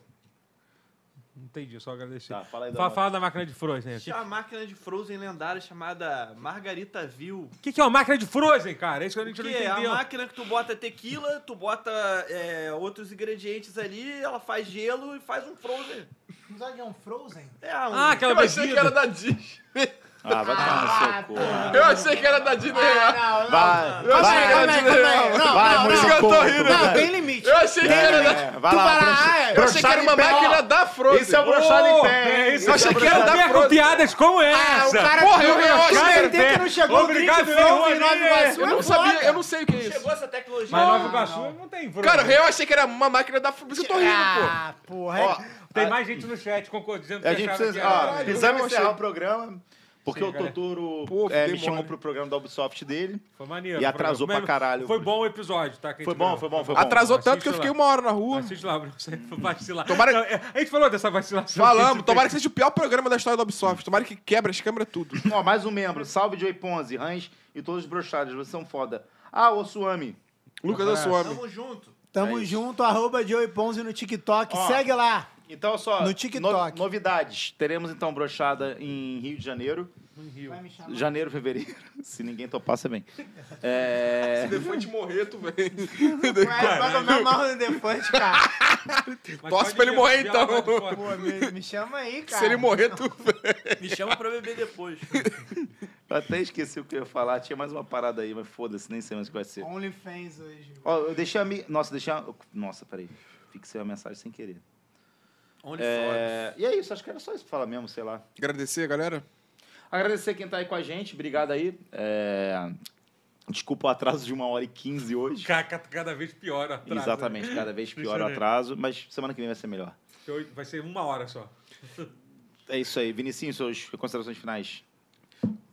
Entendi, só agradecer.
Tá, fala aí da
fala,
máquina.
fala da máquina de né? Frozen.
Tinha uma máquina de Frozen lendária chamada Margarita Ville.
O que, que é uma máquina de Frozen, cara? É isso que a gente
Que
não
é a
entendeu.
máquina que tu bota é tequila, tu bota é, outros ingredientes ali, ela faz gelo e faz um Frozen.
Não sabe que é um Frozen?
É, um...
Ah, aquela
Eu achei que era
bebida.
da Disney.
Ah, vai tomar no seu cu.
Eu achei que era da Disney.
Não,
Vai,
Eu achei que
Vai,
era da
vai,
Disney.
vai, vai. Não,
vai,
não,
por isso
não.
que eu tô rindo.
Não, tem limite.
Eu achei que era da
É, vai lá. brocha-
Ah, Eu achei que era uma
brochada em pé, ó.
máquina da Frozen.
Isso é brochada em
Pô,
pé.
é
hein?
isso. Eu
Isso é
achei que era
brochada-
da
da
Frozen.
com piadas como
Ah, o
essa.
cara
Porra, eu- eu
eu
achei-
entender que não chegou
Obrigado,
o drink do Frozen em
Ferroni.
Nova Iguaçu.
Eu não
é
sabia,
foda.
eu não sei o que é isso.
Chegou essa tecnologia.
Mas Nova Iguaçu não, tem Frozen.
Cara, eu achei que era uma máquina da Frozen. Por isso que eu tô rindo,
Ah, porra.
Ó,
Tem mais gente no chat concordando dizendo que
É, a gente
achava
precisa. Ah,
que era-
Ó, precisamos
eu achei-
encerrar o programa. Porque
Sim,
o
cara.
Totoro
Pô,
é, me
demônio.
chamou pro programa da Ubisoft dele.
Foi maneiro.
E atrasou
Foi-
pra caralho.
Foi bom o episódio, tá? Que a
Foi
gente
bom,
gravou.
foi bom, foi
pô.
bom.
Atrasou
Assiste
tanto que eu
lá.
fiquei uma hora na rua.
Assiste lá, Bruno, <laughs> você foi vacilar.
Tomara-
Não, é, a gente falou dessa vacilação.
Falamos, tomara que
que
seja o pior programa da história da Ubisoft. Tomara que quebre as câmeras tudo.
Ó, mais um membro. Salve, Joey Ponzi, Hans e todos os brochados. Vocês são foda. Ah, o Suami.
Lucas Assuame.
Tamo junto.
é
Tamo junto, arroba Joey Ponzi no TikTok.
Ó.
Segue lá.
Então, só.
No TikTok.
no- novidades. Teremos, então, brochada em Rio de Janeiro.
Vai me chamar.
Janeiro, fevereiro. <laughs> Se ninguém topar, você vem. É...
Depois de morrer, tu vem.
Vai comer o mal no defante, cara.
seja.
Torce pra ele morrer, então.
Pô, me, me chama aí, cara.
Se ele morrer, tu vem.
Me chama pra beber
<laughs>
depois.
É.
Eu até esqueci o que eu ia falar. Tinha mais uma parada aí, mas foda-se, nem sei mais o que vai ser.
OnlyFans hoje.
Ó, eu deixei a mi... Nossa, deixei a... Nossa, peraí. Fixei a mensagem sem querer.
Only
É... E é isso, acho que era só isso pra falar mesmo, sei lá.
Agradecer, galera.
Agradecer quem tá aí com a gente, obrigado aí. É, Desculpa o atraso de uma hora e quinze hoje.
Ca- ca- Cada vez pior o atraso. né?
Exatamente, cada vez pior o
Impressionante.
atraso, mas semana que vem vai ser melhor.
Que hoje Vai ser uma hora só.
É isso aí. Vinicinho, suas considerações finais.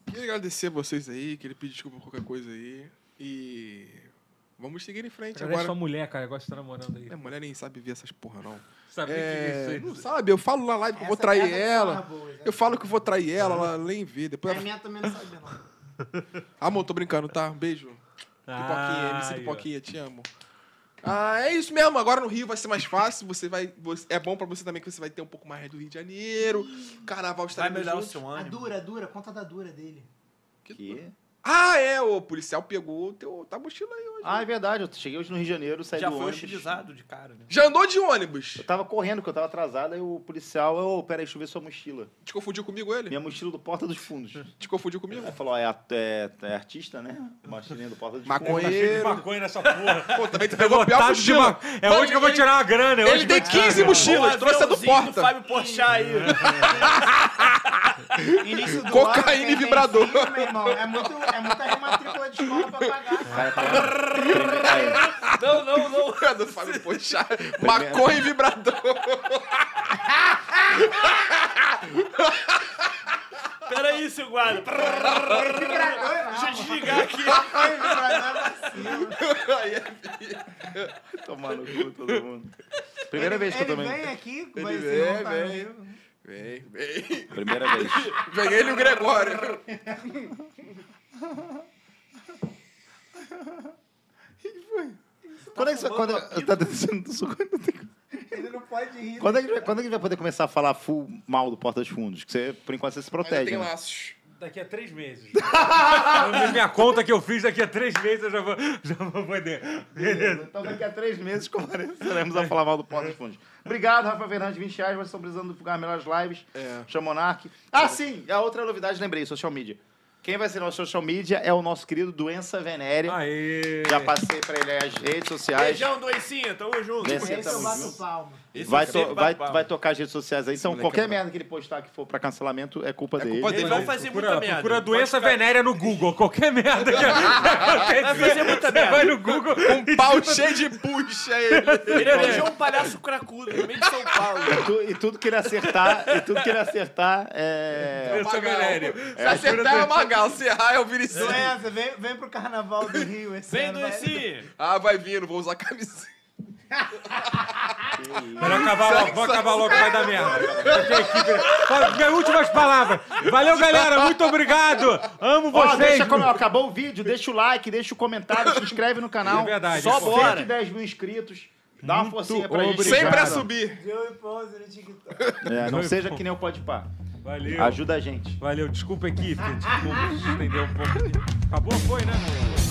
Queria agradecer a vocês aí, queria pedir desculpa por qualquer coisa aí. E vamos seguir em frente
Agora é
agora.
sua mulher, cara. Agora você tá namorando aí.
É, mulher nem sabe ver essas porra, não.
Sabe
É,
que
não
isso aí?
sabe, eu falo na live que eu vou
Essa
trair
merda tá não
ela.
tava boa,
Eu falo que eu vou trair ela, ela nem vê. Depois
A
ela...
minha também não sabia, não.
Amor, tô brincando, tá? Um beijo. Pipoquinha,
Ah,
MC
aí, ó.
Pipoquinha, te amo. Ah, é isso mesmo. Agora no Rio vai ser mais fácil. Você vai, você- é bom pra você também que você vai ter um pouco mais do Rio de Janeiro.
Vai
Carnaval estaremos
melhorar o
juntos.
seu
<laughs> A
ânimo.
dura, a dura, conta da dura dele.
Que...
Ah, é. O policial pegou o teu, tá mochila aí hoje.
Ah, é verdade. Eu cheguei hoje no Rio de Janeiro, saí
Já
do
foi
ônibus.
hostilizado de cara, né?
Já andou de ônibus?
Eu tava correndo, porque eu tava atrasado, aí o policial, ô, peraí, deixa eu ver sua mochila.
Te confundiu comigo ele?
Minha mochila do Porta dos Fundos. Aí
Te confundiu comigo?
falou, ó, é, a- é- é artista, né? Mochilinha do Porta dos
Tá Cheio de
Maconheiro.
maconha nessa porra.
Pô, também tu pegou a pior
Tá de
mochila.
ma- É hoje que eu vou tirar uma grana. é hoje
Ele
que
tem
eu vou tirar uma
15
grana.
mochilas, trouxe a do
aviãozinho
Porta.
Fábio Porchat aí.
Início do
Cocaína
ano,
e
pertencinho,
vibrador.
meu irmão. É, muito, é muita rematrícula de escola pra pagar.
<laughs>
Fundos.
cara.
Aí,
Não, não, não.
É <laughs> do Fábio Pochá. Maconha e vibrador. <laughs>
Peraí, seu guarda.
Vibrador não.
Deixa eu desligar aqui.
Ai, vibrador é vacilo.
tomando cu todo mundo. Primeira
Ele-
vez que eu
Ele
tomei.
vem aqui, mas
vem,
ele não tá no
vem.
Rio.
Vem, vem.
Primeira vez.
Vem ele e o Gregório.
Quando é que você. Quando, tá descendo
Ele não pode rir.
quando, é que, quando é que a gente vai poder começar a falar full mal do Porta dos Fundos? Que você, por enquanto, você se
Ainda
protege.
tem
né?
laços.
Daqui a três meses. Eu- minha conta que eu fiz daqui a três meses eu já vou, já vou poder. Beleza.
Então daqui a três meses começaremos a falar mal do Porta dos Fundos. Obrado, Rafa Fernandes, 20 reais. Vocês estão precisando divulgar melhores lives. É. Chamonark. Ah, sim! A outra novidade, lembrei, social media. Quem vai ser nosso social media é o nosso querido Doença Venérea.
Aê.
Já passei pra ele aí as redes sociais.
Beijão, doencinha. Tamo junto.
Doença,
Esse eu
tamo
bato
tá junto.
palma.
Esse é
Vai,
eu
to-
sempre
vai,
bato palma.
vai tocar as redes sociais aí. Então,
moleque é
qualquer
brabo.
merda que ele postar que for pra cancelamento é culpa dele.
culpa
Eles
dele.
vão fazer muita merda.
Procura
Pode
doença
ficar-
venérea no Google. Qualquer merda que
Vai fazer muita merda.
vai no Google.
Um pau cheio de puxa ele.
Ele beijou um palhaço cracudo no meio de São Paulo.
E, tu- e tudo que ele acertar, e tudo que ele acertar é.
Doença venérea.
um Se acertar é o Magal, se errar é o Vinicius.
Doença, vem, vem pro carnaval do Rio esse
Vem,
ano. vai-
doencinha.
Ah, vai vindo, vou usar camiseta.
Melhor acabar logo, vou acabar logo, vai dar merda. Porque a equipe- Ó, Minhas últimas palavras. Valeu, galera. Muito obrigado. Amo
Ó,
vocês.
deixa como acabou o vídeo, deixa o like, deixa o comentário, se inscreve no canal.
É verdade,
Só
é
bora. 110 mil inscritos. Dá uma forcinha pra gente.
obrigado.
Sempre é a subir.
Joey Pose no TikTok.
É, não seja que nem o Pode Pá.
Valeu.
Ajuda a gente.
Valeu. Desculpa, equipe. Desculpa, estender um pouco. Acabou? Foi, né?